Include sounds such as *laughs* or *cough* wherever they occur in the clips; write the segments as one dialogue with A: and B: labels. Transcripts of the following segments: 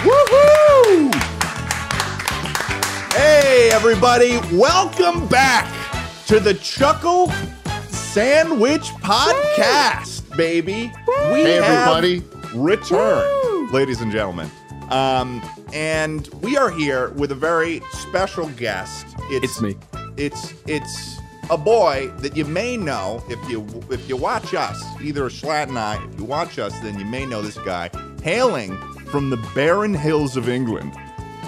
A: Woohoo! Hey, everybody, welcome back to the Chuckle Sandwich Podcast, baby. We
B: Hey,
A: have
B: everybody.
A: returned, ladies and gentlemen. Um, and we are here with a very special guest.
C: It's me.
A: It's it's a boy that you may know if you if you watch us, either Schlatt and I. If you watch us, then you may know this guy, hailing from the barren hills of England.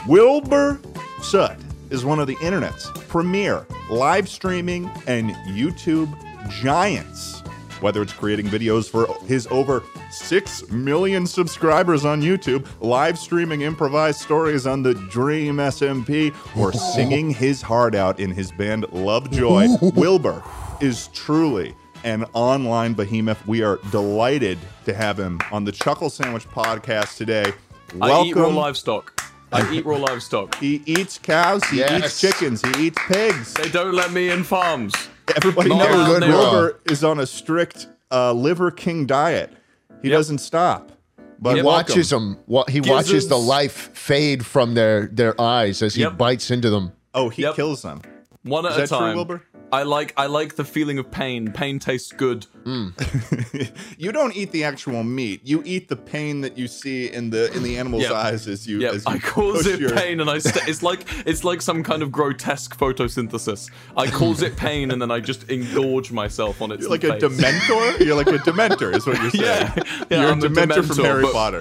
A: Wilbur Soot is one of the internet's premier live streaming and YouTube giants. Whether it's creating videos for his over 6 million subscribers on YouTube, live streaming improvised stories on the Dream SMP, or singing his heart out in his band Lovejoy, Wilbur is truly an online behemoth. We are delighted to have him on the Chuckle Sandwich podcast today.
C: I eat raw livestock. I
A: *laughs*
C: eat raw livestock.
A: He eats cows. He eats
B: Yes.
A: chickens. He eats pigs.
C: They don't let me in farms.
A: Everybody
C: Not
A: knows
C: around
A: Wilbur
C: there.
A: is on a strict uh, liver king diet. He
C: Yep.
A: doesn't stop. But welcome.
C: Yep.
B: watches them. What he watches the
C: Gizzards.
B: life fade from their their eyes as he
C: Yep.
B: bites into them.
A: Oh, he
C: Yep.
A: kills them.
C: One at
A: Is
C: a
A: that true,
C: time.
A: Wilbur?
C: I like I like the feeling of pain. Pain tastes good.
A: Mm, you don't eat the actual meat. You eat the pain that you see in the in the animal's
C: Yep.
A: eyes as you.
C: Yeah,
A: as you
C: I cause
A: push
C: it
A: your-
C: pain, and I
A: *laughs*
C: st- it's like it's like some kind of grotesque photosynthesis. I cause it pain, and then I just engorge myself on its
A: You're like
C: face.
A: a
C: *laughs*
A: dementor. You're like a dementor, is what you're saying.
C: Yeah. *laughs* Yeah,
A: you're
C: I'm
A: a
C: a
A: dementor,
C: Dementor,
A: from Harry
C: but-
A: Potter.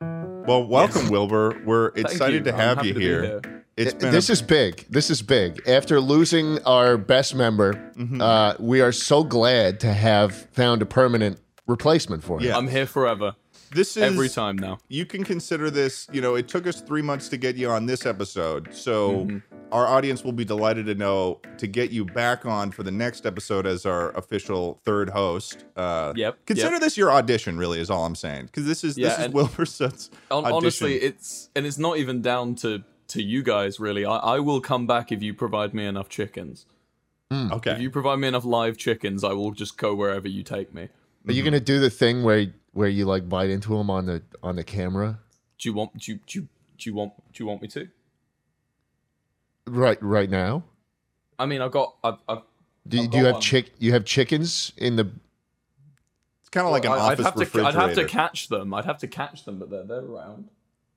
A: Well, welcome, Wilbur. We're
C: Thank
A: excited to
C: you. I'm
A: have
C: happy
A: you
C: to be
A: here.
C: here.
A: It's been
B: this
A: a,
B: is big. This is big. After losing our best member, uh, we are so glad to have found a permanent replacement for him.
A: Yeah.
C: I'm here forever,
A: this is
C: every time now.
A: you can consider this you know it took us three months to get you on this episode so
C: Mm-hmm.
A: our audience will be delighted to know to get you back on for the next episode as our official third host uh
C: Yep,
A: consider
C: yep.
A: this your audition really is all i'm saying because this is
C: Yeah,
A: this is
C: and-
A: wilbur Sutt's
C: Hon-
A: audition.
C: honestly it's and it's not even down to to you guys really I, I will come back if you provide me enough chickens
A: Hmm, okay
C: if you provide me enough live chickens i will just go wherever you take me
B: Are you gonna do the thing where where you like bite into him on the on the camera?
C: do you want do you, do you, do you want do you want me to
B: Right right now.
C: i mean i've got i've, I've
B: Do,
C: I've
B: do you
C: got
B: have
C: one.
B: chick? You have chickens in the
A: it's kind of like an
C: I- I'd
A: office
C: have to I'd
A: refrigerator
C: have to catch them. I'd have to catch them, but they're they're around,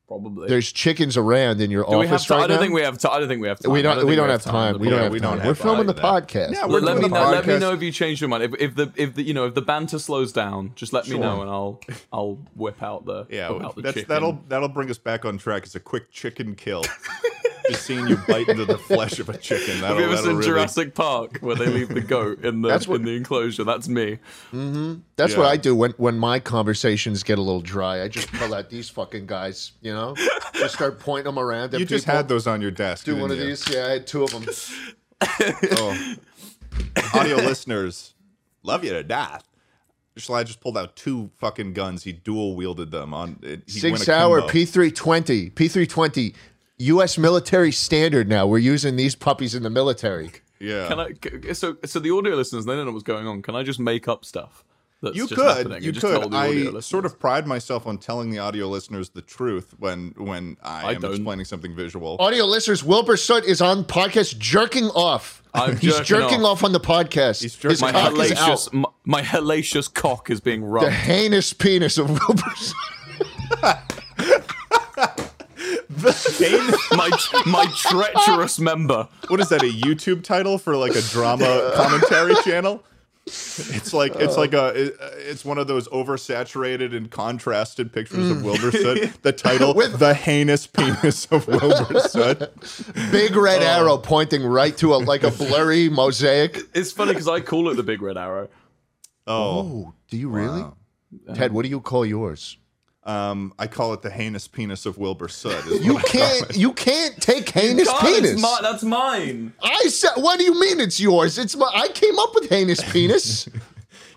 C: probably.
B: there's chickens around in your
C: Do we
B: office
C: have time?
B: right
C: I don't
B: now?
C: think we have. Ti- I don't think we have time.
B: we
C: I
B: don't.
C: think
B: we don't
C: have
B: have time. We
C: to
B: don't
A: Yeah,
C: play
B: have
A: we don't
B: time.
A: have
B: We're
A: time
B: filming the
A: for that.
B: podcast.
A: Yeah,
C: Well,
A: We're
C: let me
A: doing the
C: know, let me
A: podcast.
C: know if you change your mind. If, if the if the you know if the banter slows down, just let me know and I'll I'll whip out the
A: yeah
C: whip out the
A: that's
C: chicken.
A: that'll that'll bring us back on track it's a quick chicken
C: *laughs*
A: kill just seeing you bite into the flesh of a chicken that'll,
C: Have you ever
A: that'll
C: seen
A: really-
C: Jurassic Park where they leave the goat in the
B: That's what-
C: in the enclosure? That's me.
B: That's
A: Yeah.
B: what I do when when my conversations get a little dry. I just pull out these fucking guys, you *laughs* know, just start pointing them around. At
A: you just
B: people.
A: had those on your desk
B: Do one
A: didn't
B: of
A: you?
B: these? Yeah, I had two of *laughs* them.
A: Oh.
B: *laughs*
A: Audio listeners, love you to death. Schley just pulled out two fucking guns. He dual wielded them on it- he went
B: Six hour
A: akimbo.
B: P three twenty. P three twenty. U.S. military standard now. We're using these puppies in the military.
A: Yeah,
B: Um,
C: Can I? c- So so the audio listeners they don't know what's going on. Can I just make up stuff? That's
A: you
C: just happening
A: could,
C: and
A: you
C: just tell
A: could.
C: the audio
A: I
C: listeners?
A: sort of pride myself on telling the audio listeners the truth when when I,
C: I
A: am
C: don't.
A: explaining something visual.
B: Audio listeners, Wilbur Soot is on podcast jerking off.
C: I'm
B: He's
C: jerking
B: jerking
C: off.
B: off. on the podcast.
A: He's jerking-
B: His
C: my
B: cock is out.
C: hellacious my, my hellacious cock is being
B: The *laughs*
C: rubbed. *laughs*
B: heinous penis of *laughs* Wilbur Soot.
C: my my treacherous member.
A: what is that? A YouTube title for like a drama
B: *laughs*
A: commentary channel? It's like
B: Oh.
A: it's like a it- uh, it's one of those oversaturated and contrasted pictures of Wilbur Soot.
B: *laughs*
A: The title
B: Mm. With-
A: the heinous penis
B: *laughs*
A: of Wilbur Soot.
B: Big red arrow pointing right to a *laughs* like a blurry mosaic.
C: It's funny because I call it the big red arrow.
A: Oh,
B: Oh, do you really? Ted, what do you call yours?
A: Um, I call it the heinous penis of Wilbur Soot. is
B: *laughs* You
A: what I call
B: can't.
A: it.
B: Oh You can't take heinous
C: God, it's
B: penis.
C: mi- that's mine.
B: *laughs* I said. What do you mean it's yours? It's my. I came up with heinous penis.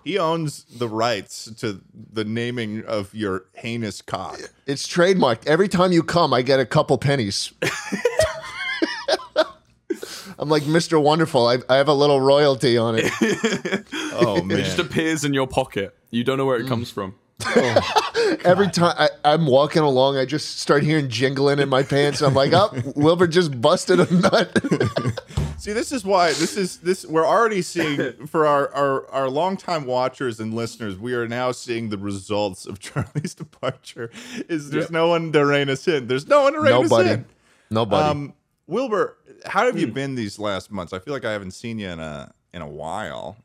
A: He owns the rights to the naming of your heinous cock.
B: It's trademarked. Every time you come, I get a couple *laughs* pennies. I'm like Mr. Wonderful. I, I have a little royalty on *laughs* it. *laughs*
A: Oh man.
C: It just appears in your pocket. You don't know where
B: Mm.
C: it comes from.
B: Every time I, I'm walking along, I just start hearing jingling in my pants. I'm like, oh, Wilbur just busted a nut. *laughs*
A: See, this is why this is this. We're already
B: *laughs*
A: seeing for our our our longtime watchers and listeners. We are now seeing the results of *laughs* Charlie's departure. Is there's no one to rein us in? There's no one to rein us
B: Nobody. Hmm.
A: in.
B: Nobody.
A: Um, Wilbur, how have you been these last months? I feel like I haven't seen you in a in a while.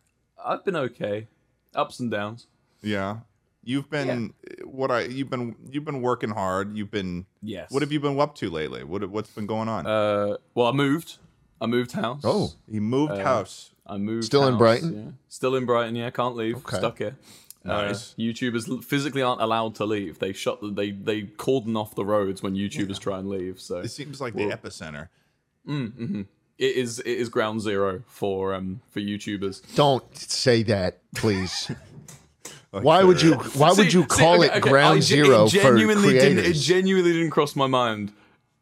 C: I've been okay. Ups and downs.
A: Yeah, you've been eh, what I you've been you've been working hard. You've been
C: Yes.
A: what have you been up to lately? What what's been going on?
C: Uh, well, I moved. I moved house.
B: oh,
A: he moved house.
C: I moved.
B: Still in
C: house,
B: Brighton?
C: yeah. Still in Brighton. Yeah, can't leave.
B: Okay.
C: Stuck here.
A: Nice.
C: Uh, YouTubers l- physically aren't allowed to leave. They shut. The, they they cordon off the roads when YouTubers try and leave. So
A: It
C: it
A: seems like the epicenter.
C: is it is ground zero for um for YouTubers.
B: don't say that, please.
C: *laughs*
B: Why would you? Why would
C: See-
B: you
C: see,
B: call
C: okay,
B: it
C: okay, I
B: ground
C: ge-
B: zero
C: it
B: for
C: genuinely
B: creators?
C: Didn't, it genuinely didn't cross my mind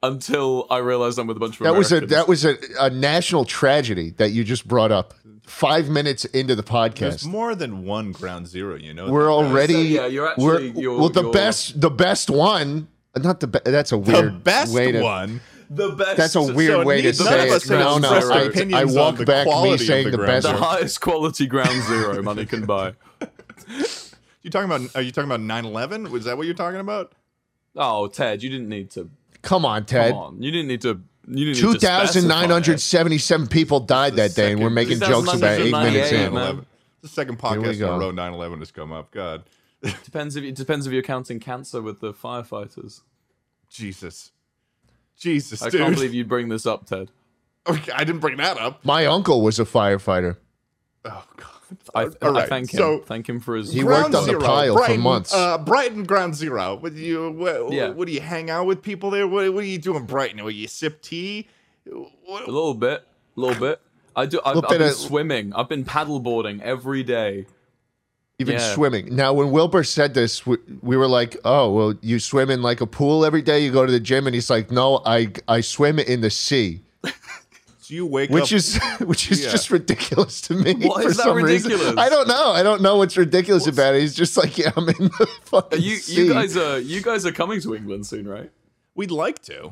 C: until I realized I'm with a bunch of
B: that was a
C: Americans.
B: that was a, a national tragedy that you just brought up. Five minutes into the
A: There's
B: podcast,
A: more than one ground zero. You know
B: we're
A: that, right?
B: already
C: So, yeah, you're actually-
B: we're,
C: you're-
B: well the
C: you're-
B: best the best one not the best that's a
A: the
B: weird
A: best
B: way to,
A: one.
C: the best.
B: that's a weird
A: so
B: way to
A: neither
C: of
B: say
C: us
B: it
C: have
B: no no
C: expressed our
B: I, I
A: opinions on
B: walk
A: the
B: back
A: quality
B: me
A: of
B: saying
A: the
B: the,
A: ground.
B: best
C: The
A: Sorry.
C: highest quality ground zero money can buy. *laughs*
A: You talking about? Are you talking about 9/11? Was that what you're talking about?
C: Oh, Ted, you didn't need to.
B: come on
C: Come
B: Ted
C: on, you didn't need to. You didn't
B: two
C: need to
B: thousand nine hundred seventy seven people died that day and we're
A: second-
B: making jokes about eight minutes
C: 2098,
B: in
A: 9/11.
C: man.
A: The second
B: we
A: podcast in
B: go.
A: a row 9/11 has come up. God,
C: specify. Depends if it depends if you're counting cancer with the firefighters.
A: Jesus, Jesus,
C: I
A: dude.
C: can't believe you'd bring this up, Ted.
A: *laughs* Okay, I didn't bring that up.
B: my uncle was a firefighter
A: Oh God.
C: I,
A: All
C: I
A: right,
C: thank him.
A: so-
C: thank him for his.
B: He worked on the pile for
A: Brighton,
B: months.
A: Uh, Brighton Ground Zero. What do you? What,
C: Yeah.
A: what do you hang out with people there? What, what do you do in Brighton? Will you sip tea?
C: A
A: What,
C: little bit, a little bit. I do. I've, I've
B: Little bit
C: been
B: of-
C: swimming. I've been paddleboarding every day.
B: even
C: Yeah.
B: swimming now when Wilbur said this we, we were like oh well you swim in like a pool every day you go to the gym and he's like no I I swim in the sea.
A: so you wake up?
B: which is *laughs* which is
A: Yeah.
B: just ridiculous to me.
C: Why
B: for
C: is that
B: some reason.
C: ridiculous?
B: I don't know. I don't know what's ridiculous about it. He's just like, yeah, I'm in the fucking
C: You,
B: sea.
C: you guys are you guys are coming to England soon, right?
A: we'd like to.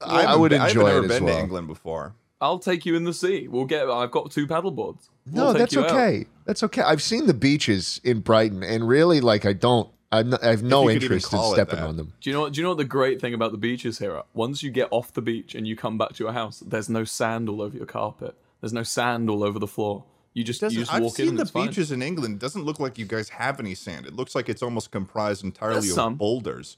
B: I, I would
A: I've
B: enjoy
A: never
B: it as
A: been
B: well.
A: to England before.
C: I'll take you in the sea. We'll get. I've got two paddleboards. We'll
B: No,
C: take
B: that's
C: you out.
B: okay. That's okay. I've seen the beaches in Brighton, and really, like, I don't. I'm not, I have
A: you
B: no
A: could even
B: interest in
A: call it
B: stepping
A: that.
B: on them.
C: Do you know? What, do you know what the great thing about the beaches here? Are? Once you get off the beach and you come back to your house, there's no sand all over your carpet. There's no sand all over the floor. You just you
A: Doesn't-
C: just
A: I've
C: walk
A: seen
C: in. and
A: the
C: it's fine.
A: beaches in England. It doesn't look like you guys have any sand. It looks like it's almost comprised entirely
C: There's
A: of
B: *laughs*
C: some.
A: boulders.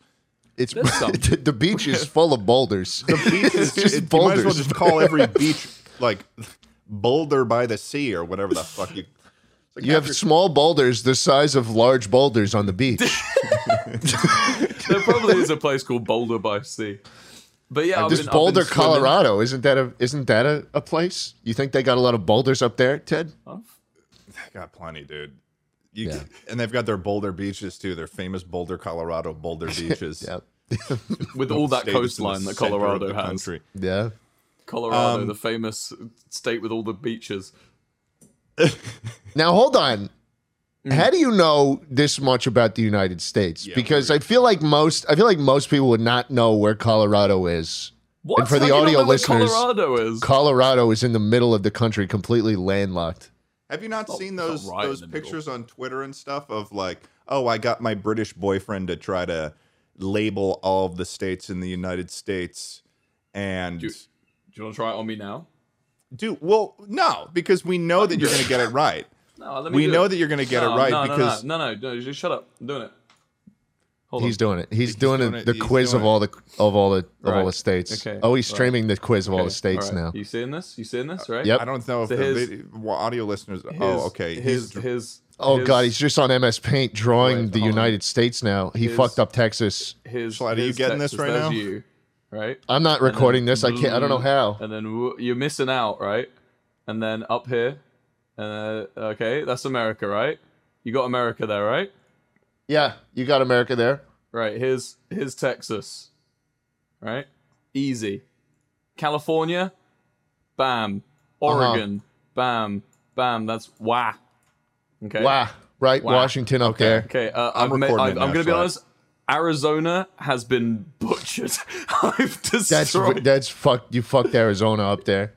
B: It's
C: There's some.
B: the, the beach
A: *laughs*
B: is full of boulders.
A: The
B: *laughs*
A: beach is
B: just
A: it- You might as well
B: boulders.
A: just call every beach like Boulder by the Sea or whatever the fuck you. It's like
B: You have
A: after-
B: small boulders the size of large boulders
A: *laughs*
B: on the beach.
C: there probably is a place called Boulder by Sea. But yeah, I've
B: This
C: been, I've been
B: Boulder,
C: swimming.
B: Colorado, isn't that a isn't that a, a place? You think they got a lot of boulders up there, Ted?
A: They got plenty, dude. You, And they've got their Boulder beaches too. Their famous Boulder,
B: *laughs*
A: Colorado Boulder beaches.
B: Yeah.
C: with all that
A: State that's in the
C: coastline that
A: center of
C: Colorado
A: the
C: has.
A: country. Um,
B: Yeah.
C: Colorado, the famous state with all the beaches.
B: Now hold on.
C: Mm-hmm.
B: How do you know this much about the United States? because I feel like most I feel like most people would not know where Colorado is.
C: What?
B: And for
C: How
B: the
C: do you not
B: audio
C: know where
B: listeners-
C: Colorado is.
B: Colorado is in the middle of the country, completely landlocked.
A: Have you not seen
C: it's not
A: those
C: right in
A: those
C: the middle.
A: pictures on Twitter and stuff of like, oh, I got my British boyfriend to try to label all of the states in the United States, and
C: Do you want to try it on me now?
A: do well, no, because we know that you're going to
C: *laughs*
A: get it right.
C: No, let me
A: We
C: do
A: know
C: it.
A: that you're going to get
C: No,
A: it right
C: no, no,
A: because
C: no, no, no, no, just shut up. I'm doing it. Hold
B: He's doing it. He's, doing,
A: doing
B: a,
A: it.
B: the
A: He's
B: quiz
A: doing
B: of
A: it.
B: all the of all the of
C: Right.
B: all the states.
C: Okay.
B: Oh, he's
C: Right.
B: streaming the quiz of all
C: Okay,
B: the states
C: alright.
B: now.
C: You seeing this? You seeing this? Right?
B: Yep.
A: I don't know if
C: So
A: the
C: here's-
A: vid- well, audio listeners.
C: His-
A: oh, okay.
C: His,
A: He's
C: his,
B: Oh
C: his-
B: God, he's just on MS Paint drawing
C: Wait,
B: the
C: hold on.
B: United States now. He
C: His-
B: fucked up Texas.
C: his.
A: Schlatt, are you
C: his
A: getting this
C: Texas,
A: right
C: there's
A: now?
C: You, right?
B: I'm not recording this. I can't. I don't know how.
C: And then w- you're missing out, right? And then up here, uh, okay, that's America, right? You got America there, right?
B: Yeah, you got America there.
C: Right. Here's here's Texas. Right? Easy. California, bam.
A: Uh-huh.
C: Oregon, bam, bam. That's wah. Okay.
B: Wow. Right,
C: Wow.
B: Washington up there.
C: Okay, uh,
A: I'm
C: I've made,
A: recording
C: I,
A: it
C: I'm
A: now,
C: going to be
A: so I-
C: honest. Arizona has been butchered. *laughs* I've
B: That's
C: destroyed.
B: that's fucked. You fucked Arizona up there.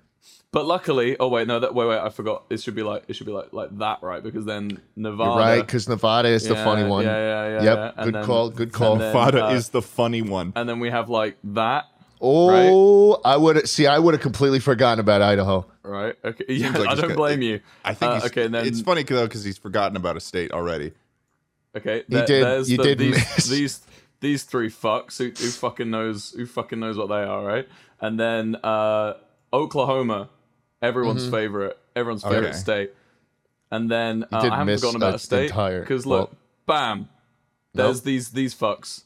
C: but luckily, oh wait, no, that wait, wait, I forgot. It should be like it should be like like that, right? Because then Nevada,
B: You're right, because Nevada is the
C: Oh, Yeah,
B: funny one.
C: yeah, yeah, yeah,
B: Yep.
C: yeah. And
B: Good
C: then-
B: call. Good call.
C: then-
A: Fada
C: uh,
A: is the funny one.
C: and then we have like that,
B: oh, I would see. I would have completely forgotten about Idaho.
C: right? Okay, *laughs* yeah,
A: Seems like
C: I
A: he's
C: don't
A: got-
C: blame
A: it-
C: you.
A: I think
C: Uh,
A: he's,
C: okay, and then
A: it's funny though because he's forgotten about a state already.
C: okay, there-
B: did-
C: there's
B: you
C: the,
B: did
C: these,
B: miss.
C: these these three fucks who, who fucking knows who fucking knows what they are, right? And then uh, Oklahoma,
B: Mm-hmm.
C: everyone's favorite, everyone's favorite
A: Okay.
C: state. And then uh,
B: did
C: I haven't
B: miss
C: forgotten about
B: an
C: a state
B: entire-
C: because look,
B: well-
C: bam, there's
B: Nope.
C: these these fucks,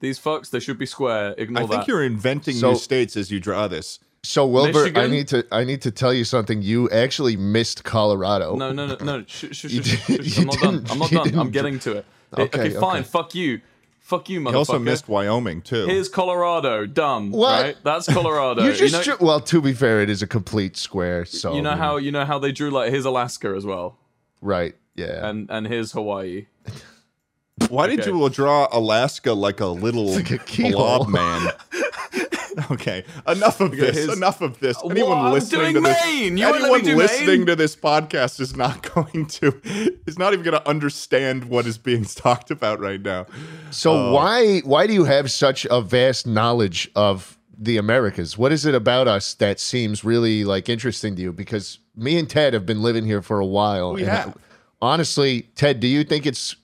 C: these fucks. They should be square. Ignore
A: I think
C: that.
A: you're inventing
B: So-
A: new states as you draw this.
B: So Wilbur, I
C: Michigan?
B: need to. I need to tell you something. You actually missed Colorado.
C: No, no, no, no. Shh, shh, shh,
B: You
C: shh,
B: didn't- *laughs*
C: shh.
B: you
C: I'm not done.
B: didn't-
C: I'm not
B: you
C: done. I'm
B: didn't-
C: getting to it. Okay,
B: Okay,
C: okay, fine.
B: okay.
C: Fuck you. Fuck you, motherfucker.
A: He also missed Wyoming too.
C: Here's Colorado. Dumb.
B: What?
C: Right?
B: *laughs*
C: That's Colorado.
B: you just.
C: know,
B: ju- well, to be fair, it is a complete square. So
C: you know how you know how they drew like here's Alaska as well,
B: Right. Yeah.
C: and and here's Hawaii.
A: Why did
C: okay.
A: you draw Alaska like a little
B: like a keyhole.
A: blob
B: *laughs*
A: man? okay, enough of this.
C: his-
A: Enough of this.
C: What?
A: Anyone
C: I'm
A: listening
C: doing
A: to this,
C: Maine! You won't let me
A: anyone
C: do
A: listening
C: Maine?
A: to this podcast is not *laughs* going to, is not even going to understand what is being talked about right now.
B: So why why do you have such a vast knowledge of the Americas? What is it about us that seems really like interesting to you? Because me and Ted have been living here for a while.
A: We
B: and
A: have.
B: honestly, Ted, do you think it's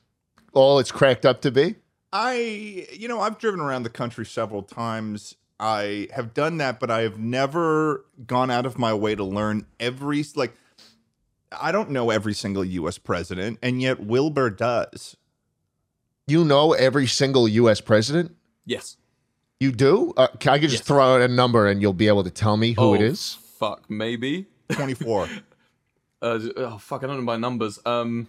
B: all it's cracked up to be?
A: I, you know, I've driven around the country several times. I have done that, but I have never gone out of my way to learn every like. I don't know every single U.S. president, and yet Wilbur does.
B: You know every single U.S. president.
C: Yes.
B: You do? Uh, can- I could just
C: Yes.
B: throw out a number and you'll be able to tell me who
C: oh,
B: it is.
C: Fuck. Maybe. *laughs*
A: Twenty-four.
C: Uh, oh fuck. I don't know my numbers. Um.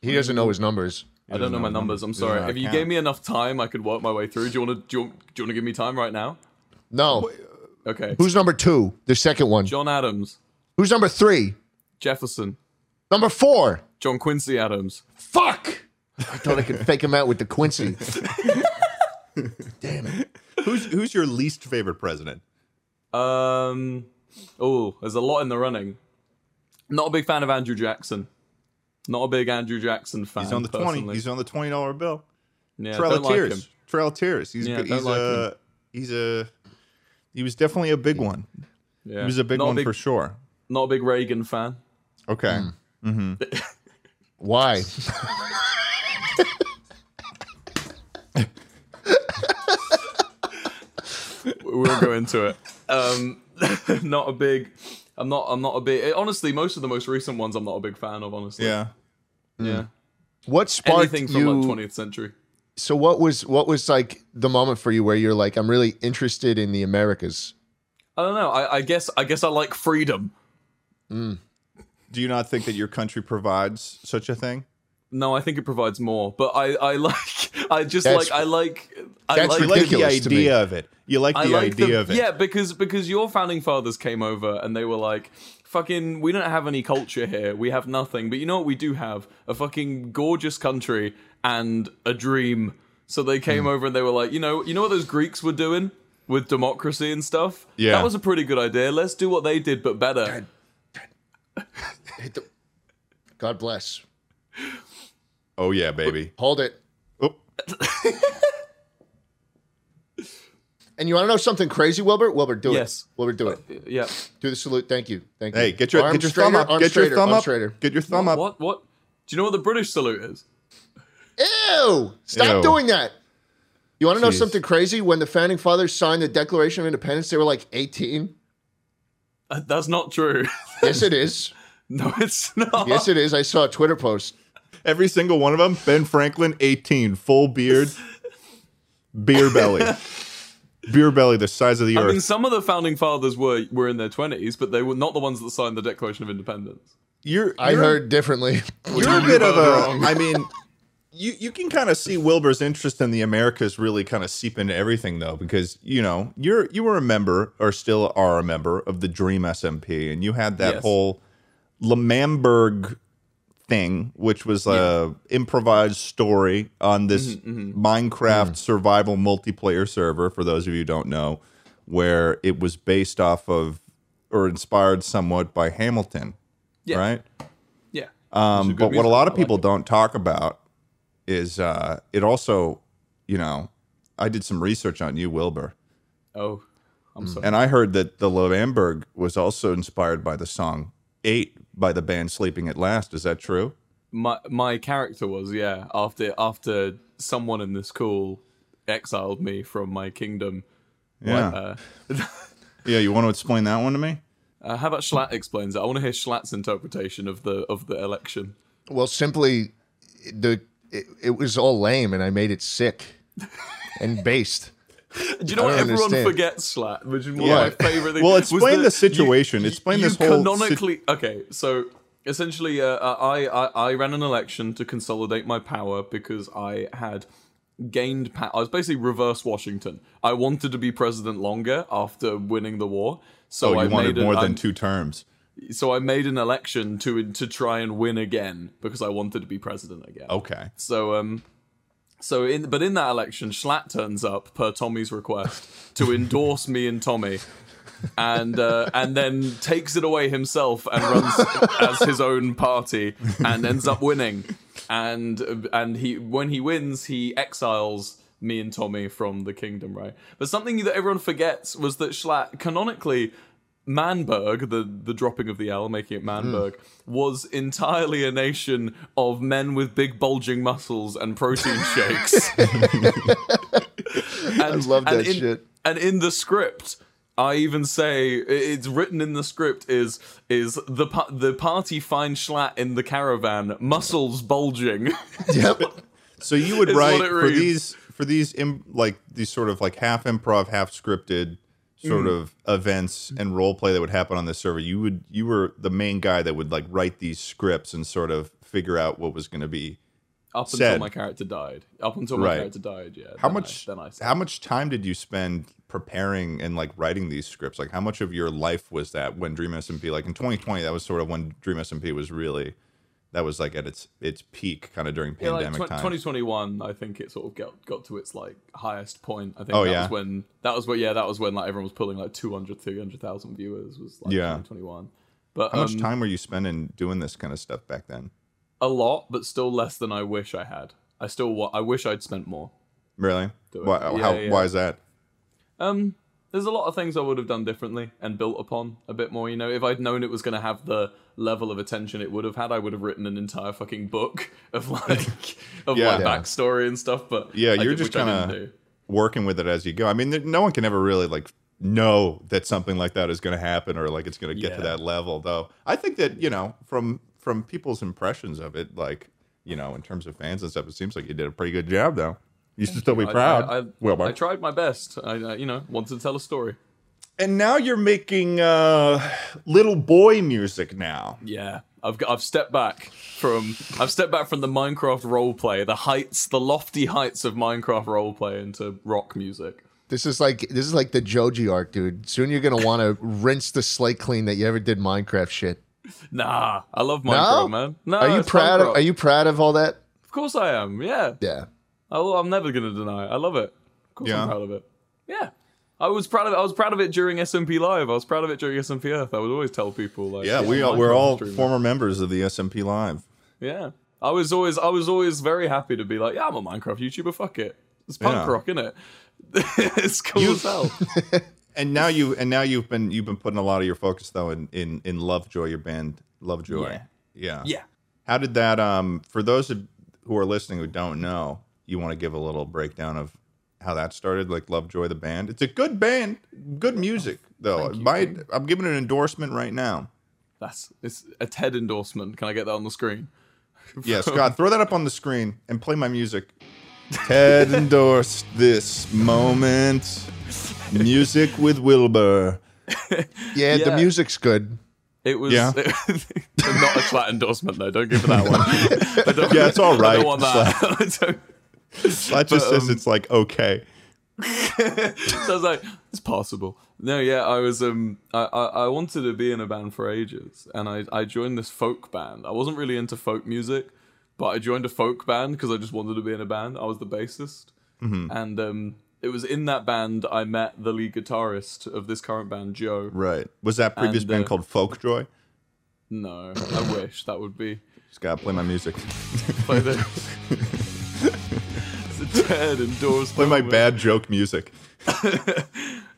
B: He doesn't know his numbers.
C: I don't know my numbers. I'm sorry.
A: know how
C: If
A: to
C: you
A: count.
C: gave me enough time, I could work my way through. Do you want to? Do you, want- do you want to give me time right now?
B: No.
C: Okay.
B: Who's number two? The second one.
C: John Adams,
B: Who's number three?
C: Jefferson,
B: Number four.
C: John Quincy Adams.
B: Fuck! I thought I *laughs* could fake him out with the Quincy. Damn it.
A: who's who's your least favorite president?
C: Um. Oh, there's a lot in the running. Not a big fan of Andrew Jackson. Not a big Andrew Jackson fan.
A: He's on the twenty.
C: personally.
A: He's on the twenty dollar bill.
C: yeah,
A: Trail
C: don't
A: of
C: like
A: Tears.
C: him.
A: Trail of Tears. He's
C: Yeah,
A: good-
C: don't
A: he's
C: like
A: a he's a he was definitely a big one.
C: Yeah.
A: He was a big
C: not
A: one
C: big, Mm.
A: for sure.
C: Not a big Reagan fan.
A: Okay.
B: Why?
C: We'll go into it. Um, *laughs* not a big. I'm not. I'm not a big. Honestly, most of the most recent ones, I'm not a big fan of. Honestly,
A: Yeah.
C: yeah.
B: What sparked
C: Anything from
B: you?
C: like 20th century.
B: so what was what was like the moment for you where you're like, I'm really interested in the Americas?
C: I don't know. I, I guess. I guess I like freedom.
A: Do you not think that your country provides such a thing?
C: No, I think it provides more. But I. I *laughs* like. I just
B: That's-
C: like. I like. I
B: that's
C: like
A: You like the
B: Ridiculous to me.
A: idea of it. You like the
C: I like
A: idea
C: the-
A: of it.
C: Yeah, because because your founding fathers came over and they were like, "Fucking, we don't have any culture here. We have nothing. But you know what? We do have a fucking gorgeous country and a dream." So they
A: Hmm.
C: came over and they were like, "You know, you know what those Greeks were doing with democracy and stuff.
A: Yeah.
C: that was a pretty good idea. Let's do what they did, but better."
B: Hit the- God bless.
A: Oh yeah, baby.
B: Hold it.
A: Oh,
B: *laughs* And you want to know something crazy, Wilbur? Wilbur, do
C: Yes.
B: it. Wilbur, do it.
C: Yeah.
B: Do the salute. Thank you. Thank you.
A: Hey, get your
B: Arm
A: get your
B: straighter,
A: thumb up.
B: arm
A: Get your
B: straighter,
A: thumb
B: arm
A: up.
B: straighter.
A: Get your thumb up.
C: What? What? Do you know what the British salute is?
B: Ew! Stop
A: Ew.
B: doing that. You want to know
A: Jeez.
B: something crazy? When the founding fathers signed the Declaration of Independence, they were like 18.
C: Uh, That's not true. *laughs*
B: Yes, it
A: *laughs*
B: is.
C: no, it's not.
B: Yes, it is. I saw a Twitter post.
A: Every single one of them. Ben Franklin, eighteen, full beard,
C: *laughs*
A: beer belly, beer belly, the size of the
C: I
A: earth.
C: mean, some of the founding fathers were were in their twenties, but they were not the ones that signed the Declaration of Independence.
A: You're,
B: I
A: you're-
B: heard differently. *laughs*
A: You're a bit of a. I mean, you you can kind of see Wilbur's interest in the Americas really kind of seep into everything though, because you know you're you were a member or still are a member of the Dream SMP, and you had that
C: Yes.
A: whole Lamamberg thing, which was a improvised story on this
C: Mm-hmm,
A: Minecraft survival multiplayer server. For those of you who don't know, where it was based off of or inspired somewhat by Hamilton,
C: Yeah.
A: right?
C: Yeah.
A: Um,
C: It's a good
A: but what a
C: musical.
A: lot
C: I
A: of
C: like
A: people
C: it.
A: don't talk about is uh, it also, you know, I did some research on you, Wilbur,
C: Oh, I'm sorry.
A: and I heard that the Love Amberg was also inspired by the song Eight by the band Sleeping at Last. Is that true?
C: my my character was yeah after after someone in this call exiled me from my kingdom.
A: Yeah.
C: Uh,
A: *laughs* yeah, you want to explain that one to me?
C: uh, how about Schlatt explains it? I want to hear Schlatt's interpretation of the of the election.
B: well, simply, the it, it was all lame, and I made it sick and
C: *laughs*
B: based.
C: Do you know
B: I
C: what
B: don't
C: everyone
B: understand.
C: forgets, Schlatt, which is one
A: Yeah.
C: of my favorite things.
A: Well,
C: was
A: explain
C: that
A: the situation.
C: you-
A: Explain
C: you
A: this whole sit-
C: canonically. okay, so essentially, uh, I, I I ran an election to consolidate my power because I had gained power. I was basically reverse Washington. I wanted to be president longer after winning the war, so
A: Oh, you
C: I
A: wanted
C: made an,
A: more than
C: I-
A: two terms.
C: so I made an election to to try and win again because I wanted to be president again.
A: Okay.
C: So um so in but in that election Schlatt turns up per Tommy's request to endorse me and Tommy and uh, and then takes it away himself and runs as his own party and ends up winning and and he when he wins he exiles me and Tommy from the kingdom right but something that everyone forgets was that Schlatt canonically Manberg, the, the dropping of the L, making it Manberg, was entirely a nation of men with big bulging muscles and
A: *laughs*
C: protein shakes. and, I
B: love that
C: in,
B: shit.
C: And in the script, I even say i- it's written in the script is is the pa- the party find Schlatt in the caravan, muscles bulging. *laughs*
B: Yep.
A: So you would
C: It's
A: write
C: what it
A: for
C: reads.
A: these for these Im, like these sort of like half improv, half scripted sort
C: Mm-hmm.
A: of events and role play that would happen on this server. You would you were the main guy that would like write these scripts and sort of figure out what was going to be.
C: Up until
A: Said.
C: my character died. Up until my
A: Right.
C: character died. Yeah.
A: How
C: then I-
A: much
C: then I
A: how much time did you spend preparing and like writing these scripts? Like how much of your life was that when Dream SMP like in 2020 that was sort of when Dream SMP was really that was like at its its peak kind of during
C: Yeah, like
A: pandemic
C: twen-
A: time.
C: 2021 i think it sort of got, got to its like highest point i think
A: Oh,
C: that
A: yeah.
C: was when that was what yeah that was when like everyone was pulling like 200 300000 viewers was like
A: Yeah.
C: 2021 but
A: how
C: um,
A: much time were you spending doing this kind of stuff back then?
C: a lot but still less than i wish i had i still wa- i wish i'd spent more
A: Really?
C: Do it.
A: Why,
C: Yeah,
A: how,
C: yeah.
A: why is that?
C: um there's a lot of things i would have done differently and built upon a bit more you know if i'd known it was going to have the level of attention it would have had i would have written an entire fucking book *laughs* of like of
A: Yeah. Yeah.
C: like backstory and stuff but
A: Yeah,
C: I
A: you're
C: did-
A: just
C: which I didn't
A: kinda-
C: do.
A: Working with it as you go. I mean, there, no one can ever really like know that something like that is going to happen or like it's going to get to
C: Yeah.
A: that level. Though I think that you know from from people's impressions of it, like you know, in terms of fans and stuff, it seems like you did a pretty good job though. You should still be
C: I-
A: proud.
C: I, I,
A: Wilbur.
C: I tried my best. I, I, you know, wanted to tell a story.
A: and now you're making uh little boy music now.
C: Yeah, I've got, I've stepped back from I've stepped back from the Minecraft roleplay, the heights, the lofty heights of Minecraft roleplay into rock music.
B: This is like this is like the Joji arc, dude. Soon you're gonna want to rinse the slate clean that you ever did Minecraft shit.
C: Nah, I love Minecraft, man. No,
B: are you
C: Oh, it's
B: proud? Of,
C: Minecraft.
B: are you proud of all that?
C: Of course I am. Yeah,
B: Yeah.
C: I'll, I'm never gonna deny. It. I love it. Of course
A: Yeah.
C: I'm proud of it. Yeah. I was proud of it. I was proud of it during SMP Live. I was proud of it during SMP Earth. I would always tell people like,
A: Yeah, we
C: I'm
A: all, we're
C: Minecraft
A: all
C: streamer.
A: former members of the SMP Live.
C: Yeah. I was always I was always very happy to be like, yeah, I'm a Minecraft YouTuber, fuck it. It's punk
A: Yeah.
C: rock, innit? *laughs* it's cool as hell.
A: And now you and now you've been you've been putting a lot of your focus though in in in Lovejoy, your band Lovejoy.
C: Yeah.
A: *laughs* Yeah.
C: yeah.
A: How did that um for those of- who are listening who don't know, you want to give a little breakdown of how that started, like Lovejoy the band. It's a good band, good music
C: Oh,
A: though. My, I'm giving it an endorsement right now.
C: *laughs* That's it's a TED endorsement. Can I get that on the screen?
A: Yeah, Scott, throw that up on the screen and play my music. Ted endorsed this moment. Music with Wilbur.
B: yeah,
C: Yeah.
B: The music's good.
C: It was
A: Yeah.
C: *laughs* not a flat endorsement though. Don't give her that
A: *laughs*
C: one. I don't- *laughs*
A: Yeah, it's all
C: I
A: right.
C: don't want that. *laughs* I don't-
A: That just
C: But,
A: says
C: um,
A: it's like okay.
C: so I was like, it's possible. No, yeah, I was um I, I, I wanted to be in a band for ages and I, I joined this folk band. I wasn't really into folk music, but I joined a folk band because I just wanted to be in a band. I was the bassist. And um it was in that band I met the lead guitarist of this current band, Joe.
A: Right. Was that previous
C: And,
A: band
C: uh,
A: called Folk Joy?
C: No, I wish that would be
A: Just gotta play my music.
C: play the *laughs* It's a Ted indoors.
A: Play my bad joke music.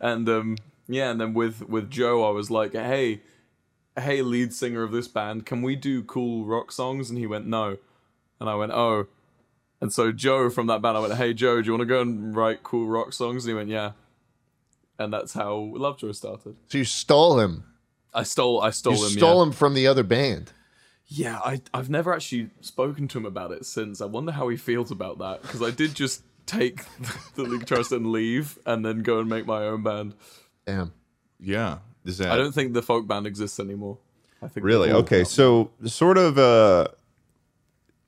C: and um yeah and then with with joe i was like hey hey lead singer of this band can we do cool rock songs and he went no and i went oh and so joe from that band i went hey joe do you want to go and write cool rock songs and he went yeah and that's how love joe started
B: So you stole him.
C: i stole i stole
B: You
C: him
B: stole him from the other band.
C: yeah, yeah I, i've never actually spoken to him about it since i wonder how he feels about that because i did just take *laughs* the lead guitarist and leave and then go and make my own band
B: Damn.
A: Yeah. Is that
C: I don't think the folk band exists anymore. I think
A: Really?
C: Oh,
A: Okay. So sort of uh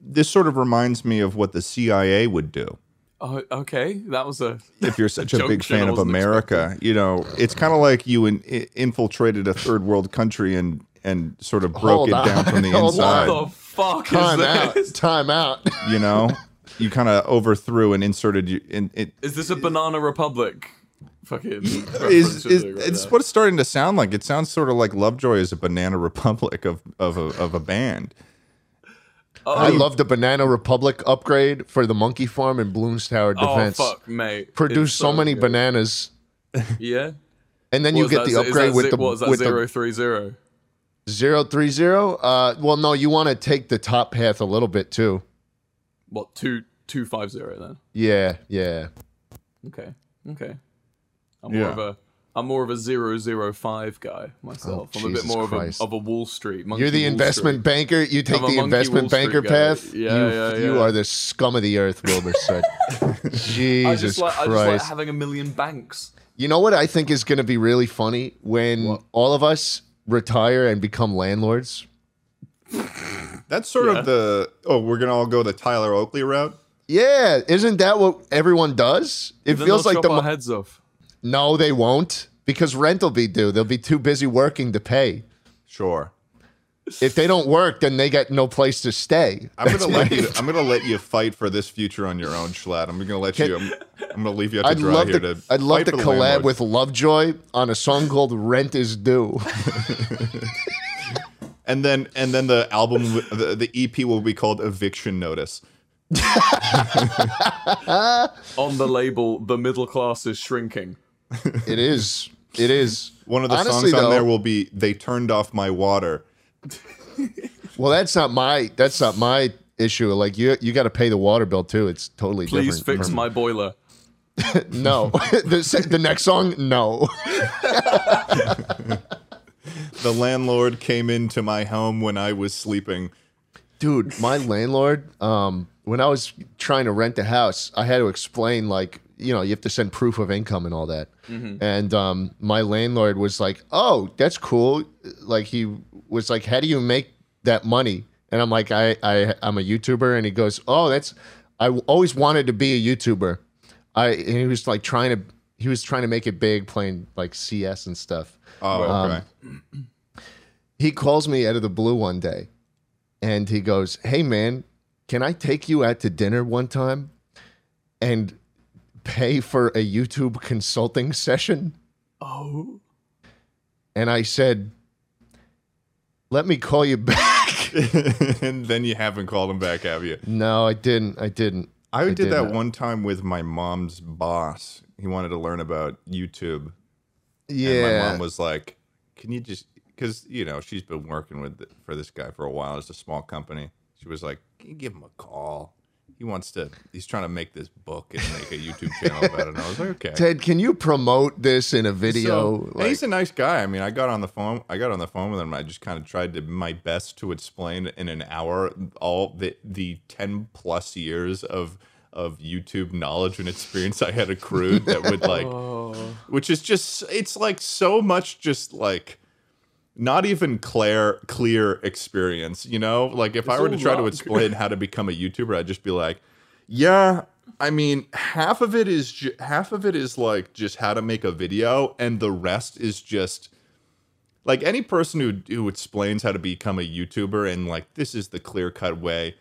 A: this sort of reminds me of what the CIA would do.
C: Oh, okay, that was a
A: If you're such a big
C: Junction,
A: fan
C: I
A: of
C: wasn't
A: America, you know, it's kind of like you in, i- infiltrated a third world country and and sort of broke
B: Hold
A: it
B: on.
A: down from the
B: Hold
A: inside,
C: *laughs* what the fuck
B: Time
C: is
B: out.
C: *laughs* this?
B: Time out.
A: you know? You kind of overthrew and inserted you in it
C: Is this a banana republic? Fucking
A: is,
C: reference
A: is
C: right
A: it's
C: there.
A: what it's starting to sound like. It sounds sort of like Lovejoy is a banana republic of of a, of a band.
C: Oh.
B: I love the Banana Republic upgrade for the monkey farm in Bloomstower
C: oh
B: Defense.
C: fuck, mate!
B: Produced
C: It's
B: so, many
C: good.
B: bananas.
C: Yeah,
B: And then you
C: What
B: get
C: was
B: the
C: that? Is
B: upgrade
C: that
B: with
C: zi-
B: the
C: what was that
B: with
C: zero three zero?
B: the zero three zero. Uh, well, no, you want to take the top path a little bit too.
C: What two two five zero then?
B: Yeah, yeah.
C: Okay, okay. I'm more
A: Yeah.
C: of a I'm more of a zero zero five guy myself.
B: Oh,
C: I'm a bit
B: Jesus
C: more of a,
B: Christ.
C: of a Wall Street. Monkey
B: You're the
C: Wall
B: investment
C: Street.
B: banker. You take
C: I'm a
B: the
C: monkey
B: investment
C: Wall Street
B: banker
C: guy.
B: path.
C: Yeah,
B: you,
C: yeah,
B: you
C: yeah.
B: are the scum of the earth, Wilbur
C: *laughs*
B: said.
C: I
B: Jesus
C: just like
B: Christ.
C: I just like having a million banks.
B: You know what I think is going to be really funny when all of us retire and become landlords?
A: That's sort
C: Yeah.
A: of the oh, we're gonna all go the Tyler Oakley route.
B: Yeah, isn't that what everyone does? It
C: Then
B: feels
C: they'll
B: like
C: chop
B: the
C: our
B: mo-
C: heads off.
B: No, they won't because rent will be due. They'll be too busy working to pay.
A: Sure,
B: If they don't work, then they got no place to stay.
A: I'm gonna let you. I'm gonna let you fight for this future on your own, Schlatt. I'm gonna let you. I'm, I'm gonna leave you out to
B: I'd
A: dry
B: love
A: here
B: to,
A: to.
B: I'd love
A: fight
B: to
A: for the
B: collab
A: landlord.
B: with Lovejoy on a song called Rent is
A: *laughs*
B: Due.
A: and then and then the album, w- the, the EP will be called Eviction Notice.
C: on the label, the middle class is shrinking.
B: it is. It is.
A: One of the
B: Honestly,
A: songs on
B: though-
A: there will be "They Turned Off My Water."
B: Well, that's not my that's not my issue. Like you you got to pay the water bill too. It's totally
C: Please
B: different.
C: fix my boiler.
B: No. *laughs* the, se- the next song, no.
A: The landlord came into my home when I was sleeping.
B: Dude, my landlord, um, when I was trying to rent the house, I had to explain like, you know, you have to send proof of income and all that. And um, my landlord was like, "Oh, that's cool." Like he was like, "How do you make that money?" And I'm like, "I I I'm a YouTuber." And he goes, "Oh, that's I always wanted to be a YouTuber." I and he was like trying to he was trying to make it big playing like CS and stuff
A: Oh, okay.
B: he calls me out of the blue one day and he goes, Hey man, can I take you out to dinner one time and pay for a YouTube consulting session?
C: Oh,
B: And I said, Let me call you *laughs* back.
A: *laughs* and then you haven't called him back, have you?
B: no, I didn't. I didn't.
A: I did,
B: did
A: that
B: not.
A: one time with my mom's boss. He wanted to learn about YouTube. And my
B: Yeah.
A: mom was like, "Can you just?" Because you know she's been working with for this guy for a while. It's a small company. She was like, "Can you give him a call? He wants to. He's trying to make this book and make a YouTube channel about it." And I was like, "Okay."
B: Ted, can you promote this in a video?
A: So, and
B: Like-
A: he's a nice guy. I mean, I got on the phone. I got on the phone with him. And I just kind of tried to my best to explain in an hour all the the ten plus years of of YouTube knowledge and experience I
B: *laughs*
A: had
B: Oh.
A: accrued that would like, which is just it's like so much just like not even clear clear experience you know like if i were to
C: all
A: try to
C: rock.
A: explain how to become a youtuber i'd just be like yeah i mean half of it is ju- half of it is like just how to make a video and the rest is just like any person who who explains how to become a youtuber and like this is the clear cut way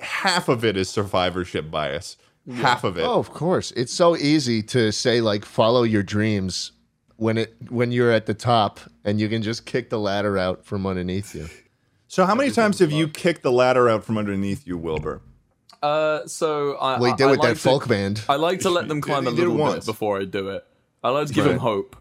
A: half of it is survivorship bias half of it
B: Oh, of course. It's so easy to say like follow your dreams when it when you're at the top and you can just kick the ladder out from underneath you.
A: so how many times have you kicked the ladder out from underneath you wilbur
C: Uh, so I
B: Well,
C: I-
B: you did
C: I
B: with
C: like
B: that
C: to-
B: folk band.
C: I like to let them climb
A: *laughs*
C: a
A: You did it
C: little bit
A: once.
C: before I do it. I like to give them hope.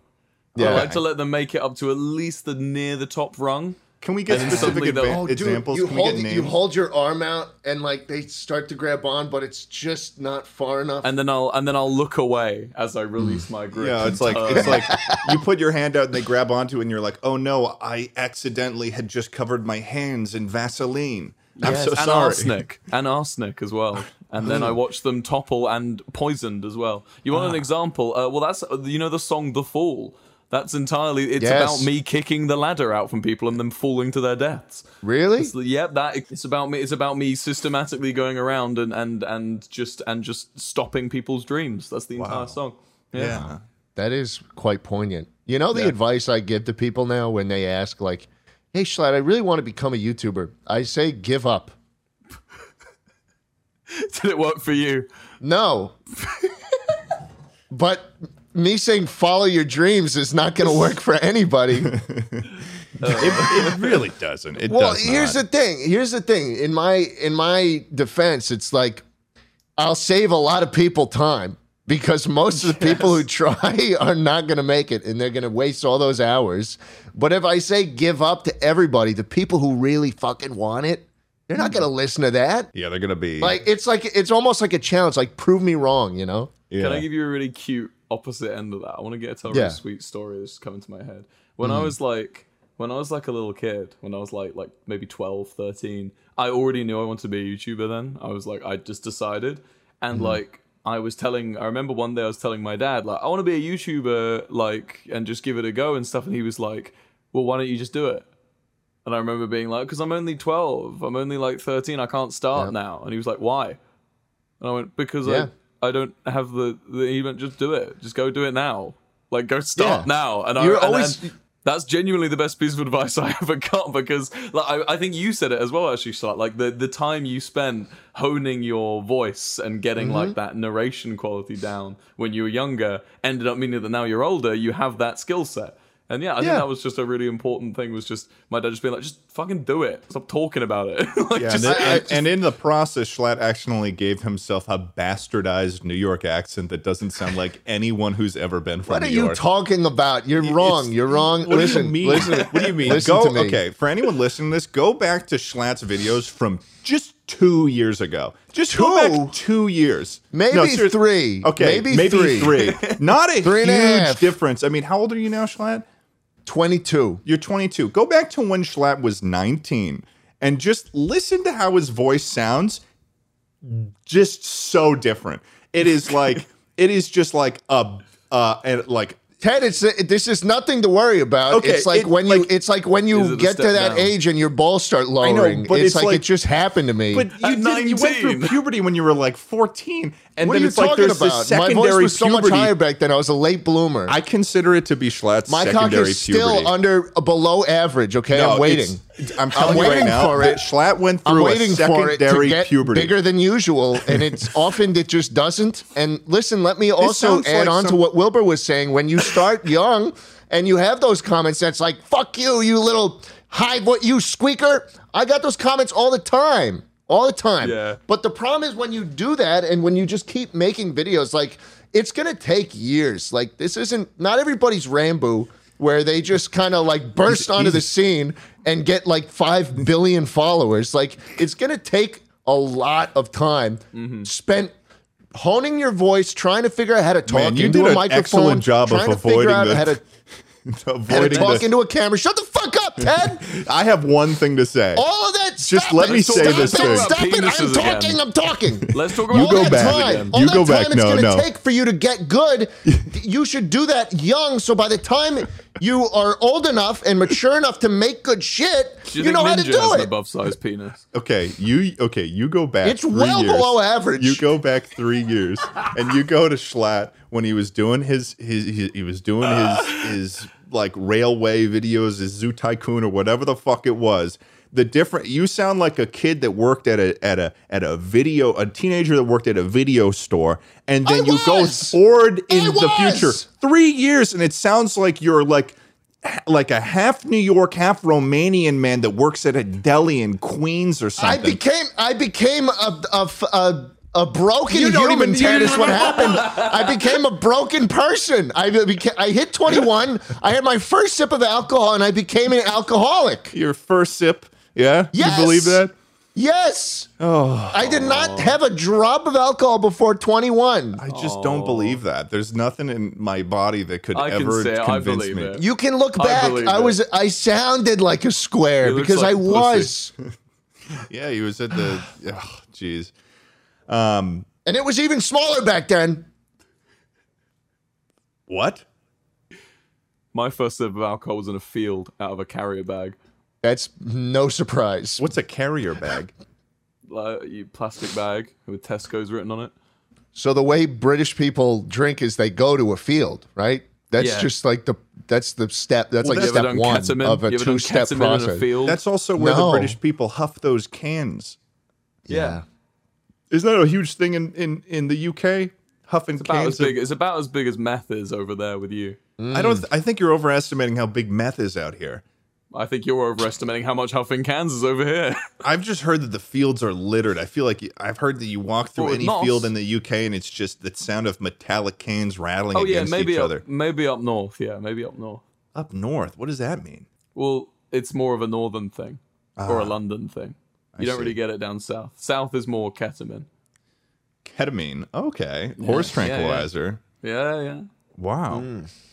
C: I
B: Yeah.
C: like to let them make it up to at least the near the top rung.
A: can we get
C: And then
A: specific
C: suddenly they'll-
A: adva-
C: Oh,
A: examples
B: you
A: can
B: hold
A: we get names?
B: you hold your arm out and like they start to grab on, but it's just not far enough.
C: and then I'll and then I'll look away as I release
B: Hmm.
C: my grip. Uh,
A: Yeah, it's like
B: *laughs*
A: it's like you put your hand out and they grab onto it and you're like, oh no, I accidentally had just covered my hands in Vaseline. I'm so
C: and
A: sorry.
C: arsenic and arsenic as well. And then I watch them topple and poisoned as well. You want
A: Ah.
C: an example? Uh, well, that's uh, you know the song "The Fall." That's entirely it's
B: Yes.
C: about me kicking the ladder out from people and them falling to their deaths.
B: really?
C: It's- Yep, that it's about me. It's about me systematically going around and and and just and just stopping people's dreams. That's the entire song.
A: Yeah.
B: That is quite poignant. You know the advice I give to people now when they ask like, "Hey, Schlatt, I really want to become a YouTuber." I say, "Give up."
C: *laughs* Did it work for you?
B: *laughs* No. but me saying follow your dreams is not going to work for anybody.
A: *laughs* It, it really doesn't. It
B: well,
A: does
B: here's the
A: not.
B: thing. Here's the thing. In my in my defense, it's like I'll save a lot of people time because most of
A: *laughs*
B: the people who try *laughs* are not going to make it and they're going to waste all those hours. But if I say give up to everybody, the people who really fucking want it, they're
A: Hmm.
B: not going to listen to that.
A: yeah, they're gonna be
B: Like it's like it's almost like a challenge like prove me wrong, you know?
A: yeah.
C: Can I give you a really cute opposite end of that? I want to get tell a
B: Yeah.
C: really sweet story that's coming to my head. When I was like when I was like a little kid, when I was like like maybe 12, 13, I already knew I wanted to be a YouTuber then. I was like I just decided and like I was telling I remember one day I was telling my dad like I want to be a YouTuber like and just give it a go and stuff and he was like, "Well, why don't you just do it?" And I remember being like, "Cuz I'm only 12. I'm only like 13. I can't start now." And he was like, "Why?" And I went, because
B: Yeah.
C: I, I don't have the, the he went, just do it. Just go do it now. Like go start
B: Yeah.
C: now. And
B: You're
C: I and-
B: always-
C: and that's genuinely the best piece of advice I *laughs* ever got because like I, I think you said it as well actually Slat. like the, the time you spent honing your voice and getting like that narration quality down when you were younger ended up meaning that now you're older you have that skill set and yeah I think
B: Yeah.
C: that was just a really important thing was just my dad just being like just fucking do it stop talking about it *laughs* like
A: Yeah,
C: just
A: and,
B: I- I
A: and- and in the process, Schlatt accidentally gave himself a bastardized New York accent that doesn't sound like anyone who's ever been from
B: What
A: New
B: are you
A: York.
B: talking about? You're wrong. You're wrong.
A: What
B: listen,
A: do you mean?
B: listen.
A: what do you mean?
B: listen
A: go
B: to me.
A: okay. For anyone listening to this, go back to Schlatt's videos from just two years ago. Just go
B: Two?
A: back two years,
B: Maybe
A: seriously.
B: three.
A: Okay,
B: Maybe
A: maybe,
B: three.
A: three.
B: *laughs*
A: Not a
B: Three and
A: huge
B: a half.
A: difference. I mean, how old are you now, Schlatt?
B: 22.
A: You're 22. Go back to when Schlatt was 19 and just listen to how his voice sounds. Just so different. It
B: *laughs*
A: is like it is just like a uh and like
B: Ted, it's this is nothing to worry about.
A: Okay,
B: it's like
A: it-
B: when you
A: like-
B: it's like when
C: Is
B: you
C: it a
B: get to
C: step
B: that
C: down?
B: age and your balls start
A: know,
B: lowering.
A: but
B: it's,
A: it's
B: like,
A: like-
B: it just happened to me.
A: But you
C: At
A: did. You went through
C: 19.
A: puberty when you were like 14, and
B: what are
A: then
B: you
A: it's like
B: talking
A: there's this
B: about? My
A: secondary
B: voice was so
A: puberty.
B: much higher back then. I was a late bloomer.
A: I consider it to be Schlatt's
B: My cock
A: secondary
B: is still
A: puberty.
B: under uh, below average. Okay,
A: No,
B: I'm waiting.
A: it's- it's- I'm telling you right
B: waiting
A: now
B: for
A: that
B: it.
A: Schlatt went
B: I'm
A: through a
B: waiting for it to
A: secondary
B: get
A: puberty. *laughs*
B: bigger than usual, and it's *laughs* often it just doesn't. And listen, let me also
A: sounds
B: add
A: like
B: on to
A: some-
B: what Wilbur was saying. When you start young and you have those comments, that's like "fuck you, you little high what you squeaker." I got those comments all the time, all the time.
C: Yeah.
B: But the problem is when you do that, and when you just keep making videos, like it's gonna take years. Like this isn't not everybody's Rambo. Where they just kind of like burst onto the scene and get like 5 billion followers. Like, it's going to take a lot of time spent honing your voice, trying to figure out how to talk
A: Man, you
B: into
A: did
B: a
A: an
B: microphone.
A: excellent job of
B: trying to figure
A: avoiding
B: out
A: the-
B: how to and
A: avoiding
B: talk
A: the,
B: into a camera. Shut the fuck up,
A: *laughs*
B: Ted.
A: I have one thing to say.
B: All of that.
A: Just
B: stop
A: let
B: it,
A: me
B: stop
A: say
B: it,
A: this thing.
B: Stop it! I'm
C: Penises again.
B: talking. I'm talking.
C: *laughs* Let's talk about
A: You
B: all
A: go
B: that
A: back.
B: Time, all
A: You
B: that
A: go
B: time
A: back.
B: It's
A: No,
B: gonna
A: no.
B: take for you to get
A: *laughs*
B: good. you should do that young. So by the time you are old enough and mature enough to make good shit,
C: Do
B: you
C: you, think
B: know how
C: Ninja
B: to do
C: has an
B: it.
C: above sized penis?
A: Okay, you okay? You go back.
B: It's
A: three
B: well
A: years.
B: below average.
A: You go back three years, and you go to Schlatt when he was doing his his, his he was
B: *laughs*
A: doing his his like railway videos, his Zoo Tycoon or whatever the fuck it was. The different. You sound like a kid that worked at a at a at a video, a teenager that worked at a video store, and then
B: I
A: you go
B: was.
A: forward in
B: I
A: the future
B: was.
A: three years, and it sounds like you're like like a half New York, half Romanian man that works at a deli in Queens or
B: I
A: something.
B: became. I became a a. a a broken
A: You don't
B: human,
A: even- you
B: Ted,
A: don't
B: is what
A: even-
B: happened. I became a broken person. I became, I hit 21. I had my first sip of alcohol, and I became an alcoholic.
A: Your first sip, yeah?
B: Yes.
A: You believe that?
B: Yes.
A: Oh.
B: I did not have a drop of alcohol before 21.
A: I just don't believe that. There's nothing in my body that could
C: I can
A: ever
C: say I
A: convince
C: believe
A: me.
C: it.
B: You can look
C: I
B: back.
C: believe
B: I,
C: it.
B: was I sounded like a square
C: It looks
B: because
C: like
B: I
C: pussy.
B: was.
A: Yeah, he was at the.
C: *sighs*
A: oh, Jeez.
B: And it was even smaller back then.
A: What?
C: My first sip of alcohol was in a field out of a carrier bag.
B: That's no surprise.
A: What's a carrier bag?
C: Like, you plastic bag with Tesco's written on it.
B: So the way British people drink is they go to a field, right? That's
C: Yeah.
B: just like the that's the step that's
A: Well,
B: like
A: you ever
B: step
C: done
B: one
C: ketamine?
B: of a
C: You ever done
B: two step
C: ketamine in a
B: process.
C: field?
A: That's also where the
B: No.
A: British people huff those cans.
B: Yeah.
A: Isn't that a huge thing in, in, in the UK? Huffing
C: About as
A: cans. of-
C: big, Mm. it's about as big as meth is over there with you.
A: I don't. th- I think you're overestimating how big meth is out here.
C: I think you're overestimating how much huffing cans is
A: *laughs*
C: over here.
A: I've just heard that the fields are littered. I feel like you- I've heard that you walk through
C: Well,
A: any
C: not-
A: field in the UK and it's just the sound of metallic cans rattling
C: oh yeah,
A: against
C: maybe
A: each
C: up,
A: other.
C: maybe up north. Yeah, maybe up north.
A: Up north, what does that mean?
C: Well, it's more of a northern thing or a London thing. You
A: Ah.
C: don't
A: see.
C: really get it down south. South is more ketamine.
A: Ketamine. Okay. Horse
C: Yeah, Mm. yeah.
A: tranquilizer.
C: Yeah, yeah.
A: Wow.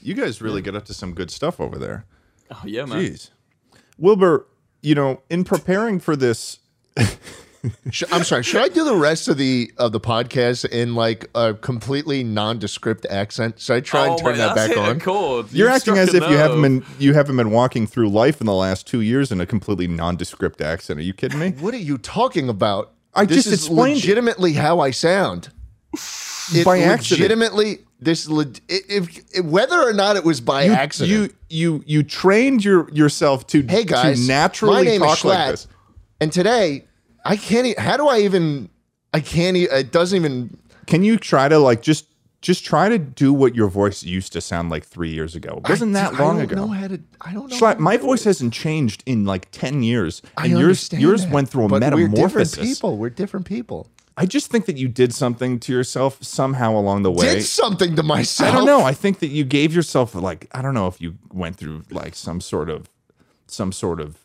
A: You guys really get up to some good stuff over there.
C: Oh yeah, man.
A: Jeez. Wilbur, you know, in preparing for
C: *laughs*
A: this,
B: Sh- I'm sorry. Should I do the rest of the of the podcast in like a completely nondescript accent? Should I try and
C: Oh,
B: turn
C: wait,
B: that back
C: that's hit a
B: on?
C: chord.
A: you're
C: You've
A: acting
C: struck
A: as
C: a
A: if you haven't
C: nerve.
A: been you haven't been walking through life in the last two years in a completely nondescript accent. Are you kidding
C: *laughs*
A: me?
B: What are you talking about?
A: I
B: this
A: just
B: is
A: explained it.
B: legitimately how I sound. It
A: By accident.
B: legitimately this le- if, if- whether or not it was by accident.
A: You you you trained your yourself to
B: hey guys,
A: to naturally
B: my name
A: talk
B: is Schlatt,
A: like this.
B: and today I can't. E- how do I even? I can't. E- it doesn't even.
A: Can you try to like just just try to do what your voice used to sound like three years ago? It wasn't
B: I-
A: that long
B: I don't
A: ago?
B: Know how to, I don't know.
A: Schlatt, my voice hasn't changed in like ten years,
B: I
A: and yours
B: understand
A: yours
B: that,
A: went through a
B: but We're
A: metamorphosis.
B: different people. We're different people.
A: I just think that you did something to yourself somehow along the way.
B: Did something to myself.
A: I don't know. I think that you gave yourself like I don't know if you went through like some sort of some sort of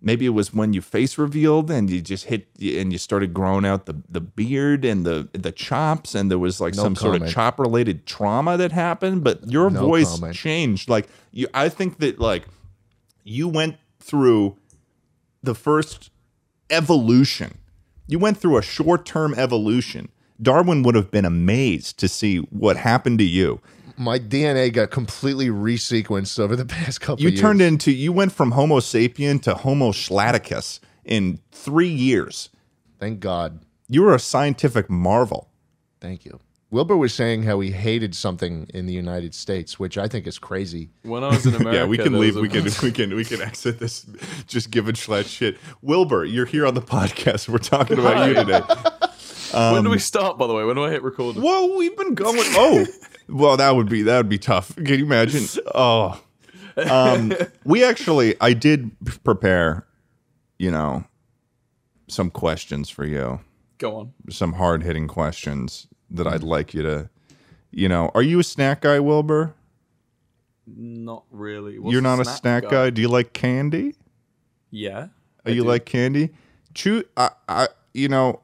A: maybe it was when you face revealed and you just hit and you started growing out the the beard and the the chops and there was like some sort of
B: comment.
A: chop related trauma that happened but your voice
B: comment.
A: changed like you I think that like you went through the first evolution. You went through a short term evolution. Darwin would have been amazed to see what happened to you.
B: my DNA got completely resequenced over the *laughs* past couple.
A: You
B: years.
A: turned into, you went from Homo sapien to Homo schlaticus in three years.
B: Thank God.
A: You were a scientific marvel.
B: Thank you. Wilbur was saying how he hated something in the United States, which I think is crazy.
C: When I was in
A: *laughs*
C: America,
A: yeah, we can
C: there was
A: leave.
C: a-
A: We can, we can, we can exit this. Just give it schlatt shit. Wilbur, you're here on the *laughs* podcast. We're talking about you today.
C: *laughs* when
A: um,
C: do we start? By the way, when do I hit record?
A: Whoa, we've been going. Oh, *laughs* well, that would be that would be tough. Can
B: *laughs*
A: you imagine? Oh, um, we actually, I did p- prepare, you know, some questions for you,
C: Go on.
A: some hard hitting questions that I'd like you to, you know, are you a snack guy, Wilbur?
C: Not really. What's
A: You're not a snack guy? Do you like candy?
C: Yeah.
A: Are you like candy? Chew. I, I, you know,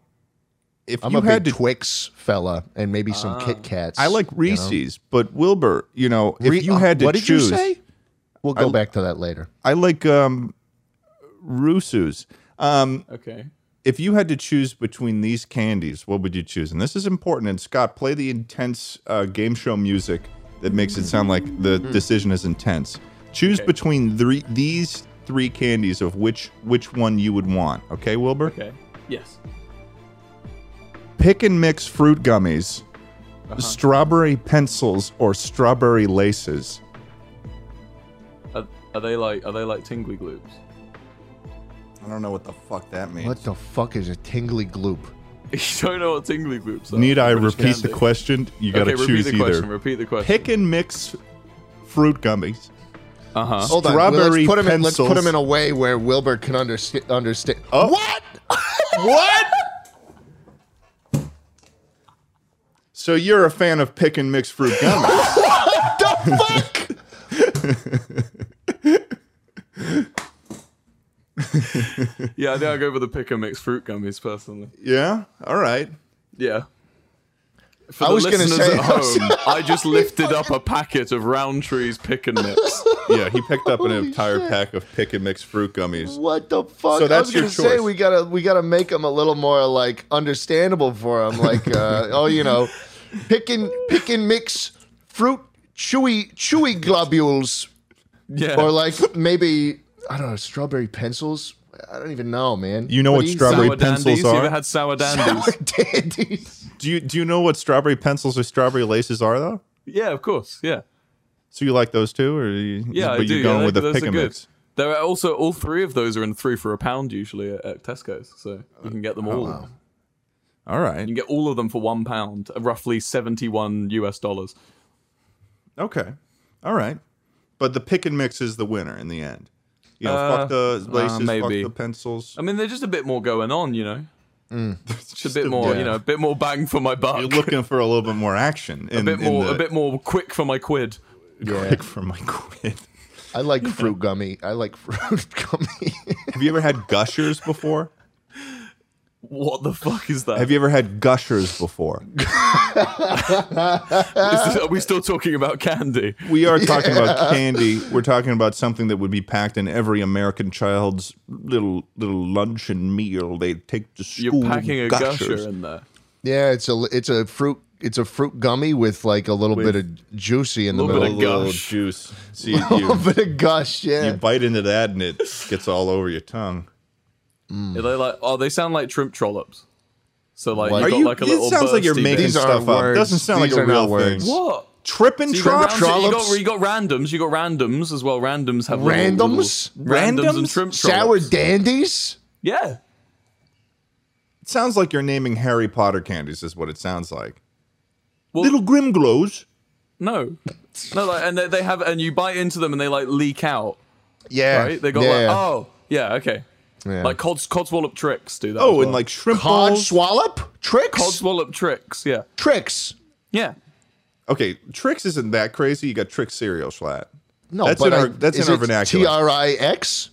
A: if
B: I'm
A: you
B: a
A: had
B: big
A: to.
B: Twix fella and maybe some Kit Kats.
A: I like Reese's, but Wilbur, you know, if
B: Re-
A: you
B: uh,
A: had to
B: what did you
A: choose,
B: say? We'll go back to that later.
A: I like um, Rusu's. Um,
C: Okay.
A: if you had to choose between these candies, what would you choose? And this is important. And Scott, play the intense uh, game show music that makes it sound like the
C: Hmm.
A: decision is intense. Choose between three, these three candies of which which one you would want. Okay, Wilbur.
C: Okay. Yes.
A: Pick and mix fruit gummies,
C: Uh-huh.
A: strawberry pencils, or strawberry laces.
C: Are, are they like are they like tingly gloops? *laughs*
A: I don't know what the fuck that means.
B: What the fuck is a tingly gloop?
C: You don't know what tingly gloops are.
A: Need I
C: British
A: repeat the
C: candy.
A: question? You
C: Okay,
A: gotta
C: repeat
A: choose
C: the
A: either.
C: question. Repeat the question.
A: Pick and mix fruit gummies.
C: Uh huh.
B: Hold on. let's
A: Strawberry
B: put him in, let's put
A: pencils.
B: him in a way where Wilbur can understa- oh, understand. *laughs*
A: *laughs* What? what? So you're a fan of pick and mix fruit
C: *laughs*
A: gummies.
B: the fuck?
C: Yeah, I think I go for the pick and mix fruit gummies personally.
A: yeah? All right.
C: Yeah. For
B: I
C: the
B: was gonna
C: listeners
B: say-
C: at home, I just lifted up a packet of Roundtree's pick and mix.
A: Yeah, he picked up an
B: Holy
A: entire
B: shit.
A: pack of pick and mix fruit gummies.
B: What the fuck?
A: So
B: I was
A: that's your
B: gonna say
A: choice.
B: we gotta we gotta make him a little more like understandable for him. Like *laughs* uh, oh you know, pick and pick and mix fruit chewy chewy globules
C: Yeah.
B: or like maybe I don't know strawberry pencils. I don't even know, man.
A: You know what
B: do
A: strawberry
C: sour dandies.
A: pencils
C: You
A: are?
C: ever had sour
B: *laughs*
C: dandies?
B: sour dandies?
A: Do you do you know what strawberry pencils or strawberry laces are though?
C: yeah, of course. Yeah.
A: So you like those too, or you,
C: Yeah,
A: but
C: I do.
A: you're going
C: yeah,
A: with
C: those-
A: the
C: those
A: pick
C: are
A: and
C: good.
A: mix?
C: There are also all three of those are in three for a pound usually at, at Tesco's, so you can get
A: Oh,
C: them all.
A: All right.
C: You can get all of them for one pound, roughly seventy-one US dollars.
A: Okay. All right. But the pick and mix is the winner in the end. You know,
C: Uh,
A: fuck the
C: uh,
A: laces,
C: maybe.
A: fuck the pencils.
C: I mean, there's just a bit more going on, you know. It's a bit more,
A: yeah.
C: you know, a bit more bang for my buck.
A: You're looking for a little bit more action. In,
C: a bit
A: in
C: more,
A: the-
C: a bit more quick for my quid.
B: Yeah,
A: Pick for my quid.
B: I like fruit gummy. I like *laughs* fruit gummy.
A: Have you ever had gushers before?
C: What the fuck is that?
A: Have you ever had gushers before?
C: Is this- are we still talking about candy?
A: We are talking
C: *laughs*
A: about candy. We're talking about something that would be packed in every American child's little little luncheon meal they take to
C: You're
A: school.
C: packing a
A: gushers.
C: gusher in there.
B: yeah, it's a it's a fruit it's a fruit gummy with like a little bit of juicy in the
C: little
A: A
C: bit
B: middle.
C: of
A: little
C: gush. *laughs*
A: juice.
B: *laughs*
A: See,
B: A
A: you,
B: little bit of gush. *laughs*
A: you
B: Yeah.
A: bite into that and it gets all over your tongue. Hmm.
C: Are they like? Oh, they sound like shrimp trollops. So like,
B: What?
C: you
A: Are
C: got
A: you-
C: like a
A: it
C: little.
A: sounds like you're
C: bursty
A: making
C: bit.
B: These aren't
A: stuff up.
B: words.
A: Doesn't sound
B: These
A: like a
B: are not
A: real
B: words.
A: thing.
C: What?
A: Trip and
C: So you got
A: trot
C: rounds-
A: trollops.
C: You got, you got randoms. You got randoms as well. Randoms have little-
B: Randoms?
C: little- randoms and
A: Randoms?
C: shrimp
B: Sour
C: trollops.
B: dandies.
C: Yeah.
A: It sounds like you're naming Harry Potter candies. Is what it sounds like.
C: Well-
A: little Grim Glows.
C: No. No. Like, and they, they have, and you bite into them, and they like leak out.
B: Yeah.
C: Right? They got
B: yeah.
C: like, oh, yeah, okay.
B: Yeah.
C: Like cods, codswallop tricks do that. as
A: Oh,
C: well.
A: and like shrimp
B: Cod
A: balls.
B: swallop tricks.
C: codswallop tricks. Yeah.
B: tricks.
C: Yeah.
A: Okay, Trix isn't that crazy. You got Trix cereal flat.
B: No,
A: That's
B: but
A: in our-
B: I-
A: that's in
B: is
A: our
B: it
A: vernacular.
B: T R I X,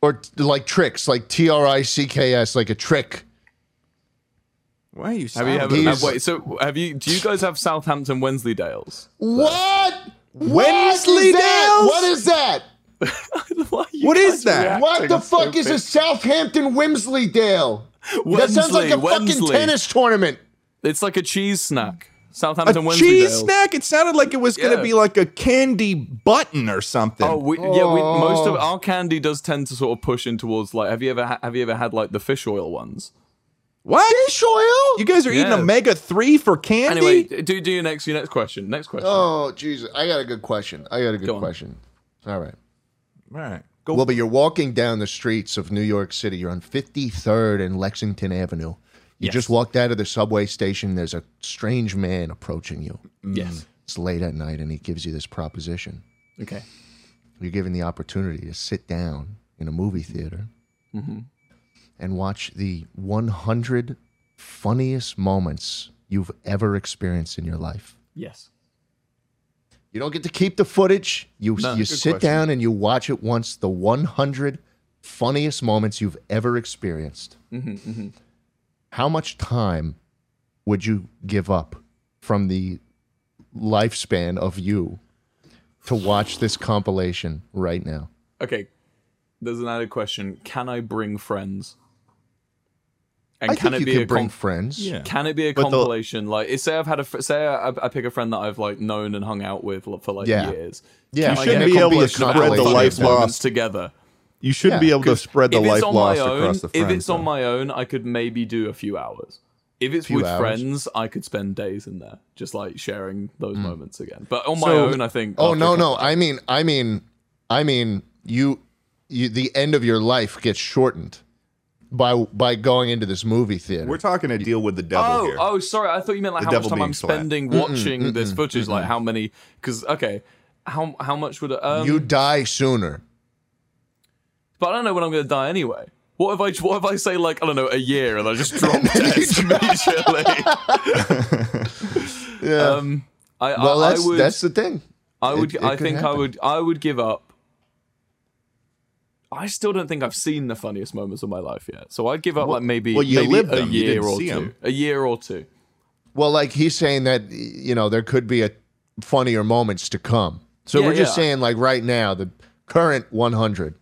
B: or t- like tricks, like T R I C K S, like a trick.
A: Why are you?
C: Have you
A: silent?
C: ever?
B: These-
C: Have, wait. So have you? Do you guys have Southampton Wensleydales?
B: What?
C: *laughs*
A: Wensley
B: What is that?
A: Dales?
B: What is that?
C: Why are you
A: What is
C: guys
A: that?
C: reacting
B: What the
C: so
B: fuck is
C: big?
B: a Southampton Wimsleydale? That sounds like a
C: Wemsley,
B: fucking
C: Wemsley.
B: tennis tournament.
C: It's like a cheese snack.
A: A
C: Southampton Wensleydales.
A: cheese snack. It sounded like it was going to
C: Yeah.
A: be like a candy button or something.
C: Oh, we, yeah. We, most of
B: Oh.
C: our candy does tend to sort of push in towards like. Have you ever? Ha- have you ever had like the fish oil ones?
A: what?
B: Fish oil?
A: You guys are eating
C: Yeah.
A: omega three for candy?
C: Anyway, do do your next your next question. Next question.
B: oh, Jesus. I got a good question. I got a good
C: on.
B: question. All right.
A: All right, go.
B: Well, but you're walking down the streets of New York City. You're on 53rd and Lexington Avenue. You just walked out of the subway station. There's a strange man approaching you.
C: yes.
B: It's late at night, and he gives you this proposition.
C: Okay.
B: You're given the opportunity to sit down in a movie theater and watch the 100 funniest moments you've ever experienced in your life.
C: Yes.
B: You don't get to keep the footage. You you
C: good
B: sit
A: question.
B: down and you watch it once. The 100 funniest moments you've ever experienced. How much time would you give up from the lifespan of you to watch this compilation right now.
C: Okay, there's an added question. Can I bring friends? And
B: I
C: can
B: think
C: it
B: you
C: be
B: can
C: a
B: bring
C: comp-
B: friends.
A: Yeah.
C: Can it be a
A: But the-
C: compilation? Like, if- say I've had a fr- say I, I pick a friend that I've like known and hung out with for like
B: Yeah.
C: years.
B: Yeah,
C: Can
B: you
C: I
B: should
C: get
B: be
C: a
B: able to
C: compilation of
B: spread
C: our
B: the
C: fun
B: life
C: moments
A: lost.
C: together?
A: You should
B: Yeah,
A: be able to
C: 'Cause
A: spread the
C: if
A: life
C: it's on my
A: lost
C: own,
A: across the
C: If
A: friends.
C: it's on
A: though.
C: my own, I could maybe do a few hours. If it's
B: Few
C: with
B: hours.
C: friends, I could spend days in there, just like sharing those moments again. But on my
B: Hmm. So-
C: own, I think.
B: Oh
C: after
B: no,
C: a
B: no. I mean, I mean, I mean, you, you, the end of your life gets shortened by by going into this movie theater.
A: We're talking to deal with the devil
C: Oh,
A: here.
C: oh, sorry. I thought you meant like
A: The
C: how much
A: devil
C: time I'm
A: being slat.
C: spending watching this footage. Like how many? Because okay, how how much would it? Um,
B: you die
C: *laughs*
B: sooner.
C: but I don't know when I'm going to die anyway. What if I what if I say like I don't know a year and
B: *laughs*
C: I just drop
B: then
C: dead
B: you
C: immediately?
B: Yeah.
C: Um, I,
B: well,
C: I,
B: that's
C: I would,
B: that's the thing.
C: I would.
B: it- it
C: I
B: could
C: think I
B: happen.
C: would. I would give up. I still don't think I've seen the funniest moments of my life yet, so I'd give up like maybe,
A: well, you
C: maybe
A: lived
C: a
A: them, you
C: year
A: didn't
C: or
A: see
C: two.
A: 'em.
C: A year or two.
B: Well, like he's saying that you know there could be a funnier moments to come. So
C: Yeah,
B: we're just
C: yeah.
B: saying like right now the current 100.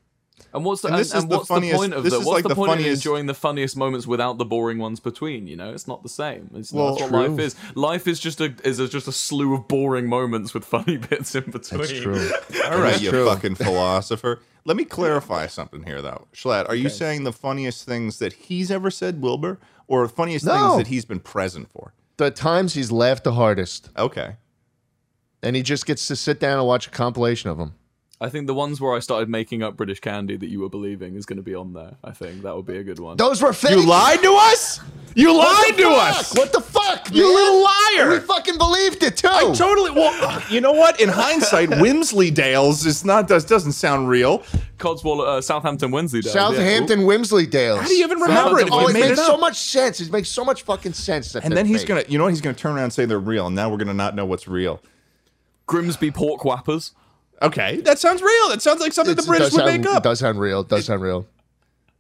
C: And what's the,
A: And
C: and,
A: this is
C: and
A: the
C: what's
A: funniest-
C: the point of
A: this
C: that?
A: is
C: What's
A: like
C: the,
A: the
C: point of
A: funniest-
C: enjoying the funniest moments without the boring ones between? You know, it's not the same. It's
A: Well,
C: not, that's
A: True.
C: what life is. Life is just a is a, just a slew of boring moments with *laughs* funny bits in between. *laughs*
A: All right, you
B: true.
A: fucking philosopher. Let me clarify something here, though. Schlatt, are you saying the funniest things that he's ever said, Wilbur, or the funniest
B: No.
A: things that he's been present for?
B: the times he's laughed the hardest,
A: Okay.
B: and he just gets to sit down and watch a compilation of them.
C: I think the ones where I started making up British candy that you were believing is going to be on there. I think that would be a good one.
B: Those were fake.
A: You lied to us? You
B: What
A: lied
B: the
A: to
B: fuck?
A: us!
B: What the fuck?
A: You
B: man?
A: little
B: We
A: liar!
B: fucking believed it too.
A: Totally. Well, you know what? In
C: *laughs*
A: hindsight, Wimsleydale's is not does doesn't sound real.
C: Codswallop, uh, Southampton Wednesday. Days, yeah.
B: Southampton Wimsleydales.
A: How do you even remember it? if
B: Oh,
A: you
B: it
A: made
B: makes
A: it
B: so
A: up?
B: much sense. It makes so much fucking sense. That
A: And then he's gonna, you know, what? he's gonna turn around and say they're real, and now we're gonna not know what's real.
C: Grimsby pork whappers.
A: Okay, that sounds real. That sounds like something the British would make up.
B: It does sound real. It does sound real.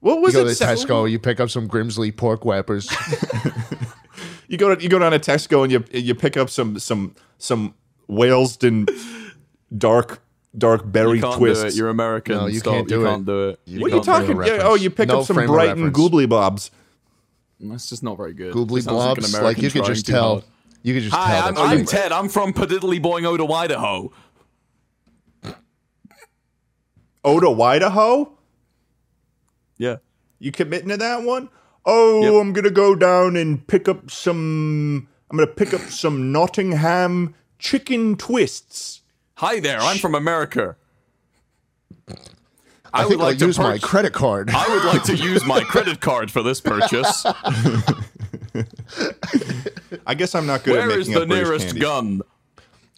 A: What
B: You
A: was
B: go
A: it?
B: to
A: Sa-
B: Tesco, you pick up some Grimsley pork whappers.
A: You go to, you go down to Tesco and you you pick up some some some Whalesden dark dark berry
C: You can't
A: twists.
C: do it. You're American.
B: No, you
C: Stop.
B: can't do
C: you
B: it.
C: Can't
A: what
C: do it.
A: are you
C: can't do it.
A: talking?
B: frame of
A: Yeah, oh,
B: reference.
A: you pick
B: No
A: up some
B: frame of
A: Brighton
B: reference.
A: goobly bobs.
C: That's just not very good.
B: Goobly
C: It sounds like an
B: blobs. Like,
C: American
B: you could
C: trying
B: just
C: too
B: tell.
C: hard.
B: You could just
C: Hi,
B: tell.
C: I'm,
B: that-
C: I'm Ted. I'm from Padiddly Boing Oda, Idaho.
A: Oda Idaho,
C: Yeah.
A: you committing to that one? Oh,
C: Yep.
A: I'm gonna go down and pick up some. I'm gonna pick up some Nottingham chicken twists.
C: Hi there. I'm from America. I,
B: I
C: would
B: think
C: like
B: I'll
C: to
B: use my
C: purch-
B: credit card.
C: I would like to use my credit card for this
B: *laughs*
C: purchase.
A: I guess I'm not good at
C: Where
A: making
C: is the
A: up British
C: nearest
A: candies.
C: gun?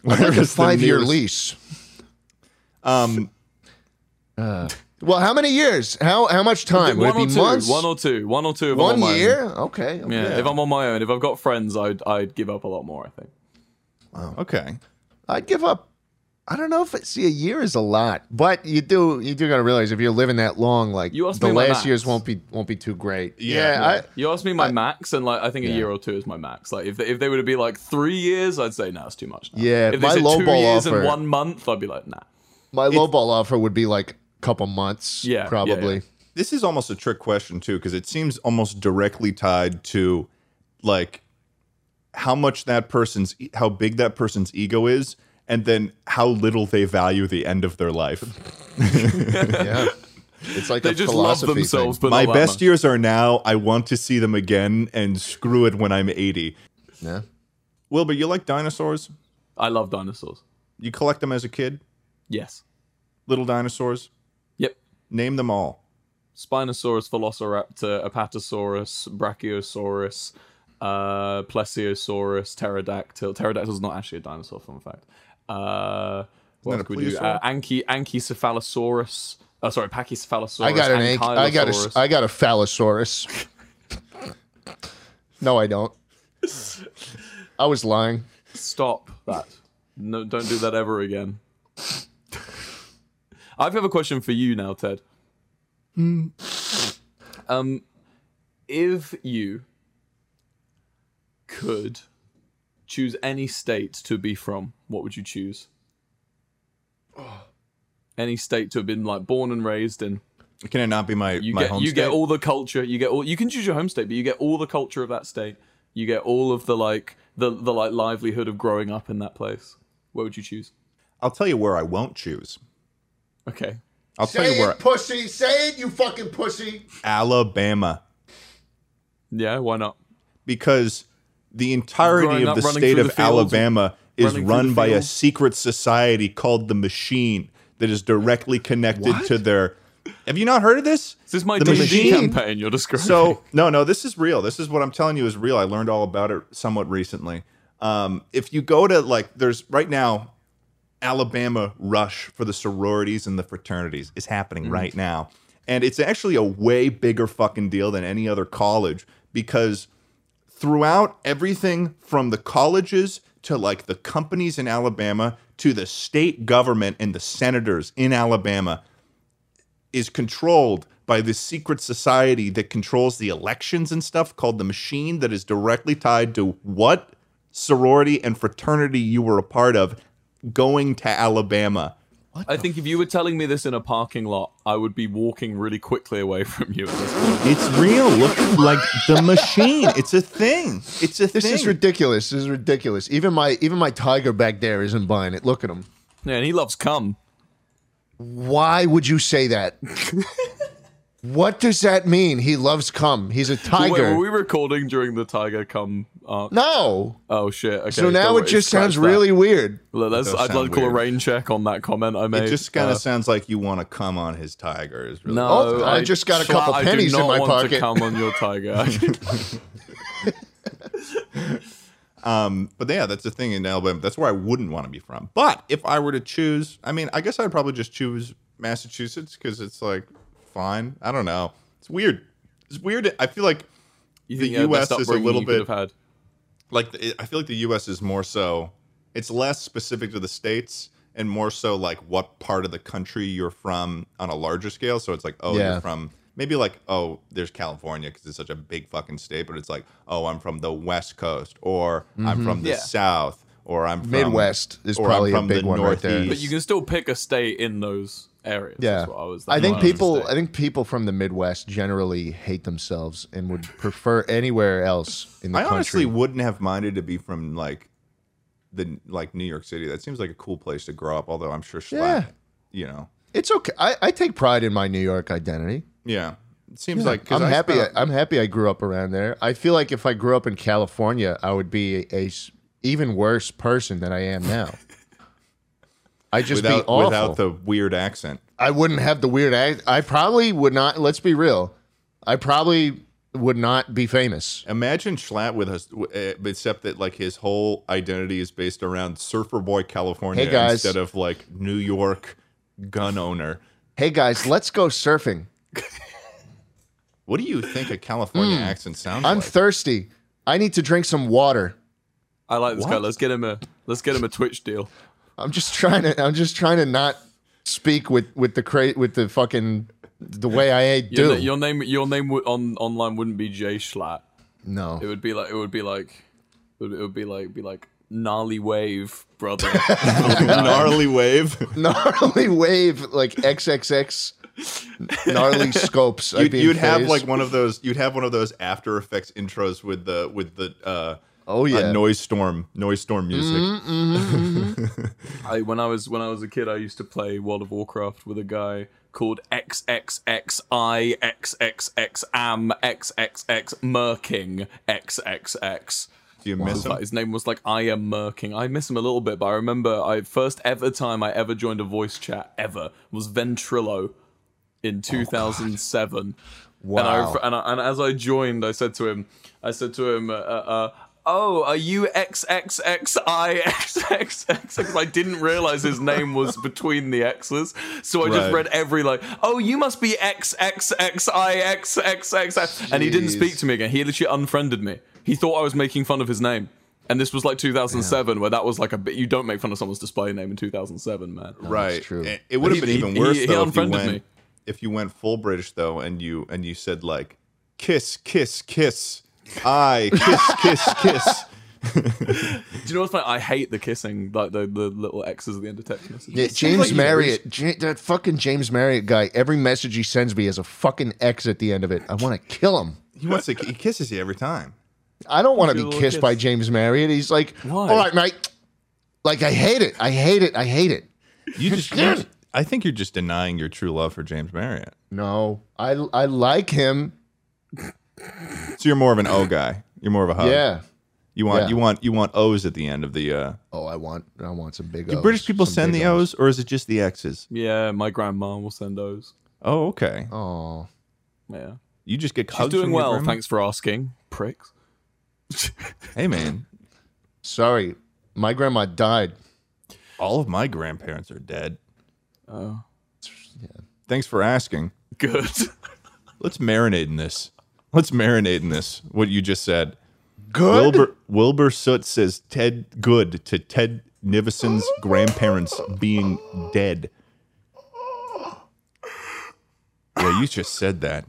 A: Where
B: Like a
A: is the
B: five-year
A: nearest-
B: lease.
A: Um,
B: Well, how many years? How how much time? Would
C: One
B: it be
C: or two.
B: months?
C: One or two. One or two. If
B: One
C: I'm on my
B: year?
C: Own.
B: Okay. okay.
C: Yeah, If I'm on my own, if I've got friends, I'd I'd give up a lot more. I think.
A: okay.
B: I'd give up. I don't know if it, see a year is a lot, but you do you do gotta realize if you're living that long, like
C: You asked
B: the
C: me my
B: last years
C: max.
B: won't be won't be too great.
A: Yeah.
B: I,
C: You asked me my max, and like I think a year or two is my max. Like if they, if they were to be like three years, I'd say no, it's too much. Now.
B: Yeah,
C: if they
B: my
C: said
B: low
C: two
B: ball
C: years
B: offer-
C: and one month, I'd be like nah.
B: my lowball offer would be like a couple months.
C: Yeah, yeah,
B: probably.
C: yeah.
A: this is almost a trick question too because it seems almost directly tied to like how much that person's e, how big that person's ego is and then how little they value the end of their
C: *laughs*
A: life
B: Yeah, it's like
C: They
B: a
C: just love
B: philosophy
C: themselves,
B: Thing.
C: but
A: my
C: not that
A: best
C: much.
A: years are now i want to see them again and screw it when i'm 80
B: Yeah.
A: wilbur you like dinosaurs
C: I love dinosaurs.
A: you collect them as a kid
C: Yes.
A: little dinosaurs
C: Yep.
A: name them all
C: Spinosaurus, Velociraptor, Apatosaurus, Brachiosaurus, uh, Plesiosaurus, Pterodactyl. Pterodactyl's not actually a dinosaur, fun fact. Uh,
A: Isn't
C: what else
A: that a
C: could we do?
A: plesiosaur?
C: Uh, Anky, Ankycephalosaurus. Oh, sorry, Pachycephalosaurus.
B: I got an anch- I got a
C: Ankylosaurus.
B: I got a phallosaurus. no, I
C: *laughs*
B: don't. I was lying.
C: Stop that. No, don't do that ever again. I have a question for you now, Ted. Um, if you could choose any state to be from, what would you choose? any state to have been like born and raised in.
A: Can it not be my
C: You
A: my
C: get
A: home
C: you get
A: state?
C: all the culture. You get all you can choose your home state, but you get all the culture of that state. You get all of the like the the like livelihood of growing up in that place. What would you choose?
A: I'll tell you where I won't choose.
C: Okay.
A: I'll tell you
B: Say
A: where
B: it, pussy. Say it, you fucking pussy.
A: Alabama
C: Yeah, why not?
A: because the entirety
C: Growing
A: of
C: up
A: the
C: running
A: state
C: through
A: of
C: the fields and
A: Alabama is
C: running through
A: run
C: the
A: by a
C: fields.
A: secret society called the Machine that is directly connected to their. Have you not heard of this?
C: Is this my
A: The
C: the machine
A: machine.
C: campaign you're
A: *laughs*
C: describing?
A: So no, no, this is real. This is what I'm telling you is real. I learned all about it somewhat recently. Um, if you go to like, there's right now, Alabama rush for the sororities and the fraternities is happening right now, and it's actually a way bigger fucking deal than any other college because throughout everything from the colleges to like the companies in Alabama to the state government and the senators in Alabama is controlled by this secret society that controls the elections and stuff called the machine that is directly tied to what sorority and fraternity you were a part of going to Alabama.
C: *laughs* I think if you were telling me this in a parking lot, I would be walking really quickly away *laughs* from you. At this point.
A: It's real. Look like the machine. It's a thing. It's a
B: This
A: thing.
B: is ridiculous. This is ridiculous. Even my even my tiger back there isn't buying it. Look at him.
C: Yeah, and he loves cum.
B: Why would you say that? what does that mean? He loves cum. He's a
C: Wait,
B: tiger.
C: were we recording during the tiger cum arc?
B: no.
C: Oh shit! Okay,
B: So now
C: don't
B: it
C: worry,
B: just
C: scratch
B: sounds
C: that.
B: really weird.
C: Look, that's,
A: It does
C: I'd
A: sound
C: like to call a
A: weird.
C: rain check on that comment I made.
A: it just kind
C: Uh,
A: of sounds like you want to come on his tiger. Is really
C: no,
B: Oh, I just got a
C: flat-
B: couple
C: I do
B: pennies in
C: not
B: my
C: want To
B: pocket.
C: come on
B: *laughs*
C: your tiger.
A: But yeah, that's the thing in Alabama. That's where I wouldn't want to be from. But if I were to choose, I mean, I guess I'd probably just choose Massachusetts because it's like fine. I don't know. It's weird. It's weird. I feel like
C: You
A: The
C: think, yeah,
A: US
C: best
A: is a
C: upbringing
A: little
C: you could
A: bit-
C: have had.
A: like the- I feel like the U.S. is more so. It's less specific to the states and more so like what part of the country you're from on a larger scale. So it's like, oh,
B: Yeah.
A: you're from maybe like oh, there's California because it's such a big fucking state, but it's like oh, I'm from the West Coast or I'm from the
C: Yeah.
A: South or I'm from
B: Mm-hmm. Midwest is
A: or I'm
B: probably a
A: from the
B: big one right there.
A: Northeast.
C: But you can still pick a state in those areas.
B: Yeah.
C: That's what I was.
B: I think
C: that's what was
B: people
C: saying.
B: I think people from the Midwest generally hate themselves and would prefer anywhere else in the
A: I
B: country.
A: honestly wouldn't have minded to be from like the like New York City. That seems like a cool place to grow up. Although I'm sure, Schlatt,
B: Yeah.
A: you know,
B: it's okay. I, I take pride in my New York identity.
A: yeah. It seems like 'cause
B: I'm
A: I
B: happy.
A: spent-
B: I, am happy. I grew up around there. I feel like if I grew up in California, I would be a, s- even worse person than I am now. I just
A: without,
B: be awful.
A: without the weird accent.
B: I wouldn't have the weird. Act. I probably would not. Let's be real. I probably would not be famous.
A: Imagine Schlatt with us, w- eh, except that like his whole identity is based around Surfer Boy California
B: Hey, guys.
A: instead of like New York gun owner.
B: Hey guys, let's go surfing.
A: What do you think a California accent sounds
B: Hmm. I'm
A: like?
B: thirsty. I need to drink some water.
C: I like this guy.
A: What?
C: Let's get him a let's get him a Twitch deal.
B: I'm just trying to. I'm just trying to not speak with with the cra- with the fucking the way I
C: Your,
B: do.
C: na- your name your name would- on online wouldn't be Jay Schlatt.
B: no.
C: It would be like it would be like it would, it would be like be like gnarly wave
B: *laughs*
C: brother. *laughs*
A: Gnarly wave.
B: gnarly wave like XXX gnarly
A: *laughs*
B: scopes. I'd
A: You'd,
B: be in
A: you'd have
B: phase.
A: like one of those. You'd have one of those After Effects intros with the with the uh,
B: oh
A: uh,
B: yeah,
A: noise storm noise storm music.
C: Mm-hmm. I, when I was when I was a kid, I used to play World of Warcraft with a guy called XXXI XXX Am XXX Merking XXX.
A: Do you miss
C: Like,
A: him?
C: his name was like I am Merking. I miss him a little bit, but I remember I first ever time I ever joined a voice chat ever was Ventrilo in 2007. And, I,
B: Wow.
C: ref- and, I, and as I joined, I said to him, I said to him, uh, uh, uh, "Oh, are you XXXIXXX?" Because I didn't realize his name was between the X's, so I just
A: Right.
C: read every like, "Oh, you must be XXXIXXX," and he didn't
B: Jeez.
C: speak to me again. He literally unfriended me. He thought I was making fun of his name. And this was like 2007, where that was like a bit. You don't make fun of someone's display name in 2007, man.
A: right.
B: true.
A: It, it would have
C: He-
A: been
C: he-
A: even worse
C: he- he
A: though if you
C: unfriended
A: went
C: me.
A: if you went full British though, and you and you said like *laughs* kiss, kiss, kiss, I kiss, kiss, kiss.
C: Do you know what's funny? I hate the kissing, like the, the little X's at the end of text messages.
B: Yeah, James
A: like you-
B: Marriott, Ja- that fucking James Marriott guy. Every message he sends me has a fucking X at the end of it. I want to kill him.
A: He wants to. He kisses you every time.
B: I don't want
C: Give
B: to
C: you
B: be
C: a
B: kissed
C: little
B: by
C: kiss.
B: James Marriott. He's like,
C: Why?
B: all right, mate. Like I hate it. I hate it. I hate it.
A: You just. you're just- I think you're just denying your true love for James Marriott.
B: No, I I like him.
A: So you're more of an O guy. You're more of a hug.
B: yeah.
A: You want
B: Yeah.
A: you want you want O's at the end of the. Uh,
B: Oh, I want I want some big.
A: do
B: O's,
A: British people
B: some
A: send
B: big
A: the O's or is it just the X's?
C: Yeah, my grandma will send those.
A: Oh, okay.
B: Oh,
C: Yeah.
A: You just get
C: She's
A: hugs
C: doing
A: from your
C: well.
A: grandma?
C: Thanks for asking, pricks.
A: Hey man,
B: sorry, my grandma died.
A: all of my grandparents are dead.
C: Oh,
A: Thanks for asking.
C: good. *laughs*
A: Let's marinate in this. Let's marinate in this. What you just said.
B: Good.
A: Wilbur Wilbur Soot says Ted good to Ted Nivison's grandparents being dead. Yeah, you just said that.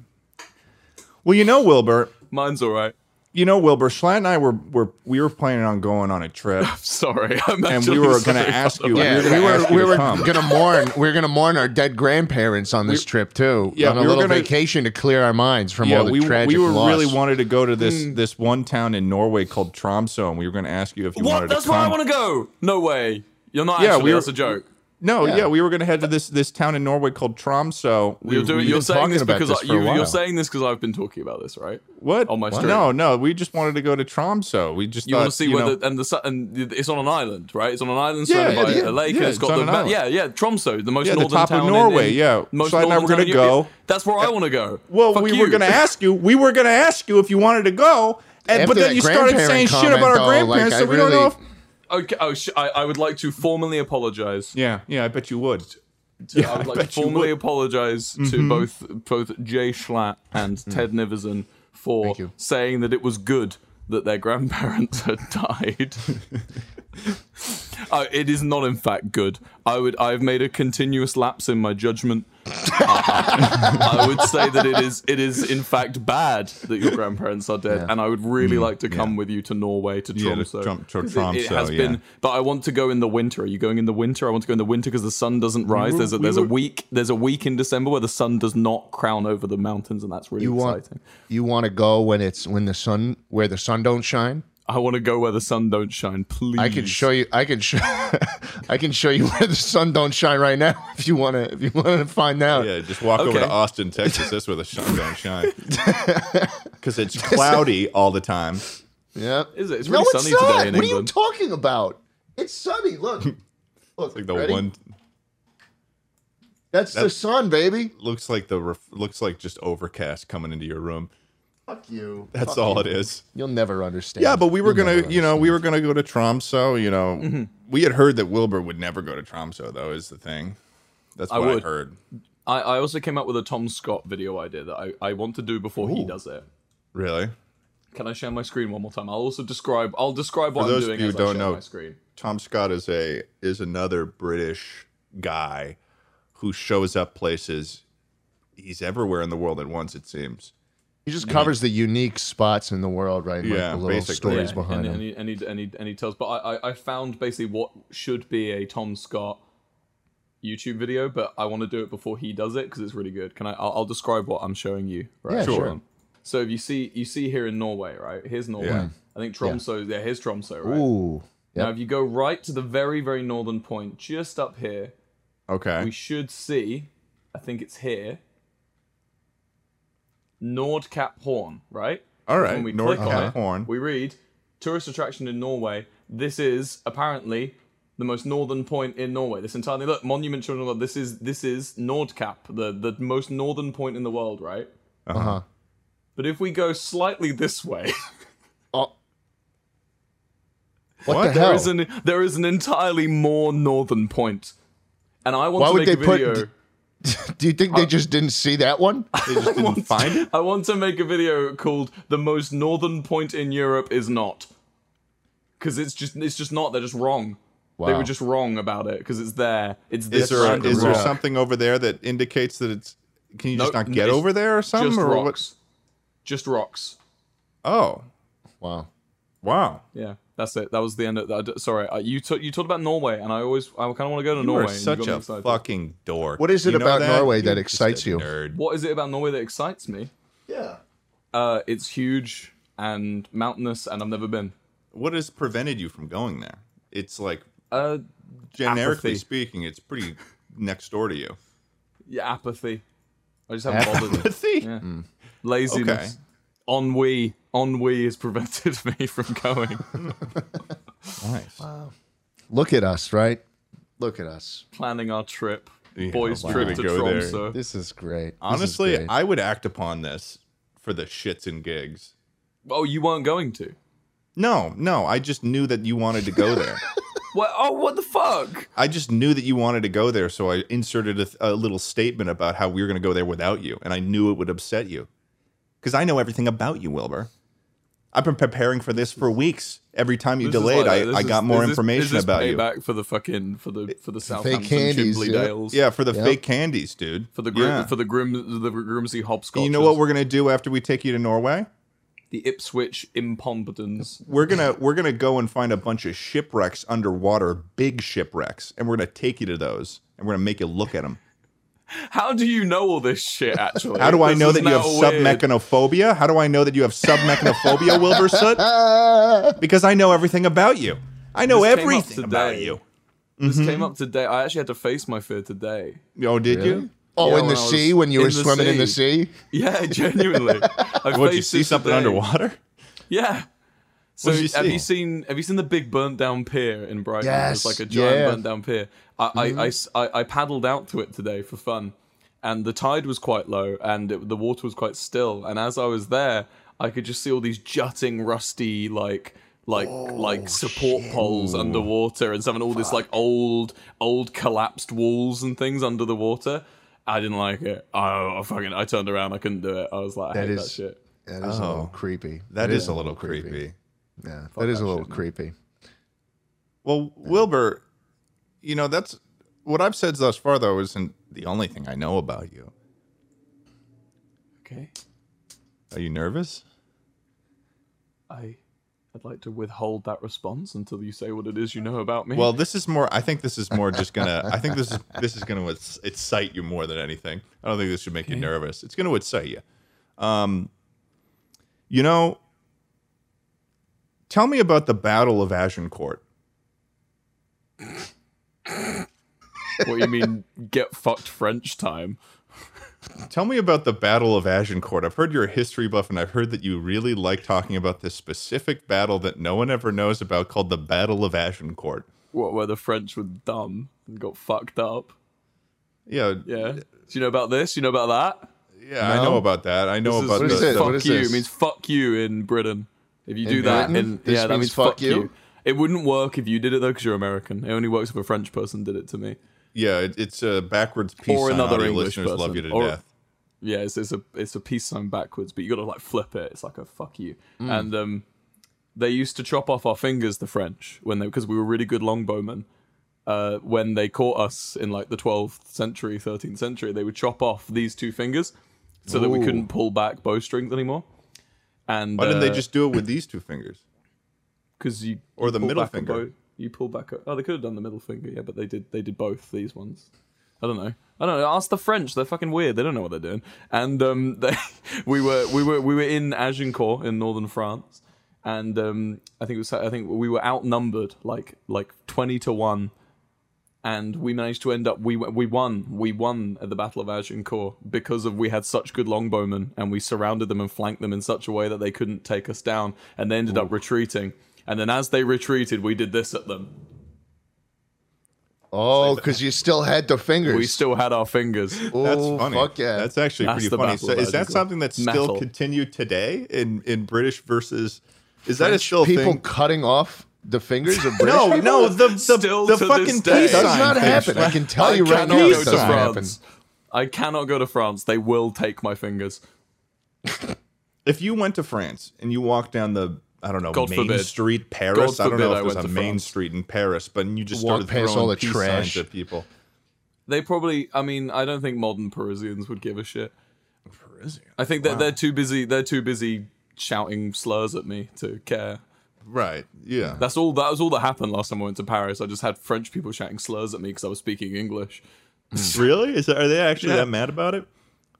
A: Well, you know, Wilbur,
C: Mine's all right.
A: you know, Wilbur, Schlatt and I were, were we were planning on going on a
B: *laughs*
A: trip,
C: Sorry, *laughs* I'm
A: and
C: actually
A: we were going to
C: sorry about
A: ask
C: *laughs* that.
A: you.
B: Yeah,
A: we were
B: we were
A: gonna ask you
B: we
A: to
B: were
A: come.
B: gonna mourn we were gonna mourn our dead grandparents on this trip too.
A: Yeah,
B: on a
A: we were
B: little
A: gonna-
B: vacation to clear our minds from all the
A: we,
B: tragic
A: we were
B: loss.
A: really wanted to go to this
C: Hmm.
A: this one town in Norway called Tromsø, and we were going to ask you if you
C: What?
A: wanted
C: That's
A: to come.
C: where I want to go. No way. You're not.
A: Yeah,
C: actually,
A: we were-
C: That's a joke.
A: No, yeah. we were going to head to this this town in Norway called Tromsø. We,
C: You're doing.
A: we-
C: You're saying
B: talking
C: this
B: about
C: because
B: this
C: I,
B: for a
C: you,
B: while.
C: you're saying this because I've been talking about this, right?
A: what?
C: on my street.
A: No, no. We just wanted to go to Tromsø. We just
C: You
A: thought,
C: want to see
A: you
C: whether
A: know,
C: and the su- and it's on an island, right? It's on an island
A: Yeah,
C: surrounded by
A: yeah,
C: a lake,
A: yeah,
C: and
A: it's
C: it's got
A: on
C: the
A: an
C: ma-
A: island.
C: yeah, yeah, Tromso, the most
A: Yeah, the
C: northern
A: top of
C: town in-
A: Norway,
C: in-
A: yeah.
C: most
A: So I and I
C: northern
A: were gonna
C: town in-
A: go.
C: That's where I want to go.
A: well,
C: Fuck
A: we
C: you.
A: were going
C: *laughs*
A: to ask you. We were going to ask you if you wanted to go, and, but
B: After
A: then
B: that
A: you started
B: grandparent
A: saying shit
B: comment,
A: about our
B: though, like,
A: grandparents,
B: I
A: so we don't know.
B: really-
A: if...
C: Okay, oh, sh- I, I would like to formally apologize.
A: Yeah, yeah. I bet you would.
C: Yeah, I would like to
A: bet you
C: formally
A: would. Mm-hmm.
C: apologize to both both Jay Schlatt and Ted Niverson for
B: you.
C: saying that it was good that their grandparents *laughs* had died. Uh, it is not, in fact, good. I would. I've made a continuous lapse in my judgment. *laughs* I would say that it is. It is, in fact, bad that your grandparents are dead, and I would really like to come with you to Norway to
A: Mm, Yeah, to
C: Tromsø.
A: Trom- to
C: 'Cause it, it
A: Tromsø,
C: has
A: yeah.
C: been but I want to go in the winter. Are you going in the winter? I want to go in the winter because the sun doesn't rise. there's a, there's a week there's a week in December where the sun does not crown over the mountains, and that's really
B: you want
C: exciting.
B: you want to go when it's when the sun where the sun don't shine.
C: I want to go where the sun don't shine. Please,
B: I can show you. I can show. *laughs* I can show you where the sun don't shine right now. *laughs* If you want to, if you want to find out.
A: Yeah, just walk over
C: Okay.
A: to Austin, Texas. That's where the sun don't *laughs* shine. Because it's cloudy all the time.
B: Yeah.
C: Is it? It's
B: no,
C: really
B: it's
C: sunny
B: not.
C: today in
B: what
C: England.
B: are you talking about? It's sunny.
A: *laughs*
B: Look. Look.
A: Like the
B: ready?
A: one
B: That's, the sun, baby.
A: looks like the ref, looks like just overcast coming into your room.
B: Fuck you.
A: That's all it is.
B: You'll never understand.
A: Yeah, but we were
B: You'll
A: gonna, Mm-hmm.
B: never
A: you know, we were gonna go to Tromso. You know, we had heard that Wilbur would never go to Tromso, though. Is the thing. That's
C: I
A: what I,
C: would.
A: heard.
C: I, I also came up with a Tom Scott video idea that I, I want to do before he does it.
A: Really,
C: Can I share my screen one more time? I'll also describe. I'll describe what
A: For those
C: I'm doing
A: of you
C: as
A: who
C: I
A: don't
C: share
A: know-
C: my screen.
A: Tom Scott is a is another British guy who shows up places. He's everywhere in the world at once. It seems.
B: He just covers the unique spots in the world, right?
A: Yeah,
B: like the little
A: basically.
B: stories
A: Yeah,
B: behind
C: and,
B: him.
C: and he, and, he, and, he, and he tells but I, I i found basically what should be a tom scott youtube video but i want to do it before he does it because it's really good can i i'll, I'll describe what i'm showing you right
B: Yeah, sure.
C: so if you see you see here in norway right here's norway
A: Yeah.
C: i think tromso yeah, here's tromso right
B: Ooh.
C: now if you go right to the very very northern point just up here
A: Okay.
C: we should see i think it's here nordcap horn right
A: All
C: when
A: right.
C: we
A: North
C: click on it,
A: Cap Horn.
C: we read tourist attraction in Norway. This is apparently the most northern point in Norway. This entirely look monument children. of- This is this is Nordkap, the the most northern point in the world, right?
B: Uh huh.
C: But if we go slightly this way,
B: *laughs* Oh. What,
A: What?
B: the
A: There
B: hell?
C: there is an there is an entirely more northern point. And I want
B: Why
C: to
B: would
C: make a
B: they put-
C: video.
B: *laughs* Do you think they just didn't see that one?
A: They just didn't find it.
C: I want to make a video called "The Most Northern Point in Europe Is Not," because it's just it's just not. They're just wrong. They
B: Wow.
C: were just wrong about it because it's there. It's
A: *laughs*
C: this.
A: Is there
C: random
A: is there
C: rock.
A: something over there that indicates that it's? Can you just
C: No,
A: not
C: no,
A: get
C: it's
A: over there or something?
C: just
A: or
C: rocks? Just rocks.
A: What? Oh,
B: Wow.
A: wow.
C: Yeah. That's it. That was the end of that. Sorry, uh, you t- you talked about Norway, and I always I kind of want to go to
A: You
C: Norway.
A: are
C: and you
A: such
C: got me
A: a
C: excited.
A: fucking dork.
B: What is it
A: You know
B: about Norway that
A: You're just a
B: excites you?
A: Nerd.
C: What is it about Norway that excites me?
B: Yeah.
C: Uh, it's huge and mountainous, and I've never been.
A: What has prevented you from going there? It's like
C: Uh,
A: generically
C: Apathy.
A: speaking, it's
C: *laughs*
A: pretty next door to you.
C: yeah, apathy. I just haven't
A: *laughs*
C: bothered.
A: But see,
C: Yeah. Laziness. Ennui. Ennui has prevented *laughs* me from going.
A: nice.
B: Look at us, right? Look at us.
C: Planning our trip.
A: Yeah,
C: Boys'
A: wow.
C: trip to
A: Go there.
C: Tromsø.
B: This is great. This is
A: Honestly,
B: great.
A: I would act upon this for the shits and gigs.
C: Oh, you weren't going to?
A: No, no, I just knew that you wanted to go there.
C: What? Oh, what the fuck?
A: I just knew that you wanted to go there, so I inserted a, a little statement about how we were going to go there without you, and I knew it would upset you because I know everything about you, Wilbur. I've been preparing for this for weeks. Every time you
C: This is
A: delayed,
C: like-
A: I,
C: this
A: I
C: is-
A: got more
C: is this-
A: information
C: is this
A: about you.
C: payback for the fucking for the for the Southampton
B: candies,
C: Chimbley
B: yeah.
C: Dales.
A: Yeah, for the
B: Yep.
A: fake candies, dude.
C: For the grim,
A: Yeah.
C: for the grim the Grimsey hopscotch.
A: you know what we're gonna do after we take you to Norway?
C: the Ipswich impompetence.
A: *laughs* We're gonna we're gonna go and find a bunch of shipwrecks underwater, big shipwrecks, and we're gonna take you to those, and we're gonna make you look at them.
C: How do you know all this shit? Actually,
A: How do I
C: This
A: know
C: is
A: that you
C: now
A: have
C: weird.
A: submechanophobia? How do I know that you have
C: *laughs*
A: submechanophobia, Wilbur Soot? Because I know everything about you. I know
C: This came up
A: everything about
C: today.
A: you.
C: This
A: Mm-hmm.
C: came up today. I actually had to face my fear today. *laughs*
A: Oh, did
B: Really?
A: you?
B: Oh,
C: Yeah,
B: in the
C: when I was
B: sea when you
C: in
B: were
C: the
B: swimming in the sea?
A: *laughs*
C: Yeah, genuinely. I
A: What, did you
C: faced
A: see
C: this
A: something
C: today.
A: underwater?
C: Yeah. So
A: did you
C: have
A: see?
C: you seen have you seen the big burnt down pier in Brighton?
B: Yes,
C: It's like a giant
B: yeah.
C: burnt down pier. I, I- I s- I- I paddled out to it today for fun, and the tide was quite low, and it, the water was quite still. And as I was there, I could just see all these jutting, rusty like. Like like support poles underwater and some and all this like old old collapsed walls and things under the water. I didn't like it. I, I fucking I turned around. I couldn't do it. I was like, I
B: That
C: hate
B: is-
C: that shit.
B: That is a little creepy.
A: That is a little creepy.
B: Yeah, that is a little creepy.
A: Well, Wilbur, you know, that's what I've said thus far, though, isn't the only thing I know about you.
C: Okay.
A: Are you nervous?
C: I, I'd like to withhold that response until you say what it is you know about me.
A: Well, this is more. I think this is more just gonna. I think this is this is gonna ex- excite you more than anything. I don't think this should make you nervous. It's gonna excite you. Um, you know, tell me about the Battle of Agincourt.
C: what you mean, *laughs* get fucked French time?
A: Tell me about the Battle of Agincourt. I've heard you're a history buff, and I've heard that you really like talking about this specific battle that no one ever knows about, called the Battle of Agincourt.
C: What, where the French were dumb and got fucked up?
A: Yeah, yeah,
C: Yeah. Do you know about this? You know about that?
A: I know
B: No.
A: about that. I know
C: This is-
A: about
B: What
A: the,
B: is it?
A: the-
C: fuck
B: What is
C: you
B: Oh, this?
C: means fuck you in Britain. If you do
B: In
C: that,
B: Britain?
C: in,
B: This
C: yeah, that
B: means
C: means
B: fuck
C: fuck,
B: you?
C: you. It wouldn't work if you did it though, because you're American. It only works if a French person did it to me.
A: yeah. It, it's a backwards piece.
C: Or
A: on
C: another
A: audio.
C: English
A: listeners love
C: person.
A: you to
C: Or-
A: death.
C: yeah, it's, it's a it's a peace sign backwards, but you got to like flip it. It's like a fuck you. And um, they used to chop off our fingers, the French, when they because we were really good longbowmen. Uh, when they caught us in like the 12th century, 13th century, they would chop off these two fingers so that we
B: Ooh.
C: couldn't pull back bowstrings anymore. And uh,
A: Why didn't they just do it with these two fingers?
C: because you
A: or
C: you
A: the
C: pull
A: middle
C: back a
A: finger?
C: bow- you pull back. A, oh, they could have done the middle finger, yeah, but they did. They did both these ones. I don't know. I don't know. Ask the French. They're fucking weird. They don't know what they're doing. And um, *laughs* they, we were we were we were in Agincourt in northern France, and um, I think it was I think we were outnumbered like like twenty to one, and we managed to end up we we won we won at the Battle of Agincourt because of we had such good longbowmen and we surrounded them and flanked them in such a way that they couldn't take us down, and they ended up retreating. And then as they retreated, we did this at them.
B: Oh, because you still had the fingers.
C: We still had our fingers.
A: *laughs* That's
B: Oh,
A: funny.
B: fuck yeah.
A: That's actually
C: That's
A: pretty
C: the
A: funny.
C: battle
A: So is that
C: logical.
A: something that's still
C: Metal.
A: continued today in in British versus? Is that a still a
B: people
A: thing?
B: cutting off the fingers of British
A: No,
B: people?
A: no, the the,
C: Still
A: the
C: to
A: fucking
C: this day.
A: peace
B: It does
A: sign
B: not
A: thing.
B: happen. I can tell
C: I
B: you right
C: cannot
B: now,
C: go
B: it
A: Peace
C: to
B: doesn't
A: sign.
B: happen.
C: France. I cannot go to France. They will take my fingers.
A: If you went to France and you walked down the I don't know
C: God
A: Main
C: forbid.
A: Street Paris.
C: God
A: I don't know
C: forbid
A: if
C: I
A: there's
C: went
A: a
C: to
A: Main
C: France.
A: Street in Paris, but you just
B: Walk
A: started
B: past
A: throwing
B: all the
A: peace
B: trash.
A: signs at people.
C: They probably. I mean, I don't think modern Parisians would give a shit.
A: Parisian.
C: I think that they're too busy. They're too busy shouting slurs at me to care.
A: Right. Yeah.
C: That's all. That was all that happened last time I went to Paris. I just had French people shouting slurs at me because I was speaking English.
A: really? Is that, are they actually
C: Yeah.
A: that mad about it?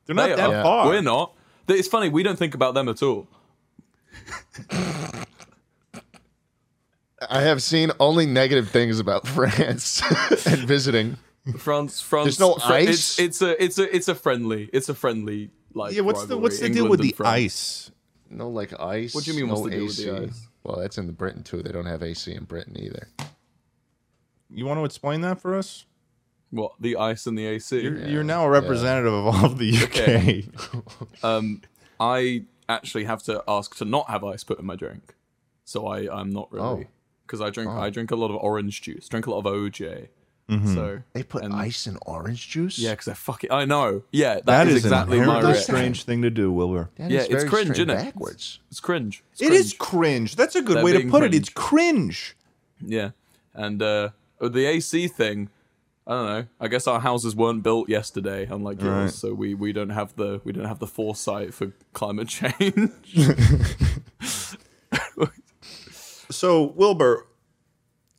A: They're not
C: They
A: that
C: are.
A: far.
C: We're not. Th- It's funny. We don't think about them at all.
B: I have seen only negative things about *laughs* France and visiting.
C: France, France.
B: There's no
C: Fran-
B: ice?
C: It's, it's a, it's a, it's a friendly, it's a friendly like.
A: Yeah. What's the
C: rivalry,
A: What's the deal
C: England
A: with
C: and
A: the
C: France.
A: ice?
B: No, like ice.
C: What do you mean,
B: No
C: what's the deal with the
B: AC?
C: ice?
B: Well, that's in Britain too. They don't have AC in Britain either.
A: You want to explain that for us?
C: What the ice and the AC?
A: You're, you're now a representative of all of the UK.
C: Okay. Um, I actually have to ask to not have ice put in my drink, so I I'm not really
A: Oh.
C: because I drink I drink a lot of orange juice, drink a lot of OJ.
A: Mm-hmm.
C: So
B: They put
C: And-
B: ice in orange juice.
C: yeah, because I fucking I know. Yeah,
A: *laughs* that is,
C: exactly
A: an
C: my
A: inherently
C: reaction.
A: strange thing to do, Wilbur.
B: That
C: Yeah,
B: is
C: it's
B: very
C: cringe,
B: straight
C: innit?
B: Backwards.
C: It's cringe. It's
A: It
C: cringe.
A: is cringe. That's a good
C: That
A: way to
C: being
A: put it. It's cringe.
C: Yeah, and uh, the AC thing. I don't know. I guess our houses weren't built yesterday, unlike
A: Right.
C: yours, so we, we don't have the we don't have the foresight for climate *laughs* change.
A: So, Wilbur,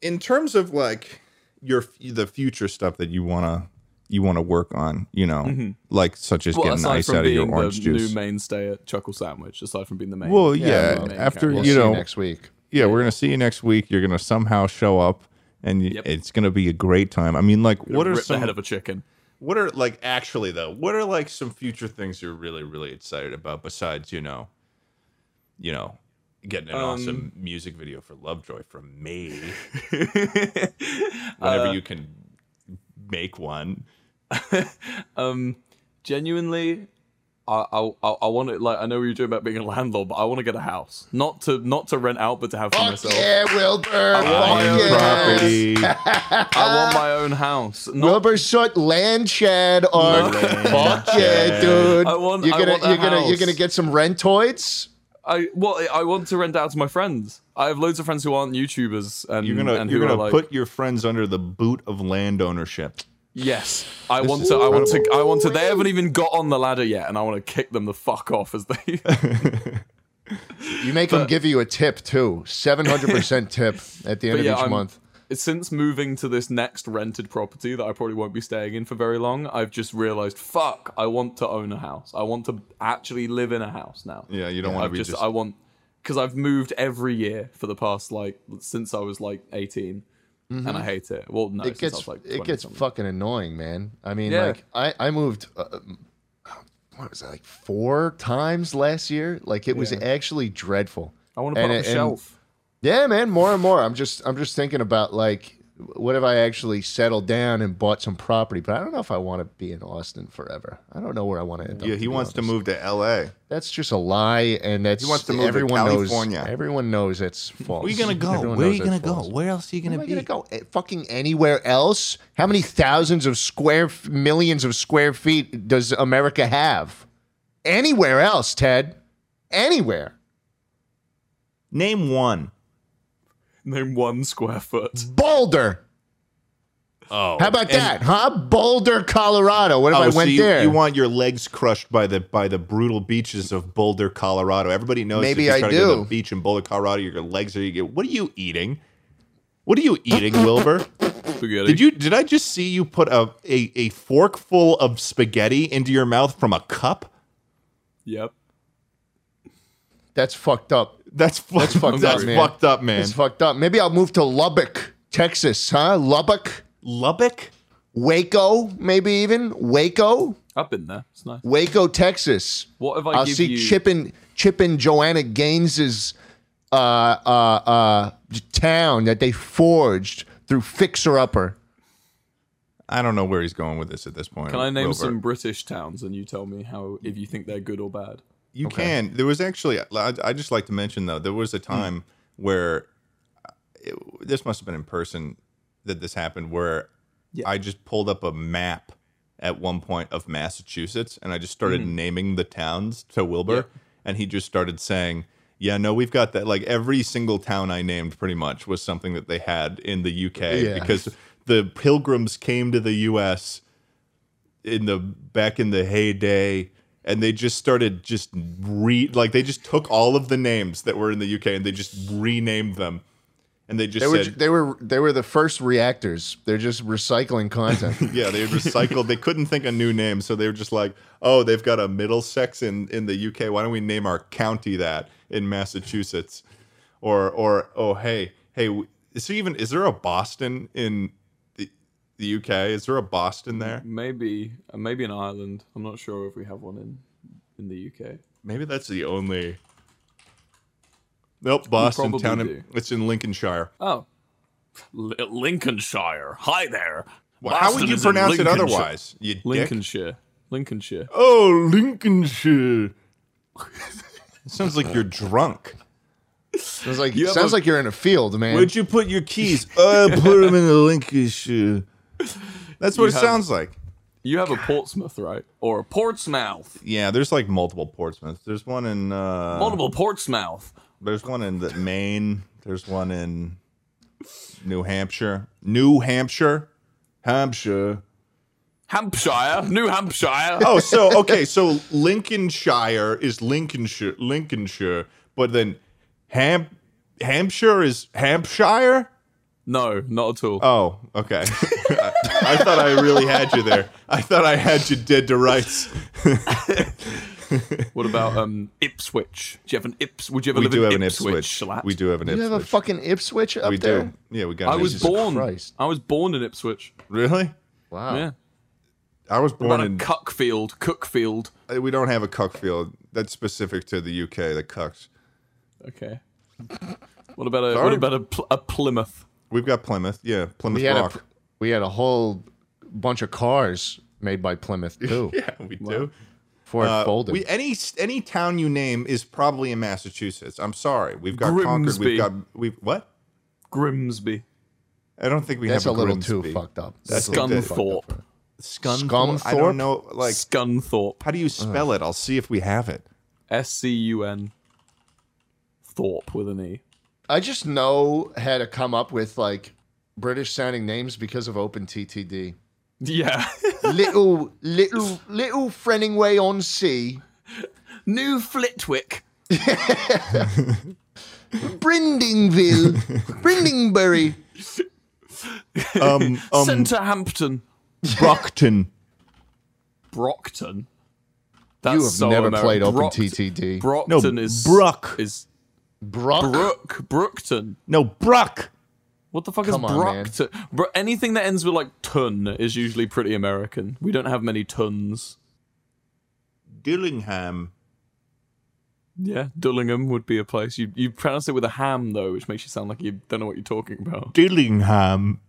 A: in terms of like your the future stuff that you wanna you wanna work on, you know, like such as
C: Mm-hmm. well,
A: getting
C: aside
A: ice
C: from
A: out of your
C: being the
A: orange
C: new
A: juice.
C: mainstay at Chuckle Sandwich, aside from being the main.
A: Well, yeah.
B: well,
A: after
C: We'll
B: We'll
A: you
B: see
A: know,
B: next week.
A: yeah, we're gonna see you next week. You're gonna somehow show up, and y
C: Yep.
A: it's gonna be a great time. I mean, like, what are
C: rip
A: some
C: the head of a chicken? *laughs*
A: what are like actually though what are like some future things you're really really excited about besides you know you know getting
C: Um,
A: an awesome music video for lovejoy from me
C: *laughs* uh,
A: whenever you can make one
C: Um, genuinely, I I I, I want to like I know what you're doing about being a landlord, but I want to get a house, not to not to rent out, but to have for
B: Fuck
C: myself.
B: yeah, Wilbur. Fuck
C: own
B: yeah.
A: property
C: *laughs* I want my own house. Not
B: Wilbur Short land shed or fuck yeah, dude.
C: I want-
B: you're
C: I
B: gonna
C: want a
B: you're gonna you're
C: house.
B: gonna get some rentoids.
C: I well, I want to rent out to my friends. I have loads of friends who aren't YouTubers, and
A: you're gonna
C: and
A: you're
C: who
A: gonna
C: are like,
A: put your friends under the boot of land ownership
C: yes, I want
A: is
C: to, I want to,
A: incredible.
C: I want to. They haven't even got on the ladder yet, and I want to kick them the fuck
A: *laughs*
C: off as they.
B: You make them give you a tip too, seven hundred percent tip at the end of
C: yeah,
B: each
C: I'm-
B: month.
C: Since moving to this next rented property that I probably won't be staying in for very long, I've just realized, fuck, I want to own a house. I want to actually live in a house now.
A: yeah you don't want to
C: I've
A: be
C: just,
A: just,
C: I want because I've moved every year for the past like since I was like 18
A: Mm-hmm.
C: and I hate it. Well, no,
B: It
C: since I
B: gets
C: was like
B: it
C: 20
B: gets
C: something.
B: fucking annoying, man. I mean,
C: Yeah.
B: like I I moved. Uh, what was it like four times last year? Like it was actually dreadful.
C: I want to put
B: And
C: up a
B: it- and-
C: shelf.
B: Yeah, man, more and more. I'm just I'm just thinking about like what if I actually settled down and bought some property? But I don't know if I want to be in Austin forever. I don't know where I want to end up.
A: yeah he
B: be
A: wants to
B: honest.
A: move to la
B: That's just a lie, and that's
A: wants to move to
B: everyone
A: California.
B: knows. Everyone knows it's false.
A: where you gonna go
B: Everyone
A: where are
B: knows
A: you
B: that's
A: gonna go
B: false.
A: where else are you gonna
B: Am I
A: be
B: gonna go eh, fucking anywhere else? How many thousands of square, f- millions of square feet does America have? Anywhere else, Ted? Anywhere?
A: name one
C: Name one square foot. *laughs*
B: Boulder.
A: Oh,
B: How about that, huh? Boulder, Colorado. What if I
A: Oh,
B: went
A: so you,
B: there?
A: you want your legs crushed by the by the brutal beaches of Boulder, Colorado. Everybody knows.
B: Maybe
A: if you
B: I
A: try To go to
B: do.
A: the beach in Boulder, Colorado. Your legs are. You get. What are you eating? What are you
B: *laughs*
A: eating, Wilbur?
C: Spaghetti.
A: Did you? Did I just see you put a a, a forkful of spaghetti into your mouth from a cup?
C: Yep.
B: That's fucked up.
A: That's fucked. That's
B: fucked up, man.
A: fucked up, man.
B: It's fucked up. Maybe I'll move to Lubbock, Texas, huh? Lubbock,
A: Lubbock.
B: Waco, maybe even Waco,
C: I've been there. It's nice.
B: Waco, Texas.
C: What if I
B: I'll
C: give
B: see
C: you-
B: Chip and Chip and Joanna Gaines's uh, uh, uh, town that they forged through Fixer Upper.
A: I don't know where he's going with this at this point.
C: Can I name
A: Wilbur.
C: some British towns and you tell me how if you think they're good or bad?
A: You can. There was actually. I, I just like to mention though, there was a time where uh, it, this must have been in person that this happened, where I just pulled up a map at one point of Massachusetts, and I just started
B: Mm.
A: naming the towns to Wilbur, and he just started saying. Yeah, no, we've got that. Like every single town I named, pretty much, was something that they had in the UK
B: Yeah. *laughs*
A: because the pilgrims came to the US in the back in the heyday and they just started just re like they just took all of the names that were in the UK and they just renamed them, and they just
B: They were
A: said.
B: they were they were the first reactors. They're just recycling
A: *laughs*
B: content.
A: yeah, they recycled. They couldn't think of new names, so they were just like, "Oh, they've got a Middlesex in in the UK. Why don't we name our county that in Massachusetts?" Or or oh hey hey, w- is there even is there a Boston in the, the UK? Is there a Boston there?
C: Maybe, uh, maybe in Ireland. I'm not sure if we have one in in the UK.
A: Maybe that's the only. Nope, Boston
C: probably
A: town. in-
C: do.
A: it's in Lincolnshire.
C: Oh, L- Lincolnshire. Hi there.
A: Well, how would
C: Boston
A: you
C: is in
A: pronounce it
C: Lincolnshire-
A: otherwise? You dick.
C: Lincolnshire. Lincolnshire.
A: Oh, Lincolnshire. *laughs* It sounds like you're drunk.
B: Sounds like
C: have
B: sounds
C: a-
B: like you're in a field, man.
A: Where'd you put your keys? *laughs* uh, put them in the Lincolnshire. That's what
C: You
A: it
C: have-
A: sounds like.
C: You have a Portsmouth, right? Or a Portsmouth.
A: Yeah, there's like multiple Portsmouths. There's one in uh,
C: Multiple Portsmouth.
A: there's one in the Maine. There's one in New Hampshire. New Hampshire, Hampshire.
C: Hampshire. New Hampshire.
A: Oh, so okay, so Lincolnshire is Lincolnshire, Lincolnshire, but then Ham Hampshire is Hampshire.
C: No, not at all.
A: Oh, okay. *laughs* I, I thought I really had you there. I thought I had you dead to rights. *sighs*
C: What about um Ipswich? Do you have an Ips? Would you ever
A: we
C: live
A: do
C: in
A: have an
C: Ipswich?
A: Ipswich.
C: Shalat?
A: We do have an
B: You
A: Ipswich.
B: have a fucking Ipswich up
A: we
B: there.
A: do. Yeah, we got.
C: I
A: an
C: was
A: Ipswich.
C: born.
B: Christ.
C: I was born in Ipswich.
A: Really?
B: Wow.
C: Yeah.
A: I was
C: What
A: Oh, born
C: about a
A: in.
C: Cuckfield? Cookfield.
A: we don't have a cuck field. That's specific to the UK. The cucks.
C: Okay. What about a
A: Sorry.
C: what about a, pl- a Plymouth?
A: We've got Plymouth. Yeah, Plymouth
B: We had a,
A: Rock.
B: we had a whole bunch of cars made by Plymouth too.
A: *laughs* *laughs* yeah, we do.
B: Ford
A: Uh,
B: Bolden.
A: we, any s- any town you name is probably in Massachusetts. I'm sorry. We've got Concord.
C: Grimsby.
A: We've got we've what?
C: Grimsby.
A: I don't think we
B: That's a,
A: have a,
B: little too
A: Grimsby.
B: fucked up.
A: That's
B: a little too fucked
C: Scunthorpe.
B: up.
A: Scunthorpe. I
B: Scunthorpe?
A: don't know. Like,
C: Scunthorpe.
A: how do you spell it? I'll see if we have
C: *laughs*
A: it.
C: S C U N. Thorpe with an E.
B: I just know how to come up with like British sounding names because of
C: *laughs*
B: OpenTTD.
C: Yeah.
B: little little little Frenningway on sea,
C: New Flitwick.
B: Brindingville, Brindingbury.
A: Um, um
C: Centre Hampton.
A: Brockton.
C: Brockton.
B: *laughs*
C: That's
B: You have
C: so
B: never
C: Ameri-
B: played
C: Broct-
B: OpenTTD.
A: No,
C: Brockton is
A: Bruck.
C: is
B: Brock.
C: Brook Brookton.
A: No, Bruck.
C: What the fuck
B: Come
C: is
B: on, man.
C: Brockton? Bro- anything that ends with like ton is usually pretty American. We don't have many tons.
A: Dillingham.
C: Yeah, Dullingham would be a place. You you pronounce it with a ham though, which makes you sound like you don't know what you're talking
B: *laughs*
C: about.
A: Dillingham.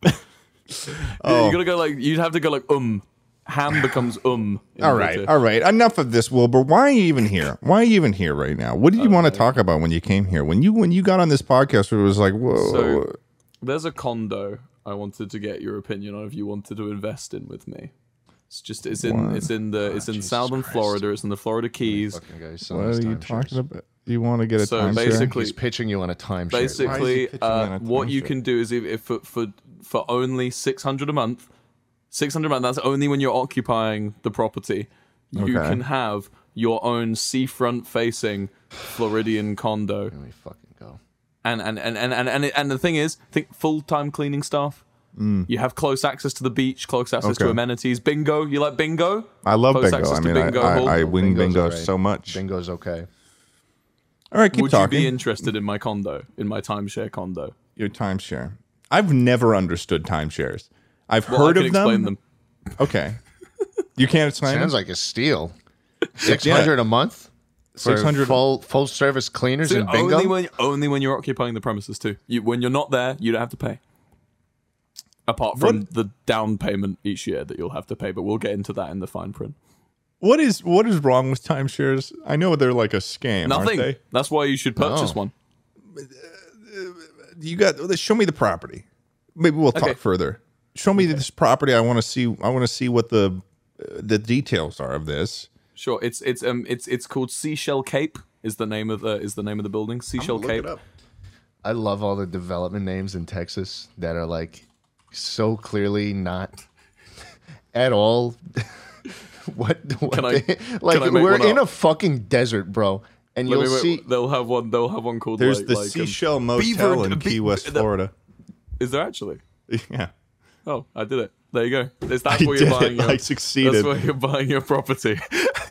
B: Oh.
C: You gotta go like you'd have to go like um. Ham becomes um. in
A: All right,
C: British.
A: all right. Enough of this, Wilbur. Why are you even here? Why are you even here right now? What did
C: Uh,
A: you want to talk about when you came here? When you when you got on this podcast, it was like, whoa.
B: Oh.
C: So there's a condo I wanted to get your opinion on if you wanted to invest in with me. It's just it's in it's in the it's
B: Ah,
C: in southern Florida. It's in the Florida Keys.
B: Okay, so
A: what are
B: it's
A: you
B: time
A: talking
B: shares.
A: about? You want to get a
C: So
A: timeshare?
C: basically-
B: He's pitching you on a timeshare.
C: Basically,
A: pitching me on
C: uh,
A: a
C: what you
A: timeshare?
C: can do is if, if for, for for only six hundred a month, six hundred a month. That's only when you're occupying the property. You
A: Okay.
C: can have your own seafront facing Floridian condo.
B: Let me fucking go.
C: and and and and and and, and the thing is, think full time cleaning staff. You have close access to the beach, close access to
A: Mm. Okay.
C: amenities. Bingo, you like bingo?
A: I love
C: close
A: bingo.
C: access
A: I
C: to
A: mean, I,
C: bingo hall.
A: I, I wing
B: Bingo's
A: bingo
B: alright.
A: so much.
B: Bingo's okay.
A: All right, keep
C: Would
A: talking.
C: you be interested in my condo, in my timeshare condo?
A: Your timeshare. I've never understood timeshares. I've
C: Well,
A: heard
C: I can
A: of
C: explain
A: them.
C: them.
A: Okay. You can't explain
B: Sounds
A: them?
B: like a
C: *laughs*
B: steal. Six hundred a month. Six
A: 600
B: hundred full full service cleaners and bingo.
C: Only when only when you're occupying the premises too. You, when you're not there, you don't have to pay. Apart from the down payment each year that you'll have to pay, but we'll get into that in the fine print.
A: What is what is wrong with timeshares? I know they're like a scam,
C: Nothing.
A: aren't
C: That's why you should purchase
A: Oh.
B: No.
C: one.
A: they? You got show me the property. Maybe we'll
C: Okay.
A: talk further. Show me this property. I want to see. I want to see what the uh, the details are of this.
C: Sure, it's it's um it's it's called Seashell Cape is the name of the is the name of the building. Seashell Cape.
B: I love all the development names in Texas that *laughs* are like so clearly not at all *laughs* What? what
C: Can I-
B: the-
C: can I
B: like
C: make
B: we're
C: one
B: in
C: up?
B: a fucking desert, bro, and
C: Wait,
B: you'll
C: wait, wait,
B: see.
C: They'll have one. They'll have one called.
A: There's
C: like,
A: the
C: like, um,
A: Seashell
C: Beaver-
A: Motel in
C: Be-
A: Key West,
C: the-
A: Florida. *laughs*
C: is there actually?
A: Yeah.
C: Oh, I did it. There you go. It's that's
A: I
C: where you're
A: did
C: buying.
A: it.
C: Your,
A: *laughs* I succeeded.
C: That's where you're buying your property.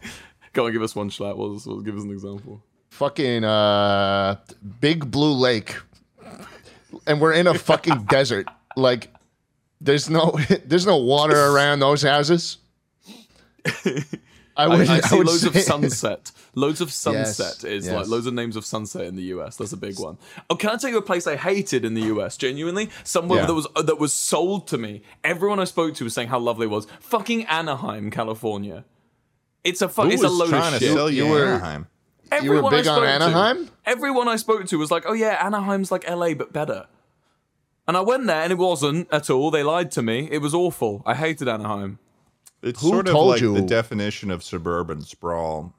C: *laughs* Go on, give us one schlatt. We'll, we'll give us an example.
B: fucking uh big blue lake and we're in a
C: *laughs*
B: fucking desert like there's no *laughs* there's no
C: *laughs*
B: water around those houses i
C: I,
B: would, *laughs*
C: I
B: I
C: see
B: would
C: loads of
B: say-
C: sunset. Loads of sunset
B: *laughs* Yes,
C: is
B: yes.
C: like loads of names of sunset in the US. That's a big one. Oh, can I tell you a place I hated in the US? Genuinely, somewhere
A: Yeah.
C: that was uh, that was sold to me. Everyone I spoke to was saying how lovely it was. Fucking Anaheim, California. It's a fuck.
A: Who
C: It's a
A: was
C: load
A: trying
C: of
A: to
C: shit.
A: sell you,
B: You were-
A: Anaheim?
B: you were
C: Everyone
B: big
C: I
B: on
C: spoke
B: anaheim
C: To, everyone I spoke to was like, "Oh yeah, Anaheim's like LA but better." And I went there and it wasn't at all. They lied to me. It was awful. I hated Anaheim.
A: It's
B: Who
A: sort of
B: told
A: like the
B: you?
A: definition of suburban sprawl.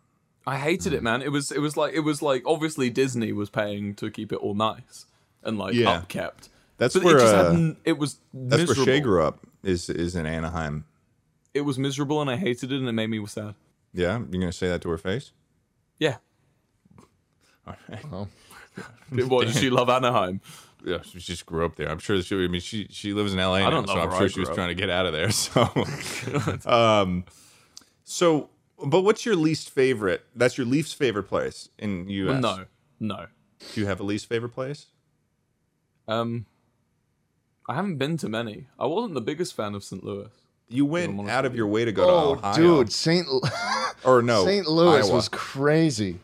C: I hated
A: Hmm.
C: it, man. It was it was like it was like obviously Disney was paying to keep it all nice and like
A: Yeah.
C: upkept.
A: That's
C: but
A: where,
C: it just
A: uh,
C: had n- it was
A: That's
C: miserable.
A: where Shay grew up. Is is in Anaheim?
C: It was miserable and I hated it and it made me sad.
A: Yeah, you're gonna say that to her
C: *laughs*
A: face? *laughs*
C: Yeah.
A: All right.
C: What did she
A: *laughs*
C: love Anaheim?
A: Yeah, she just grew up there. I'm sure she. I mean, she she lives in L.A.
C: I don't
A: now,
C: know
A: so I'm
C: where
A: sure
C: I
A: she was
C: grew up.
A: trying to get out of there. *laughs* So,
C: *laughs*
A: um, so, but what's your least favorite? That's your least favorite place in U.S.
C: No. No.
A: do you have a least favorite place?
C: Um I haven't been to many. I wasn't the biggest fan of St. Louis.
A: You went out of your way to go to
B: oh
A: Ohio,
B: dude st L- *laughs*
A: or no,
B: st louis
A: Oh, Iowa.
B: was crazy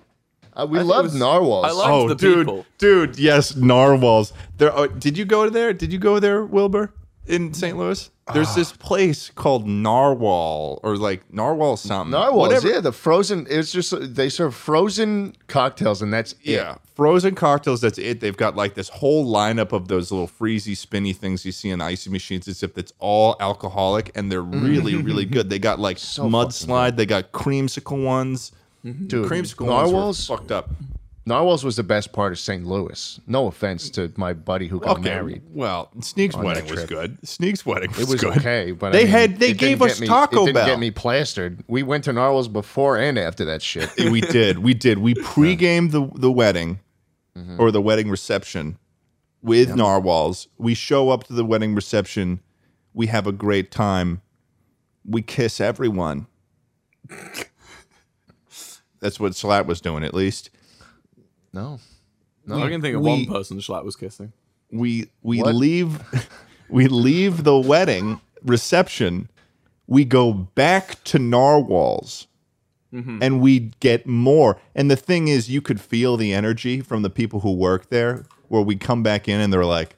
B: Uh, we
C: I think it
B: loved
C: was-
B: narwhals
C: I liked
A: Oh,
C: the
A: dude,
C: people.
A: dude, yes, narwhals. There, oh, did you go there? Did you go there, Wilbur, in St. Louis? There's
B: Ah.
A: this place called Narwhal, or like Narwhal something.
B: narwhals
A: Whatever.
B: yeah the frozen it's just they serve frozen cocktails and that's it.
A: Yeah, frozen cocktails. That's it. They've got like this whole lineup of those little freezy, spinny things you see in icy machines, except it's all alcoholic, and they're
B: Mm-hmm.
A: really,
B: *laughs*
A: really good. They got like mudslide. They got creamsicle ones.
B: dude
A: Creamsicle ones
B: narwhals
A: were fucked up.
B: Narwhals was the best part of St. Louis. No offense to my buddy who got
A: Okay,
B: married.
A: well, Sneak's
B: On
A: wedding
B: that
A: was
B: trip.
A: good. Sneak's wedding was,
B: It was
A: good.
B: okay, but I
A: They
B: mean,
A: had- they
B: it didn't
A: gave
B: get
A: us
B: me-
A: Taco
B: it didn't
A: Bell.
B: Get me plastered. We went to Narwhals before and after that shit.
A: *laughs* we did. We did. We pre-gamed the the wedding or the wedding reception with narwhals. We show up to the wedding reception. We have a great time. We kiss everyone. That's what Slat was doing, at least.
B: No,
C: I can think of
A: we-
C: one person Schlatt was kissing.
A: We we
B: What?
A: leave *laughs* we leave the wedding reception. We go back to narwhals.
C: Mm-hmm.
A: and we get more. And the thing is, you could feel the energy from the people who work there, where we come back in and they're like,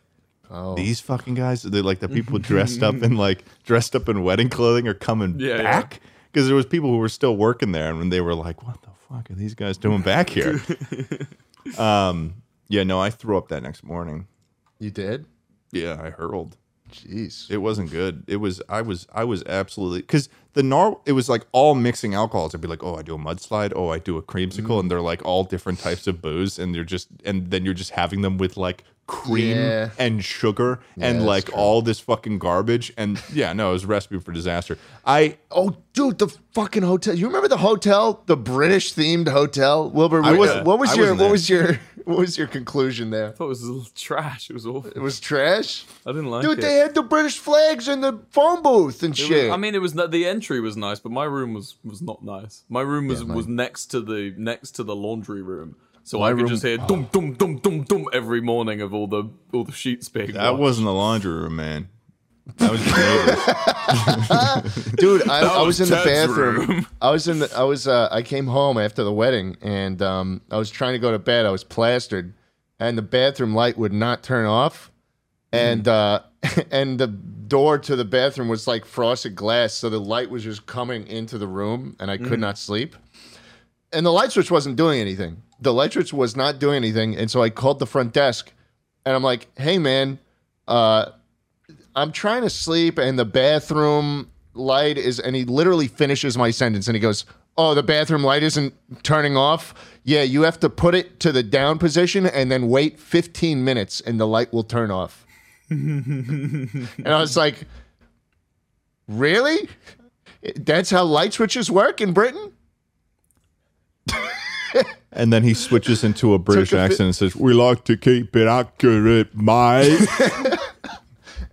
C: Oh.
A: "These fucking guys." They're like the
C: *laughs*
A: people dressed up in like dressed up in wedding clothing are coming
C: Yeah, yeah.
A: back because there was people who were still working there, and when they were like, "What the fuck are these guys doing back here?"
C: *laughs*
A: um, yeah, no, I threw up that next morning.
B: you did.
A: Yeah, I hurled.
B: Jeez.
A: It wasn't good. It was I was I was absolutely because the nar it was like all mixing alcohols. I'd be like, oh, I do a mudslide, oh, I do a
B: Mm-hmm.
A: creamsicle, and they're like all different types of booze, and they're just and then you're just having them with like cream
B: Yeah.
A: and sugar and
B: that's
A: like all this fucking garbage, and yeah, no, it was a recipe for disaster. I
B: Oh, dude, the fucking hotel. You remember the hotel, the British themed hotel, Wilbur?
A: I
B: what-
A: wasn't-
B: what was
A: I
B: your
A: wasn't
B: what
A: there.
B: was your *laughs* what was your conclusion there?
C: I thought it was a little *laughs* trash. It was awful.
B: It was trash,
C: I didn't like
B: dude.
C: it.
B: They had the British flags in the phone booth and
C: It was-
B: shit.
C: I mean, it was not, the entry was nice, but my room was was not nice. My room was was next to the next to the laundry room, so I could just hear dum dum dum dum dum every morning of all the all the sheets being.
A: that
C: washed.
A: wasn't the laundry room, man. That was
B: *laughs*
A: your neighbors.
B: dude
C: *laughs*
B: I, I was in the
C: Ted's
B: bathroom *laughs* i was in the i was uh, i came home after the wedding and um, i was trying to go to bed i was plastered and the bathroom light would not turn off and uh, *laughs* and the door to the bathroom was like frosted glass so the light was just coming into the room and i could not sleep and the light switch wasn't doing anything the light switch was not doing anything and so i called the front desk and i'm like hey man uh, I'm trying to sleep and the bathroom light is and he literally finishes my sentence and he goes, "Oh, the bathroom light isn't turning off. Yeah, you have to put it to the down position and then wait 15 minutes and the light will turn off." and I was like, "Really?" That's how light switches work in Britain.
A: And then he switches into a British
B: Took a bit-
A: accent and says, "We like to keep it
B: *laughs*
A: accurate, mate."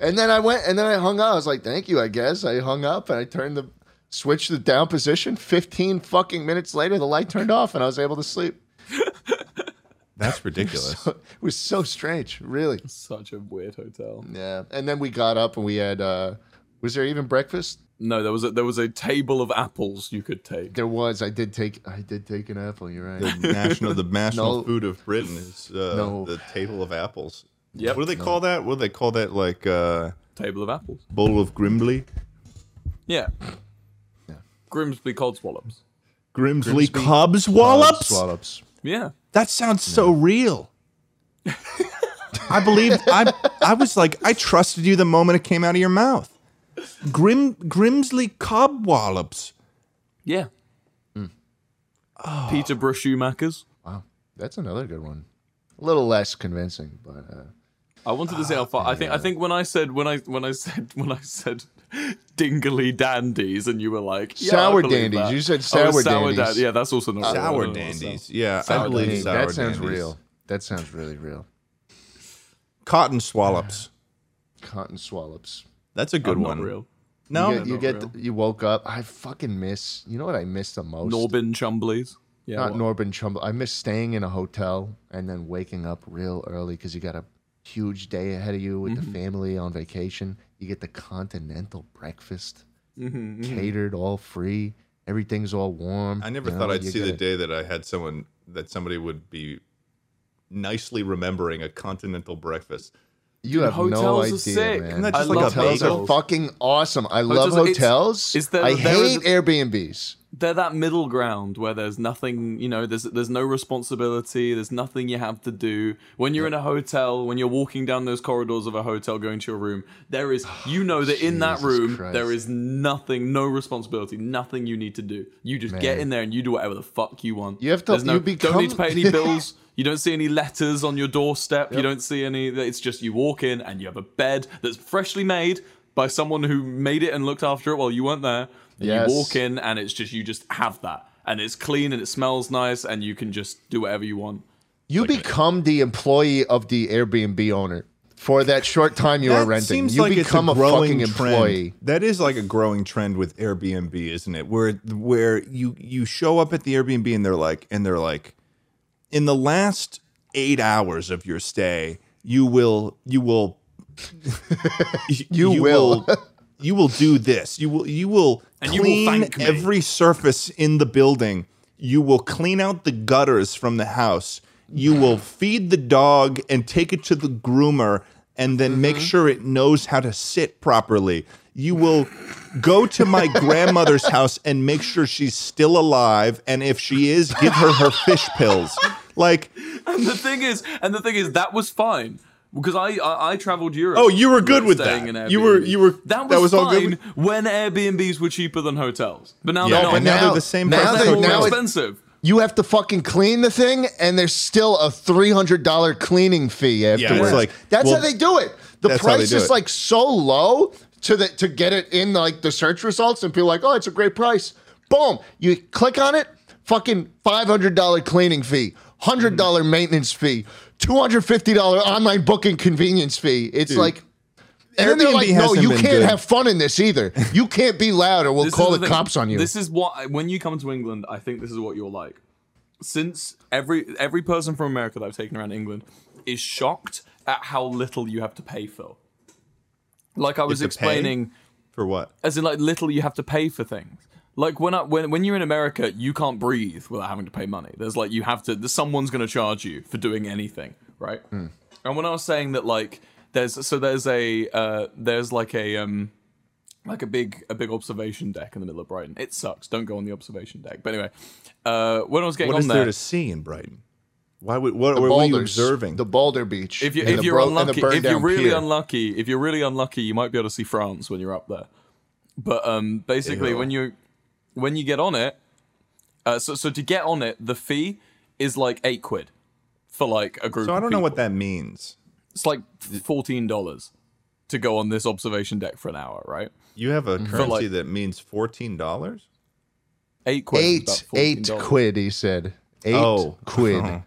B: And then I went, and then I hung up. I was like, "Thank you, I guess." I hung up, and I turned the switch to the down position. Fifteen fucking minutes later, the light turned off, and I was able to sleep.
A: That's
B: *laughs*
A: ridiculous.
B: It was so strange, really.
C: Such a weird hotel.
B: Yeah. And then we got up, and we had. uh Was there even breakfast?
C: No, there was a, there was a table of apples you could take.
B: There was. I did take. I did take an apple. You're right.
A: national, the national
B: No.
A: food of Britain is uh,
B: No.
A: the table of apples.
C: Yep.
A: What do they call that? What do they call that? Like uh,
C: Table of apples.
A: bowl of Grimbley,
C: Yeah. Grimsby codswallops.
A: Grimsley Cubs wallops.
B: Swallops.
C: Yeah.
A: That sounds so real. I believe I I was like I trusted you the moment it came out of your mouth. Grim Grimsley Cobwallops.
C: Yeah.
B: Mm.
C: Peterborough Schumachers.
B: Wow, that's another good one. A little less convincing, but uh,
C: I wanted to say how
B: Ah,
C: far. I think I think when I said when I when I said *laughs* when I said dingly dandies and you were like yeah, I
B: Sour
C: believe
B: dandies.
C: that.
B: You said
C: Oh,
B: sour
C: sour
B: dandies.
C: da- Yeah, that's also not real. I
A: Sour
C: don't know what's
A: dandies.
C: that.
A: Yeah, I believe
B: Hey,
A: sour
B: that sounds
A: dandies.
B: real. That sounds really real.
A: Cotton swallops.
B: Cotton swallops.
A: That's a good
C: Not
A: one.
C: real.
A: No,
B: you get, you,
C: not
B: get
C: real.
B: the- you woke up. I fucking miss. You know what I miss the most?
C: Norbin Chumbleys. Yeah.
B: Not
C: well,
B: Norbin Trumbull. I miss staying in a hotel and then waking up real early because you got a huge day ahead of you with
C: Mm-hmm.
B: the family on vacation. You get the continental breakfast
C: Mm-hmm,
B: catered, all free. Everything's all warm.
A: I never
B: you
A: thought
B: know,
A: I'd
B: you
A: see the
B: get a-
A: day that I had someone that somebody would be nicely remembering a continental breakfast.
B: You have no
C: hotels are
B: idea,
C: sick.
B: man.
C: Isn't
A: that just
B: I
A: like a
B: love hotels
A: bagel?
B: are fucking awesome. I love
C: Hotels- it's-
B: hotels.
C: is there-
B: I
C: there is
B: hate Airbnbs.
C: they're that middle ground where there's nothing, you know, there's there's no responsibility, there's nothing you have to do. When you're in a hotel, when you're walking down those corridors of a hotel going to your room, there
B: *sighs*
C: is you know that in that
B: Jesus
C: room
B: Christ.
C: there is nothing, no responsibility, nothing you need to do. You just get in there and you do whatever the fuck you want.
B: You have to-
C: There's no,
B: you
C: don't need to
B: become- *laughs*
C: pay any bills. You don't see any letters on your doorstep. You don't see any. It's just you walk in and you have a bed that's freshly made by someone who made it and looked after it while you weren't there. And
B: Yes.
C: You walk in and it's just you just have that, and it's clean and it smells nice, and you can just do whatever you want.
B: You become the employee of the Airbnb owner for that short time you are renting. you become a, fucking employee.
A: Trend. That is like a growing trend with Airbnb, isn't it? Where where you you show up at the Airbnb and they're like and they're like in the last 8 hours of your stay, you will you will *laughs*
B: You will.
A: you will do this. You will you will
C: And you will
A: clean
C: thank me.
A: every surface in the building. You will clean out the gutters from the house. You will feed the dog and take it to the groomer and then make
C: Mm-hmm.
A: sure it knows how to sit properly. You will go to my grandmother's house and make sure she's still alive and if she is, give her her fish pills. Like,
C: And the thing is, and the thing is, that was fine because I I, I traveled Europe.
A: Oh, you were good with
C: staying
A: that.
C: in
A: You were-
C: Airbnb.
A: you were-
C: that was,
A: that was
C: fine
A: all good with-
C: when Airbnbs were cheaper than hotels, but now
A: Yeah,
C: they're not.
A: but now
C: Now
A: they're the same
B: now
A: price
C: they're
A: as
B: they-
C: more
A: hotels.
B: now it-
C: expensive.
B: you have to fucking clean the thing, and there's still a three hundred dollar cleaning fee afterwards.
A: like,
B: that's
A: well,
B: how they do it. The
A: that's how they
B: price
A: do
B: is
A: it.
B: like so low to the to get it in like the search results, and people are like, oh, it's a great price. Boom, you click on it, fucking five hundred dollar cleaning fee, hundred dollar
A: Mm-hmm.
B: maintenance fee, two hundred fifty dollar online booking convenience fee. It's like. And then they're
A: Airbnb
B: like, no,
A: hasn't
B: you
A: been
B: can't
A: good."
B: have fun in this either. You can't be loud or we'll
C: This is
B: call the,
C: thing.
B: cops on you.
C: This is what when you come to England, I think this is what you're like. Since every every person from America that I've taken around England is shocked at how little you have to pay for. Like I was
A: to pay?
C: explaining.
A: For what?
C: as in like little you have to pay for things. Like when I, when when you're in America, you can't breathe without having to pay money. There's like you have to. there's- Someone's going to charge you for doing anything, right?
A: Hmm.
C: And when I was saying that, like there's so there's a uh, there's like a um like a big a big observation deck in the middle of Brighton. It sucks. Don't go on the observation deck. But anyway, uh, when I was getting
A: What
C: on
A: is there
C: there,
A: to see in Brighton? Why would what, what were you
B: Boulders,
A: observing?
B: the Boulder Beach.
C: if you
B: and
C: if
B: the
C: you're
B: bro- and the
C: unlucky, if you're
B: burned-down
C: really
B: pier.
C: unlucky, if you're really unlucky, you might be able to see France when you're up there. But um, basically,
A: Ew.
C: when you when you get on it, uh, so so to get on it, the fee is like eight quid for like a group.
A: So I
C: of
A: don't know what
C: people.
A: that means.
C: it's like fourteen dollars. to go on this observation deck for an hour, right?
A: You have a currency
C: Mm-hmm. like-
A: that means fourteen dollars.
C: Eight quid. is
B: Eight,
C: about
B: eight
C: $14.
B: quid, he said. Eight
A: Oh.
B: quid.
C: Uh-huh.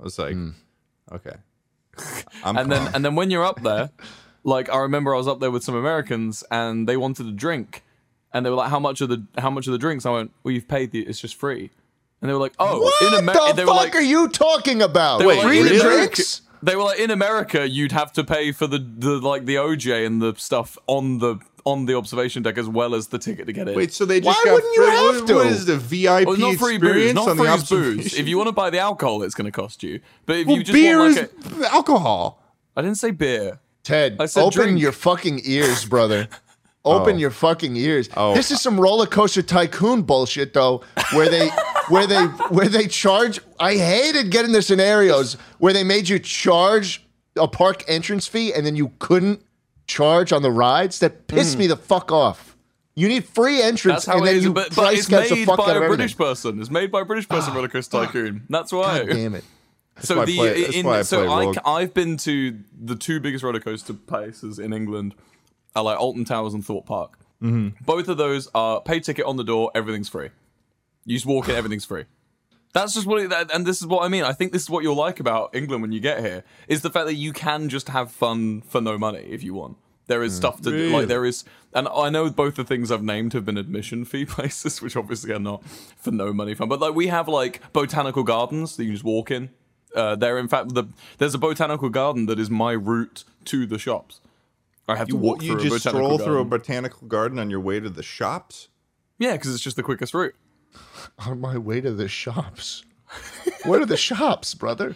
A: I was like,
C: *laughs*
A: okay. I'm
C: Mm. and then
A: calm.
C: and then when you're up there, like I remember I was up there with some Americans and they wanted a drink, and they were like, "How much are the how much are the drinks?" I went, "Well, you've paid the it's just free," and they were like, "Oh,
B: *laughs* What
C: in America,
B: the
C: they
B: fuck
C: were like,
B: are you talking about?
C: they were like,
B: free
C: in
B: the
C: America-
B: drinks?
C: They were like, "In America, you'd have to pay for the the like the OJ and the stuff on the on the observation deck as well as the ticket to get in."
A: Wait, so they just
B: Why
A: got
B: wouldn't you
A: free-
B: have
A: what-
B: to?
A: What is the VIP
C: Well, it's not free booze,
A: experience
C: not
A: on the
C: free
A: observation?
C: booze. If you want to buy the alcohol, it's going to cost you. But if
A: well,
C: you just
A: beer
C: want like
A: is alcohol.
C: a, I didn't say beer.
B: Ted,
C: I said
B: open
C: drink.
B: your fucking
C: *laughs*
B: ears, brother. Open your fucking ears.
A: Oh.
B: This is some roller coaster tycoon bullshit though, where they where they where they charge I hated getting the scenarios where they made you charge a park entrance fee and then you couldn't charge on the rides. That pissed me the fuck off. You need free entrance
C: Hmm. That's how
B: and
C: it
B: then
C: is.
B: you
C: But, but
B: price
C: it's
B: catch the
C: made
B: fuck
C: by
B: out
C: a
B: of
C: British
B: everything. Ah,
C: person. It's made by a British person, Roller Coaster Tycoon. That's why.
B: God damn it.
C: So
A: why I
C: the
A: play- that's
C: in,
A: why I play
C: so I,
A: roller-
C: I've been to the two biggest roller coaster places in England, are like Alton Towers and Thorpe Park. Mm-hmm. Both of those are pay ticket on the door. Everything's free. You just walk in. Everything's free. That's just what, it, that- and this is what I mean. I think this is what you'll like about England when you get here is the fact that you can just have fun for no money if you want. There is stuff to do.
A: Mm. Really?
C: Like there is, and I know both the things I've named have been admission fee *laughs* places, which obviously are not for no money fun. But like we have like botanical gardens that you can just walk in. Uh, there, in fact, the, there's a botanical garden that is my route to the shops. I have to walk
A: you
C: through a
A: just
C: botanical
A: stroll
C: garden.
A: through a botanical garden on your way to the shops.
C: yeah, because it's just the quickest route.
B: On my way to the shops. What are
C: *laughs*
B: the shops, brother?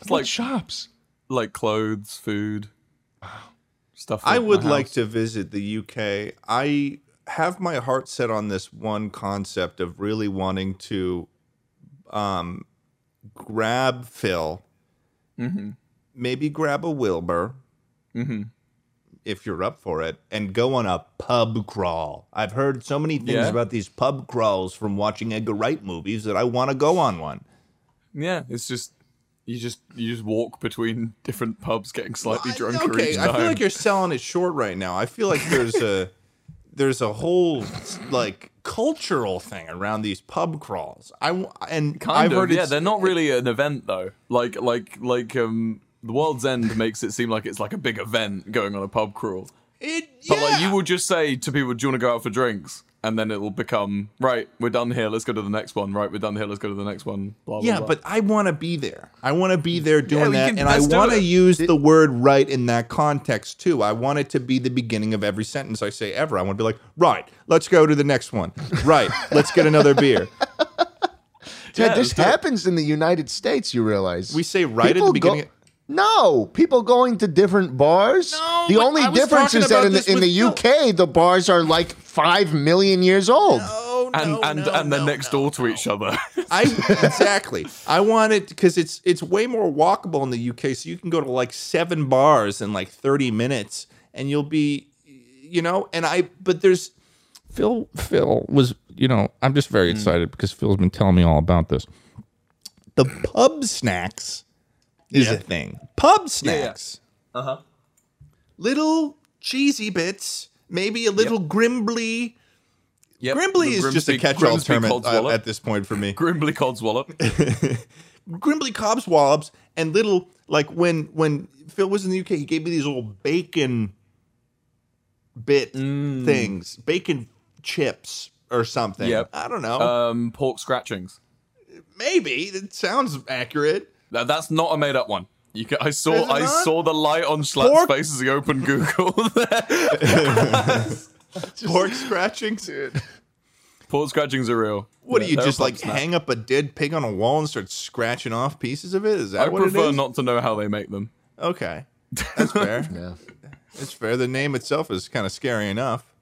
B: It's
C: like-
B: like shops.
C: Like clothes, food, stuff.
A: I
C: for my
A: would
C: house.
A: like to visit the UK. I have my heart set on this one concept of really wanting to um, grab Phil,
C: Mm-hmm.
A: maybe grab a Wilbur, if you're up for it, and go on a pub crawl. I've heard so many things
C: Yeah.
A: about these pub crawls from watching Edgar Wright movies that I want to go on one.
C: Yeah, it's just you just you just walk between *laughs* different pubs, getting slightly
A: I-
C: drunker
A: okay,
C: each
A: I
C: time.
A: feel like you're selling it short right now. I feel like there's
C: *laughs*
A: a there's a whole like cultural thing around these pub crawls. I w- and
C: kind
A: I've
C: of.
A: heard
C: yeah,
A: it's-
C: they're not really an event though. Like like like um, the World's End makes it seem like it's like a big event going on a pub crawl.
A: it,
C: But like
A: yeah.
C: you will just say to people, "Do you want to go out for drinks?" And then it'll become right. We're done here. Let's go to the next one. Right, we're done here. Let's go to the next one. Blah, blah,
A: yeah,
C: blah.
A: but I want to be there. I want to be there doing
C: we
A: that,
C: can-
A: and I
C: let's do
A: want to
C: it.
A: use the word "right" in that context too. I want it to be the beginning of every sentence I say ever. I want to be like, "Right, let's go to the next one. Right, let's get another
C: *laughs*
A: beer."
B: Ted,
C: Yeah,
B: this
C: let's do it.
B: happens in the United States. You realize
A: We say right at the beginning
B: Go- no, people going to different bars.
A: No,
B: the
A: but
B: only
A: I was
B: difference
A: talking
B: is that
A: about
B: in
A: this
B: the in
A: with
B: the
A: Phil.
B: UK, the bars are like five million years old.
A: Oh
C: and and and they're next door to each other. *laughs*
A: I exactly. I want it because it's it's way more walkable in the UK. So you can go to like seven bars in like thirty minutes, and you'll be, you know. And I but there's Phil. Phil was you know I'm just
C: Hmm.
A: very excited because Phil's been telling me all about this. The pub snacks is a thing. Pub snacks.
C: Uh-huh.
A: Little cheesy bits, maybe a little grimbly.
C: Yep,
A: Grimbly
C: the
A: is just a
C: Grimsby-
A: catch-all
C: Grimsby
A: term at,
C: Codswallop.
A: at this point for me. *laughs*
C: Grimbly Codswallop.
A: Grimbly cobswabs and little like when when Phil was in the UK, he gave me these little bacon bit
C: Mm.
A: things, bacon chips or something.
C: Yep.
A: I don't know.
C: um, pork scratchings.
A: Maybe that sounds accurate.
C: *laughs* That, that's not a made up one. You ca I
A: Is
C: saw
A: it
C: I
A: not?
C: saw the light on Schlatt's
A: Pork-
C: face as he opened Google. *laughs* there.
A: Pork
C: *laughs*
A: scratchings.
C: Pork scratchings are real.
A: What
C: Yeah,
A: do you
C: they're a
A: just
C: pub
A: like
C: snack.
A: hang up a dead pig on a wall and start scratching off pieces of it? Is that
C: I
A: what it
C: prefer
A: is?
C: not to know how they make them.
A: okay, that's fair.
B: Yeah.
A: It's fair. The name itself is kind of scary enough.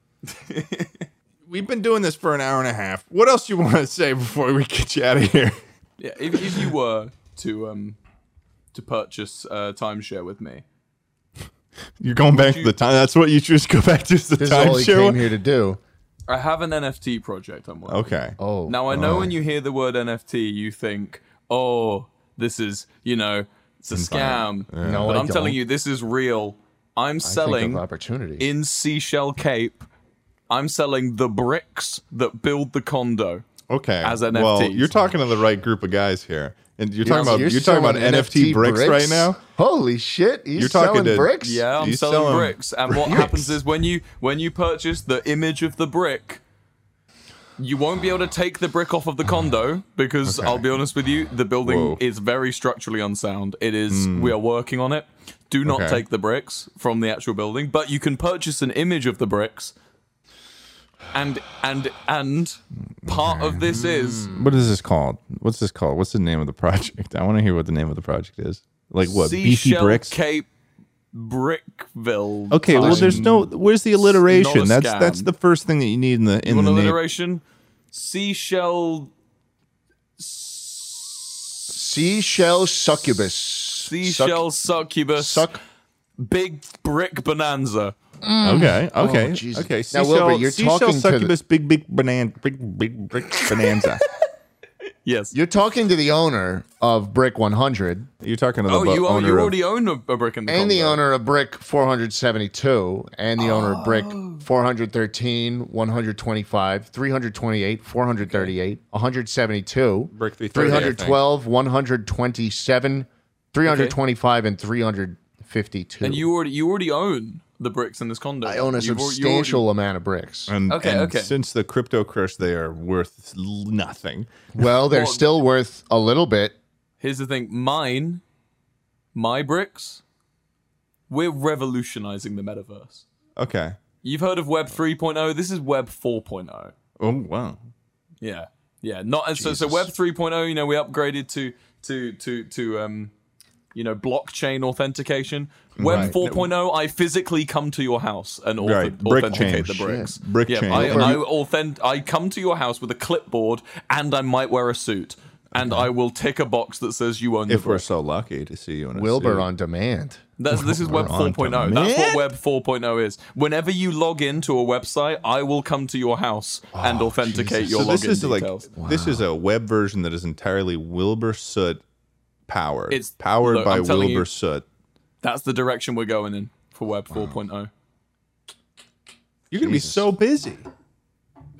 A: *laughs* We've been doing this for an hour and a half. What else you want to say before we get you out of here?
C: Yeah, if, if you were to um to purchase uh, timeshare with me,
A: You're going back to the time. That's what you choose. Go back to the
B: This is all he
A: timeshare.
B: came
A: one?
B: here to do.
C: I have an NFT project I'm working. on.
A: Okay.
B: Oh,
C: Now I know when you hear the word NFT, you think, oh, this is you know it's a scam.
B: No,
C: but
B: I
C: am telling
B: don't.
C: you, this is real. I'm
B: think
C: selling
B: of opportunity.
C: in Seashell Cape. I'm selling the bricks that build the condo.
A: Okay.
C: As NFTs.
A: well, you're talking to the right group of guys here, and you're talking about you're, talking about
B: selling
A: NFT, bricks, right now.
B: Holy shit! You're,
A: You're talking
B: selling
A: to-
B: bricks.
C: Yeah, I'm
A: You
C: selling
A: selling
C: bricks. And what happens is when you when you purchase the image of the brick, you won't be able to take the brick off of the condo because I'll be honest with you, the building
A: Whoa. Hmm.
C: is very structurally unsound. It is we are working on it. Do not
A: Okay.
C: take the bricks from the actual building, but you can purchase an image of the bricks. And and and part of this is
A: What is this called? What's this called? What's the name of the project? I want to hear what the name of the project is. Like what? Beefy
C: Seashell
A: bricks.
C: Cape Brickville.
A: okay. Well,
C: type.
A: there's no. Where's the alliteration?
C: scam.
A: That's that's the first thing that you need in the in
C: One
A: the name.
C: alliteration. Seashell.
B: Seashell succubus. Suck-
C: Seashell succubus.
B: Suck.
C: Big brick bonanza.
A: Okay. Okay.
B: Jesus.
A: okay.
B: Now,
A: Seashell,
B: Wilbur, you're
A: seashell
B: talking to the-
A: succubus, big big banana, big big *laughs* brick bonanza.
C: Yes.
B: You're talking to the owner of Brick 100
A: you're talking to the
C: oh, you are,
A: owner
C: you
A: of-
C: already own a, a brick in the
B: and the
C: condo.
B: owner of Brick 472 and the owner of Brick 413, 125, 328, 438, 172,
A: Brick 330, I think.
B: 312, 127, 325, and 352.
C: And you already you already own the bricks in this condo.
B: I own a
C: You've al- you already-
B: substantial amount of bricks.
A: And,
C: Okay,
A: and
C: okay.
A: Since the crypto crash, they are worth l- nothing.
B: Well, they're
C: Well-
B: still worth a little bit.
C: Here's the thing. Mine, my bricks. We're revolutionizing the metaverse.
A: Okay.
C: You've heard of Web 3.0. This is Web 4.0.
A: Oh wow.
C: Yeah, yeah. Not and so so Web 3.0. You know, we upgraded to to to to um, you know, blockchain authentication. Web
A: Mm. Right.
C: 4.0. I physically come to your house and auth-
A: Right. Brick
C: authenticate
A: change.
C: the bricks.
A: Yeah. Brick
C: yeah,
A: change.
C: I,
A: Over-
C: I authent. I come to your house with a clipboard, and I might wear a suit, and I will tick a box that says you own the
A: If we're
C: brick.
A: so lucky to see you in a
B: Wilbur
A: suit.
B: on demand.
C: That's, this is
A: *laughs*
C: Web
A: We're on to
C: 4.0. That's what
A: mint.
C: Web 4.0 is. Whenever you log into a website, I will come to your house and authenticate your
A: Oh, so
C: login
A: this is
C: details.
A: like this is a web version that is entirely Wilbur Soot powered.
C: It's-
A: powered
C: look,
A: by
C: I'm telling
A: Wilbur
C: you-
A: Soot.
C: That's the direction we're going in for Web oh. 4.0.
A: You're gonna be so busy.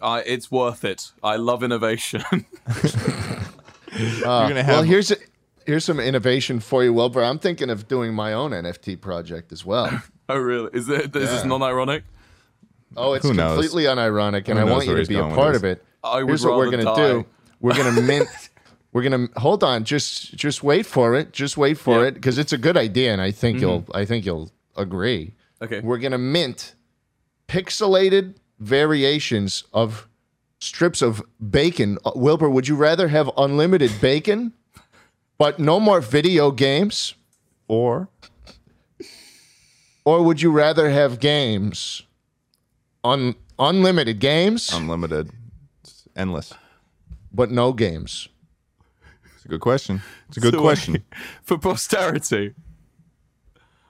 C: Uh, it's worth it. I love innovation. *laughs*
A: You're gonna have
B: Uh,
C: Um,
B: Well, here's a, here's some innovation for you, Wilbur. I'm thinking of doing my own NFT project as well.
C: oh, really? Is, it, is this
B: Yeah.
C: non-ironic?
B: Oh, it's
A: Who knows?
B: completely unironic, and
A: Who
B: I
A: knows
B: want you
A: where
B: to
A: he's
B: be a
A: going with
B: part
A: this?
B: of it.
C: I would
B: here's what we're
C: rather
B: gonna do.
C: die.
B: We're
C: *laughs*
B: gonna mint. We're gonna hold on. Just just wait for it. Just wait for
C: Yeah.
B: it because it's a good idea, and I think
A: Mm-hmm.
B: you'll I think you'll agree.
C: Okay.
B: We're gonna mint pixelated variations of strips of bacon. Uh, Wilbur, would you rather have unlimited bacon, but no more video games?
A: or
B: Or would you rather have games, un- unlimited games,
A: unlimited. It's endless.
B: but no games?
A: It's a good question. It's a good
C: So, uh, *laughs*
A: question.
C: for posterity.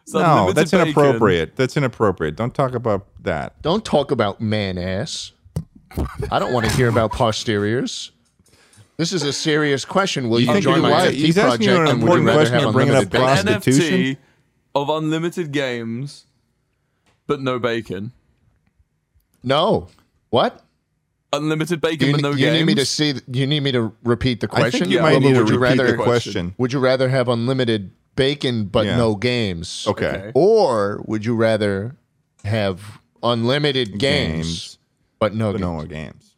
C: It's
A: No,
C: unlimited
A: that's
C: bacon.
A: inappropriate. That's inappropriate. Don't talk about that.
B: Don't talk about man ass. I don't want to hear about posteriors. This is a serious question. Will you,
A: think
B: join
A: you
B: my
A: want-
B: NFT
A: he's asking you
B: project?
A: an
B: and would
A: important
B: rather
A: question,
B: have
A: you're bringing
B: unlimited
A: up
B: bacon?
A: prost- Prostitution?
C: NFT of unlimited games, but no bacon.
B: No. What?
C: Unlimited bacon,
B: You,
C: but no
B: you
C: games.
B: need me to see. th- You need me to repeat the
A: I
B: question.
A: think you
C: Yeah,
A: might
B: Wilbur,
A: need to
B: would you
A: repeat
B: rather
A: the question.
B: Would you rather have unlimited bacon but
A: Yeah.
B: no games?
A: Okay.
C: Okay.
B: Or would you rather have unlimited games,
A: Games.
B: but no
A: But
B: games?
A: no more games.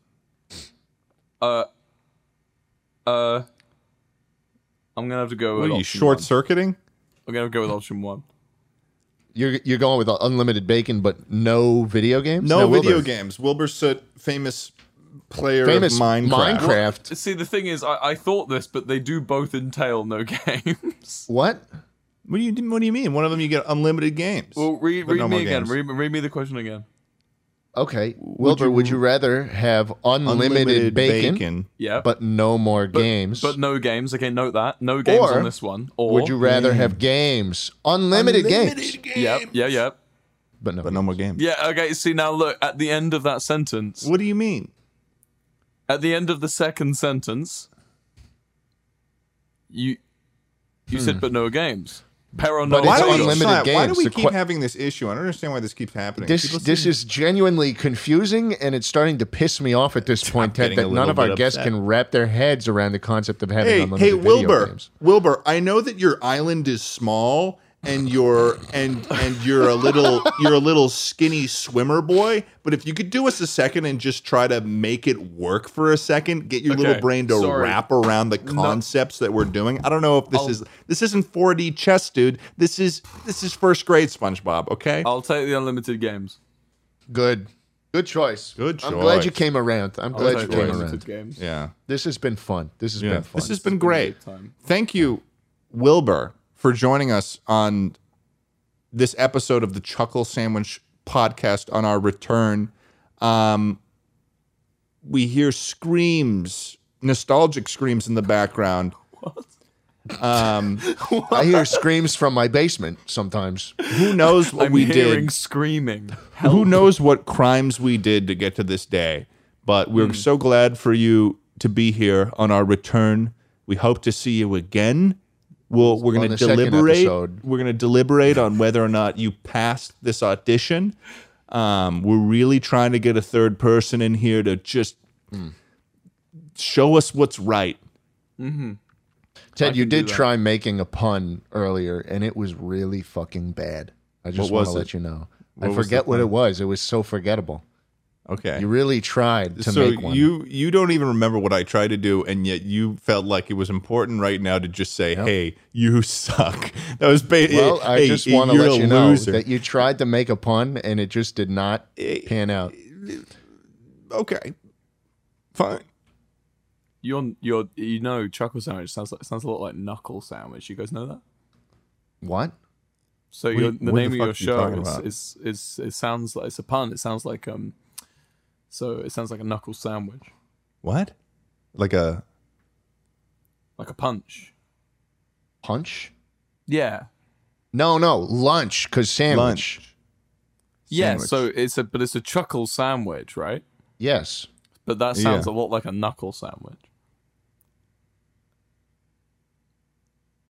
C: uh, I'm gonna have to go
A: What
C: with
A: are Oh, you
C: option
A: short
C: one.
A: circuiting?
C: I'm gonna go with option one.
B: You're you're going with unlimited bacon, but no video games.
A: No
B: Now,
A: video
B: Wilbur,
A: games. Wilbur Soot, famous player
B: Famous
A: of Minecraft.
B: Minecraft.
C: See, the thing is, I, I thought this, but they do both entail no *laughs* games.
B: What?
A: What do you What do you mean? One of them you get unlimited games.
C: Well, read,
A: but
C: read
A: no
C: me
A: more
C: again.
A: games.
C: Read, read me the question again.
B: Okay, Wilbur, would you rather have unlimited, bacon,
C: Yeah.
B: but no more games?
C: but no games. Okay, note that. No games
B: Or
C: on this one. Or
B: would you rather have games, unlimited, games,
C: Yep. Yeah, yeah.
B: but no?
A: but no more games.
C: Yeah, okay, see now look, at the end of that sentence.
A: What do you mean?
C: At the end of the second sentence, you you said but no games. Paranoid.
A: Why
B: Hmm. It's
A: do, we,
B: unlimited
A: Shia, why do
B: games.
A: we
B: The
A: keep
B: que-
A: having this issue? I don't understand why this keeps happening.
B: This
A: People
B: this
A: seem-
B: is genuinely confusing, and it's starting to piss me off at
A: *laughs*
B: this point, Ted,
A: getting a
B: that none
A: little
B: of our
A: bit
B: guests
A: upset.
B: can wrap their heads around the concept of having
A: hey,
B: unlimited
A: hey,
B: video
A: Wilbur,
B: games.
A: Wilbur. I know that your island is small and you're and and you're a little you're a little skinny swimmer boy. But if you could do us a second and just try to make it work for a second, get your little
C: Okay,
A: brain to
C: sorry.
A: wrap around the concepts that we're doing. I don't know if this
C: I'll-
A: is this isn't 4D chess, dude. This is this is first grade SpongeBob. Okay.
C: I'll take the unlimited games.
B: Good, good choice.
A: Good
B: I'm glad you
A: choice.
B: came around. I'm
C: I'll
B: glad you
C: take the
B: came
C: unlimited
B: around.
C: games.
A: yeah.
B: This has been fun. This has
A: Yeah.
B: been fun.
A: This has been
C: been a
A: great.
C: good time.
A: Thank you, Wilbur, for joining us on this episode of the Chuckle Sandwich podcast on our return. Um, we hear screams, nostalgic screams in the
C: *laughs*
A: background. Um,
B: I hear
A: *laughs*
B: screams from my basement sometimes.
A: Who knows what
C: I'm
A: we
C: hearing
A: did?
C: screaming.
A: Who knows what crimes we did to get to this day? But
B: Hmm.
A: we're so glad for you to be here on our return. We hope to see you again. We'll, we're going to
B: the second
A: deliberate.
B: episode.
A: We're going to deliberate on whether or not you passed this audition. Um, we're really trying to get a third person in here to just
B: Hmm.
A: show us what's right.
B: Ted, you
C: can do
B: did
C: that.
B: try making a pun earlier, and it was really fucking bad. I just want to
A: was it?
B: let you know. I
A: What was the
B: forget what it was. It was so forgettable.
A: Okay.
B: You really tried to
A: so
B: make one.
A: you you don't even remember what I tried to do, and yet you felt like it was important right now to just say, "Hey, you suck." *laughs* That was basically.
B: well, I
A: *laughs* hey,
B: just want to
A: you're a
B: let you know
A: loser.
B: that you tried to make a pun, and it just did not pan out.
A: okay, fine.
C: You're, you're, you know, chuckle sandwich sounds like sounds a lot like knuckle sandwich. You guys know that.
B: What?
C: So
A: do
C: your,
A: you-
C: the
A: what
C: name
A: the fuck
C: of your
A: are you
C: show
A: talking
C: is,
A: about?
C: is is it sounds like it's a pun. It sounds like um, so it sounds like a knuckle sandwich,
A: What? Like a
C: like a punch.
B: Punch?
C: Yeah,
B: No, no, lunch. Cause sandwich.
A: lunch?
C: yeah.
A: Sandwich.
C: So it's a but it's a chuckle sandwich, right?
B: Yes.
C: But that sounds
A: Yeah.
C: a lot like a knuckle sandwich.